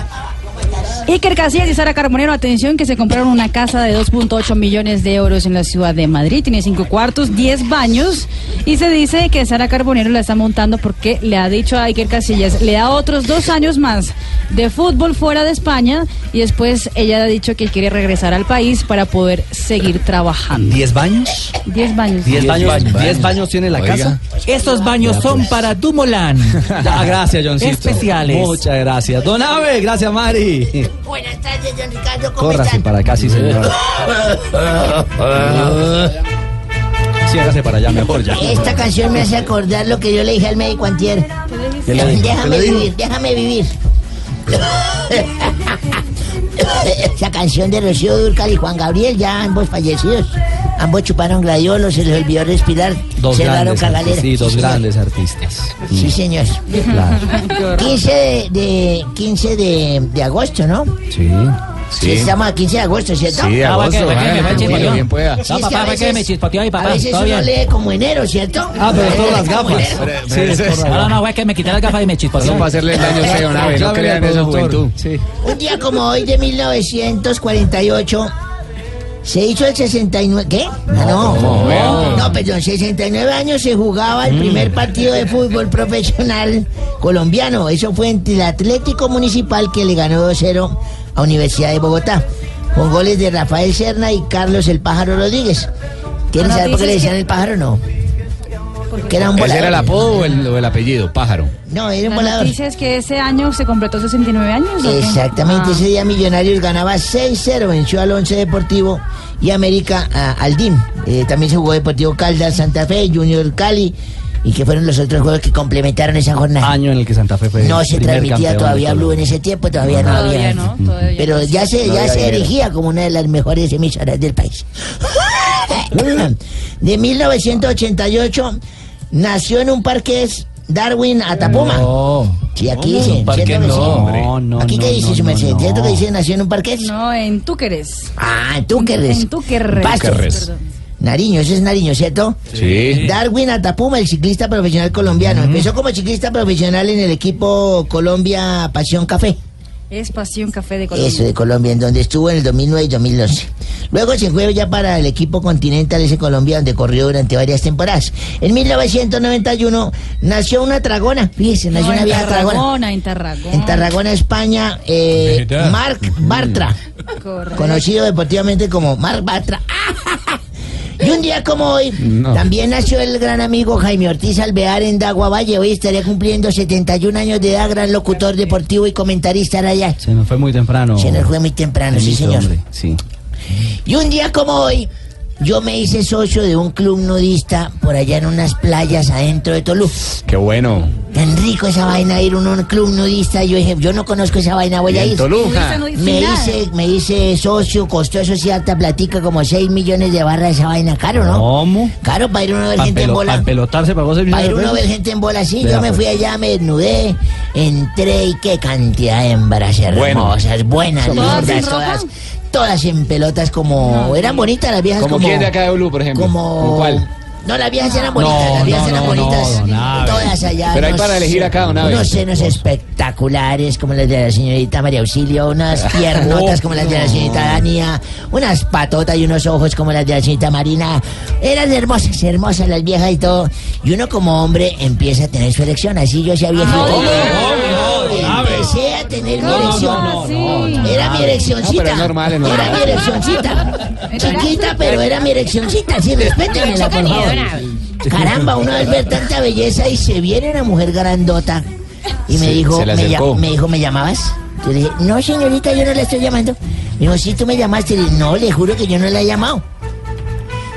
[SPEAKER 9] Iker Casillas y Sara Carbonero, atención que se compraron una casa de 2.8 millones de euros en la ciudad de Madrid. Tiene cinco cuartos, 10 baños y se dice que Sara Carbonero la está montando porque le ha dicho a Iker Casillas, le da otros dos años más de fútbol fuera de España y después ella ha dicho que quiere regresar al país para poder seguir trabajando.
[SPEAKER 14] ¿Diez baños?
[SPEAKER 9] 10 baños.
[SPEAKER 14] Diez baños. Diez baños tiene la
[SPEAKER 3] Oiga.
[SPEAKER 14] casa.
[SPEAKER 21] Estos baños son para Dumoulin.
[SPEAKER 3] pues. Ah, gracias, Johncito.
[SPEAKER 21] Especiales.
[SPEAKER 3] Muchas gracias. Don Ave, gracias, Mari.
[SPEAKER 14] Buenas tardes, don Ricardo.
[SPEAKER 3] Córrase para acá, sí, señor. Sí, hágase para allá, mejor ya.
[SPEAKER 14] Esta canción me hace acordar lo que yo le dije al médico antier.
[SPEAKER 3] ¿Qué le dijo? ¿Qué
[SPEAKER 14] Déjame
[SPEAKER 3] le dijo?
[SPEAKER 14] vivir, déjame vivir. Esa canción de Rocío Durcal y Juan Gabriel, ya ambos fallecidos. Ambos chuparon gladiolos, se les olvidó respirar,
[SPEAKER 3] Dos
[SPEAKER 14] cerraron
[SPEAKER 3] grandes,
[SPEAKER 14] cagalera.
[SPEAKER 3] artistas, sí, dos
[SPEAKER 14] señor.
[SPEAKER 3] grandes artistas.
[SPEAKER 14] Sí, señor.
[SPEAKER 3] Claro.
[SPEAKER 14] 15 de, de- 15 de, de agosto, ¿no?
[SPEAKER 3] Sí.
[SPEAKER 14] Sí, estamos a 15 de agosto, ¿cierto?
[SPEAKER 3] Sí, Ah, va agosto, que- va que ah, me va chispoteó. bien pueda.
[SPEAKER 14] Sí,
[SPEAKER 21] No,
[SPEAKER 14] es que
[SPEAKER 21] papá,
[SPEAKER 14] a
[SPEAKER 21] va que
[SPEAKER 14] veces-
[SPEAKER 21] me chispoteó ahí, papá,
[SPEAKER 14] A veces
[SPEAKER 21] todo
[SPEAKER 14] uno
[SPEAKER 21] bien.
[SPEAKER 14] lee como enero, ¿cierto?
[SPEAKER 21] Ah, pero
[SPEAKER 14] Uno
[SPEAKER 21] todas las
[SPEAKER 14] lee como
[SPEAKER 21] gafas.
[SPEAKER 14] enero.
[SPEAKER 21] Sí, sí, sí. No, no, güey, que me quité las gafas y me chispoteó.
[SPEAKER 16] Eso para hacerle daño a usted, don Abe, no crea en esa juventud.
[SPEAKER 14] Un día como hoy de 1948 se hizo el 69. ¿Qué? Ah, No,
[SPEAKER 16] no,
[SPEAKER 14] no,
[SPEAKER 16] no.
[SPEAKER 14] no, pues, perdón, 69 años se jugaba el primer partido de fútbol profesional colombiano. Eso fue entre el Atlético Municipal que le ganó 2-0 a Universidad de Bogotá. Con goles de Rafael Serna y Carlos el Pájaro Rodríguez. ¿Quieren
[SPEAKER 6] Ahora
[SPEAKER 14] saber por qué le
[SPEAKER 6] dices
[SPEAKER 14] decían el pájaro o no? Que era un
[SPEAKER 16] ¿Ese
[SPEAKER 14] volador.
[SPEAKER 16] era el apodo o el, o el apellido? Pájaro.
[SPEAKER 14] No, era un
[SPEAKER 9] La
[SPEAKER 14] volador.
[SPEAKER 9] noticia es que ese año se completó 69 años. ¿o qué?
[SPEAKER 14] Exactamente, ese día Millonarios ganaba 6-0, venció al Once Deportivo y América a- al DIM. Eh, también se jugó Deportivo Caldas, Santa Fe, Junior Cali y que fueron los otros juegos que complementaron esa jornada.
[SPEAKER 3] Año en el que Santa Fe fue
[SPEAKER 14] No se
[SPEAKER 3] primer
[SPEAKER 14] transmitía
[SPEAKER 3] campeón
[SPEAKER 14] todavía
[SPEAKER 3] de
[SPEAKER 14] Blue en ese tiempo, todavía no,
[SPEAKER 3] Todavía
[SPEAKER 14] había.
[SPEAKER 3] no,
[SPEAKER 14] Pero ya se,
[SPEAKER 3] No
[SPEAKER 14] ya
[SPEAKER 3] había
[SPEAKER 14] se
[SPEAKER 3] dinero.
[SPEAKER 14] erigía como una de las mejores emisoras del país. De 1988 nació en un parque es Darwin Atapuma. Sí, aquí
[SPEAKER 9] No,
[SPEAKER 14] dice.
[SPEAKER 9] un parque
[SPEAKER 14] ¿cierto que
[SPEAKER 9] no,
[SPEAKER 14] sí?
[SPEAKER 9] hombre. No, no,
[SPEAKER 14] ¿Aquí qué
[SPEAKER 9] no,
[SPEAKER 14] dice
[SPEAKER 9] no,
[SPEAKER 14] su merced?
[SPEAKER 9] no,
[SPEAKER 14] ¿Cierto
[SPEAKER 9] no.
[SPEAKER 14] que dice nació en un parque?
[SPEAKER 9] No, en Túqueres.
[SPEAKER 14] Ah, en Túqueres.
[SPEAKER 9] En Túqueres.
[SPEAKER 14] Pasto.
[SPEAKER 9] Perdón.
[SPEAKER 14] Nariño, ese es Nariño, ¿cierto?
[SPEAKER 16] Sí.
[SPEAKER 14] Darwin Atapuma, el ciclista profesional colombiano. Empezó como ciclista profesional en el equipo Colombia Pasión Café.
[SPEAKER 9] Es Pasión Café de Colombia.
[SPEAKER 14] Eso de Colombia, en donde estuvo en el 2009 y 2012. Luego se fue ya para el equipo Continental ese Colombia, donde corrió durante varias temporadas. En 1991 nació una tragona. Fíjese, nació
[SPEAKER 9] No,
[SPEAKER 14] una
[SPEAKER 9] en
[SPEAKER 14] vieja tragona.
[SPEAKER 9] Tarragona, en Tarragona.
[SPEAKER 14] En Tarragona, España, eh,
[SPEAKER 9] Vegetal.
[SPEAKER 14] Marc Bartra, conocido deportivamente como Marc Bartra. Y un día como hoy,
[SPEAKER 16] No.
[SPEAKER 14] también nació el gran amigo Jaime Ortiz Alvear en Dagua Valle. Hoy estaría cumpliendo 71 años de edad, gran locutor deportivo y comentarista allá.
[SPEAKER 3] Se nos fue muy temprano.
[SPEAKER 14] Se nos fue muy temprano, sí,
[SPEAKER 3] Benito,
[SPEAKER 14] señor.
[SPEAKER 3] hombre, Sí.
[SPEAKER 14] Y un día como hoy, yo me hice socio de un club nudista por allá en unas playas adentro de Tolú.
[SPEAKER 16] Qué bueno.
[SPEAKER 14] Tan rico esa vaina ir a un club nudista. Yo dije, yo no conozco esa vaina, voy
[SPEAKER 16] Y
[SPEAKER 14] a
[SPEAKER 16] en
[SPEAKER 14] ir.
[SPEAKER 16] Toluca. Nudista, nudista,
[SPEAKER 14] Me
[SPEAKER 16] nada.
[SPEAKER 14] hice, me hice socio, costó eso sí alta platica, como 6 millones de barras esa vaina. Caro, ¿no?
[SPEAKER 3] ¿Cómo?
[SPEAKER 14] Caro para ir a uno a ver
[SPEAKER 3] Para
[SPEAKER 14] gente en
[SPEAKER 3] pelo-
[SPEAKER 14] bola.
[SPEAKER 3] para pelotarse, pagó seis
[SPEAKER 14] Para ir
[SPEAKER 3] millones de
[SPEAKER 14] uno a ver
[SPEAKER 3] pesos.
[SPEAKER 14] gente en bola, sí.
[SPEAKER 3] Vea,
[SPEAKER 14] Yo me
[SPEAKER 3] pues.
[SPEAKER 14] fui allá, me desnudé, entré y qué cantidad de hembras
[SPEAKER 16] Bueno.
[SPEAKER 14] hermosas, buenas,
[SPEAKER 16] Son
[SPEAKER 14] lindas,
[SPEAKER 16] ¿Todas sin ropa?
[SPEAKER 14] todas, todas en pelotas como... eran bonitas las viejas
[SPEAKER 16] ¿Como
[SPEAKER 14] como...
[SPEAKER 16] quién de acá de Blue, por ejemplo?
[SPEAKER 14] como-
[SPEAKER 16] ¿Con cuál?
[SPEAKER 14] No, las viejas eran
[SPEAKER 16] No,
[SPEAKER 14] bonitas, las viejas
[SPEAKER 16] no,
[SPEAKER 14] eran
[SPEAKER 16] no,
[SPEAKER 14] bonitas.
[SPEAKER 16] no, don Abe.
[SPEAKER 14] todas allá.
[SPEAKER 16] Pero hay
[SPEAKER 14] unos-
[SPEAKER 16] para elegir acá, don Abe.
[SPEAKER 14] Unos senos espectaculares como las de la señorita María Auxilio, unas piernotas
[SPEAKER 16] Oh.
[SPEAKER 14] como las de la señorita Dania, unas patotas y unos ojos como las de la señorita Marina. Eran hermosas, hermosas las viejas y todo. Y uno como hombre empieza a tener su elección. Así yo sea viejito. Empecé a tener mi elección. Era mi ereccioncita.
[SPEAKER 16] No, pero es normal, es normal.
[SPEAKER 14] Era mi ereccioncita. Chiquita, pero era mi ereccioncita. Sí, respétenmela, por favor. Caramba, uno al ver tanta belleza y se viene una mujer grandota. Y me
[SPEAKER 16] Se-
[SPEAKER 14] dijo,
[SPEAKER 16] se le
[SPEAKER 14] me, llam-
[SPEAKER 16] acercó.
[SPEAKER 14] me dijo, ¿me llamabas? Yo le dije, no, señorita, yo no la estoy llamando. Me dijo, sí, tú me llamaste. Le dije, no, le juro que yo no la he llamado.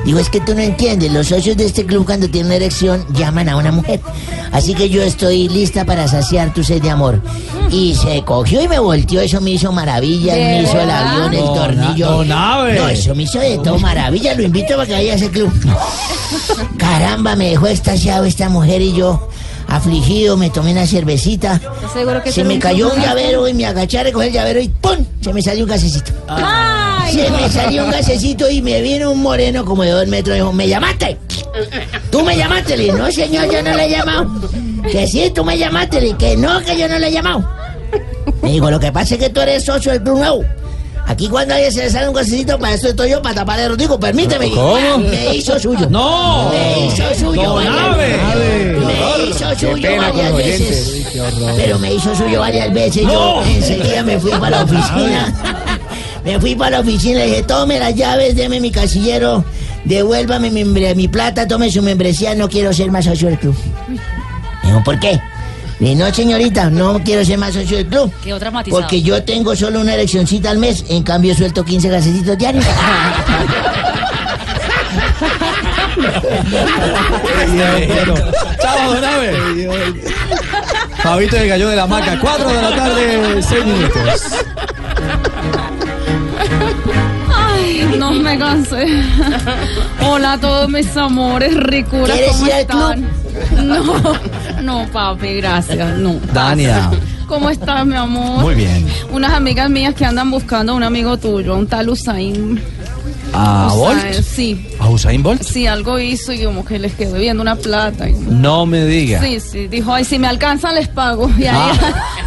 [SPEAKER 14] Digo, es que tú no entiendes, los socios de este club cuando tienen una erección llaman a una mujer. Así que yo estoy lista para saciar tu sed de amor. Y se cogió y me volteó, eso me hizo maravillas,
[SPEAKER 3] ¿De
[SPEAKER 14] me hizo el
[SPEAKER 3] verdad?
[SPEAKER 14] avión, el
[SPEAKER 3] No,
[SPEAKER 14] tornillo.
[SPEAKER 3] na- no, nave.
[SPEAKER 14] No, eso me hizo de todo maravilla, lo invito para que vaya a ese club. Caramba, me dejó estasiado esta mujer y yo, afligido, me tomé una cervecita.
[SPEAKER 9] ¿Estás seguro que
[SPEAKER 14] Se
[SPEAKER 9] eso
[SPEAKER 14] me
[SPEAKER 9] no
[SPEAKER 14] cayó un
[SPEAKER 9] incluye?
[SPEAKER 14] llavero y me agaché a recoger el llavero y ¡pum! Se me salió un gasecito.
[SPEAKER 9] Ay,
[SPEAKER 14] Se
[SPEAKER 9] no.
[SPEAKER 14] me salió un gasecito y me vino un moreno como de dos metros y dijo, ¿me llamaste? ¿Tú me llamaste? Le dije, no señor, yo no le he llamado. Que sí, tú me llamaste. Le dije, que no, que yo no le he llamado. Me dijo, lo que pasa es que tú eres socio del Club Nuevo. Aquí cuando alguien se le sale un gasecito, para eso estoy yo, para tapar el digo, permíteme.
[SPEAKER 16] ¿Cómo?
[SPEAKER 14] Me hizo suyo.
[SPEAKER 16] ¡No!
[SPEAKER 14] Me hizo suyo.
[SPEAKER 16] ¡Don
[SPEAKER 14] varias-
[SPEAKER 16] Abe!
[SPEAKER 14] Me hizo
[SPEAKER 16] Qué
[SPEAKER 14] suyo
[SPEAKER 16] pena con
[SPEAKER 14] varias
[SPEAKER 16] los
[SPEAKER 14] veces.
[SPEAKER 16] oyentes.
[SPEAKER 14] Pero me hizo suyo varias veces. Yo
[SPEAKER 16] ¡No!
[SPEAKER 14] enseguida me fui para la oficina. Me fui para la oficina y le dije, tome las llaves, deme mi casillero, devuélvame mi, membre- mi plata, tome su membresía, no quiero ser más socio del club. Me dijo, ¿por qué? Le dije, no, señorita, no quiero ser más socio del club.
[SPEAKER 9] Que otra matizada.
[SPEAKER 14] Porque yo tengo solo una eleccioncita al mes, en cambio suelto 15 gasecitos diarios.
[SPEAKER 3] Chao, don Abe. Fabito del Gallo de la Maca, 4 de la tarde, 6 minutos.
[SPEAKER 27] me cansé. Hola a todos mis amores, ricuras,
[SPEAKER 14] ¿Quieres
[SPEAKER 27] ¿cómo
[SPEAKER 14] ir al
[SPEAKER 27] están? No, no, papi, gracias. No.
[SPEAKER 3] Dania.
[SPEAKER 27] ¿Cómo estás, mi amor?
[SPEAKER 3] Muy bien.
[SPEAKER 27] Unas amigas mías que andan buscando a un amigo tuyo, un tal Usain.
[SPEAKER 3] ¿A
[SPEAKER 27] Usain,
[SPEAKER 3] Bolt?
[SPEAKER 27] Sí,
[SPEAKER 3] ¿A Usain Bolt?
[SPEAKER 27] sí, algo hizo y como que les quedó viendo una plata. y-
[SPEAKER 3] No me diga.
[SPEAKER 27] Sí, sí, dijo, ay, si me alcanzan les pago. Y ahí,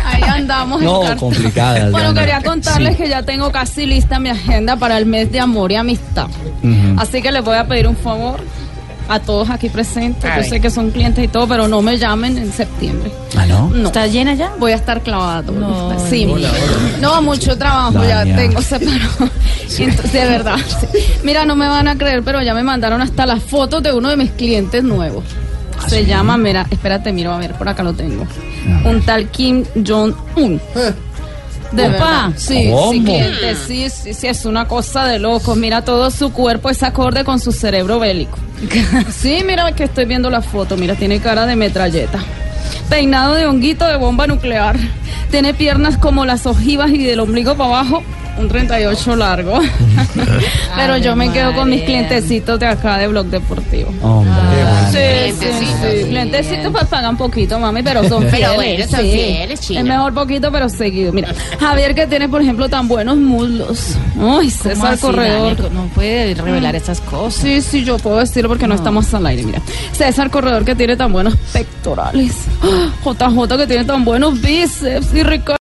[SPEAKER 27] ahí andamos.
[SPEAKER 3] Ah. No,
[SPEAKER 27] encartados.
[SPEAKER 3] complicada,
[SPEAKER 27] Bueno,
[SPEAKER 3] Diana.
[SPEAKER 27] quería contarles
[SPEAKER 3] Sí.
[SPEAKER 27] que ya tengo casi lista mi agenda para el mes de amor y amistad.
[SPEAKER 3] Ujú.
[SPEAKER 27] Así que les voy a pedir un favor a todos aquí presentes. A Yo ver. sé que son clientes y todo, pero no me llamen en septiembre.
[SPEAKER 3] ¿Ah, no?
[SPEAKER 27] ¿Está llena ya? Voy a estar clavado. No, sí. No, mucho trabajo
[SPEAKER 3] Dania.
[SPEAKER 27] ya tengo separado. Entonces, de verdad. sí. Mira, no me van a creer, pero ya me mandaron hasta las fotos de uno de mis clientes nuevos.
[SPEAKER 3] ¿Ah,
[SPEAKER 27] Se llama, mira, espérate, miro, a ver, por acá lo tengo.
[SPEAKER 14] Ah.
[SPEAKER 27] Un tal Kim Jong-un. De Opa. verdad, sí, sí, ¿Cómo? cliente, sí, sí, sí, es una cosa de locos. Mira, todo su cuerpo es acorde con su cerebro bélico. Sí, mira que estoy viendo la foto, mira, tiene cara de metralleta. Peinado de honguito de bomba nuclear. Tiene piernas como las ojivas y del ombligo para abajo, un 38 largo. Pero yo me quedo con mis clientecitos de acá de Blog Deportivo. Sí, sí, sí. Lentecitos pues pagan poquito, mami, pero son fieles.
[SPEAKER 28] Pero bueno, son
[SPEAKER 27] sí.
[SPEAKER 28] fieles, chino.
[SPEAKER 27] Es mejor poquito, pero seguido. Mira, Javier que tiene, por ejemplo, tan buenos muslos. Ay, César
[SPEAKER 28] así,
[SPEAKER 27] Corredor.
[SPEAKER 28] Daniel?
[SPEAKER 27] no puede
[SPEAKER 28] revelar
[SPEAKER 27] esas cosas. Sí, sí, yo puedo decirlo porque no, estamos al aire, mira. César Corredor que tiene tan buenos pectorales. ¡Ah! JJ que tiene tan buenos bíceps y Ricardo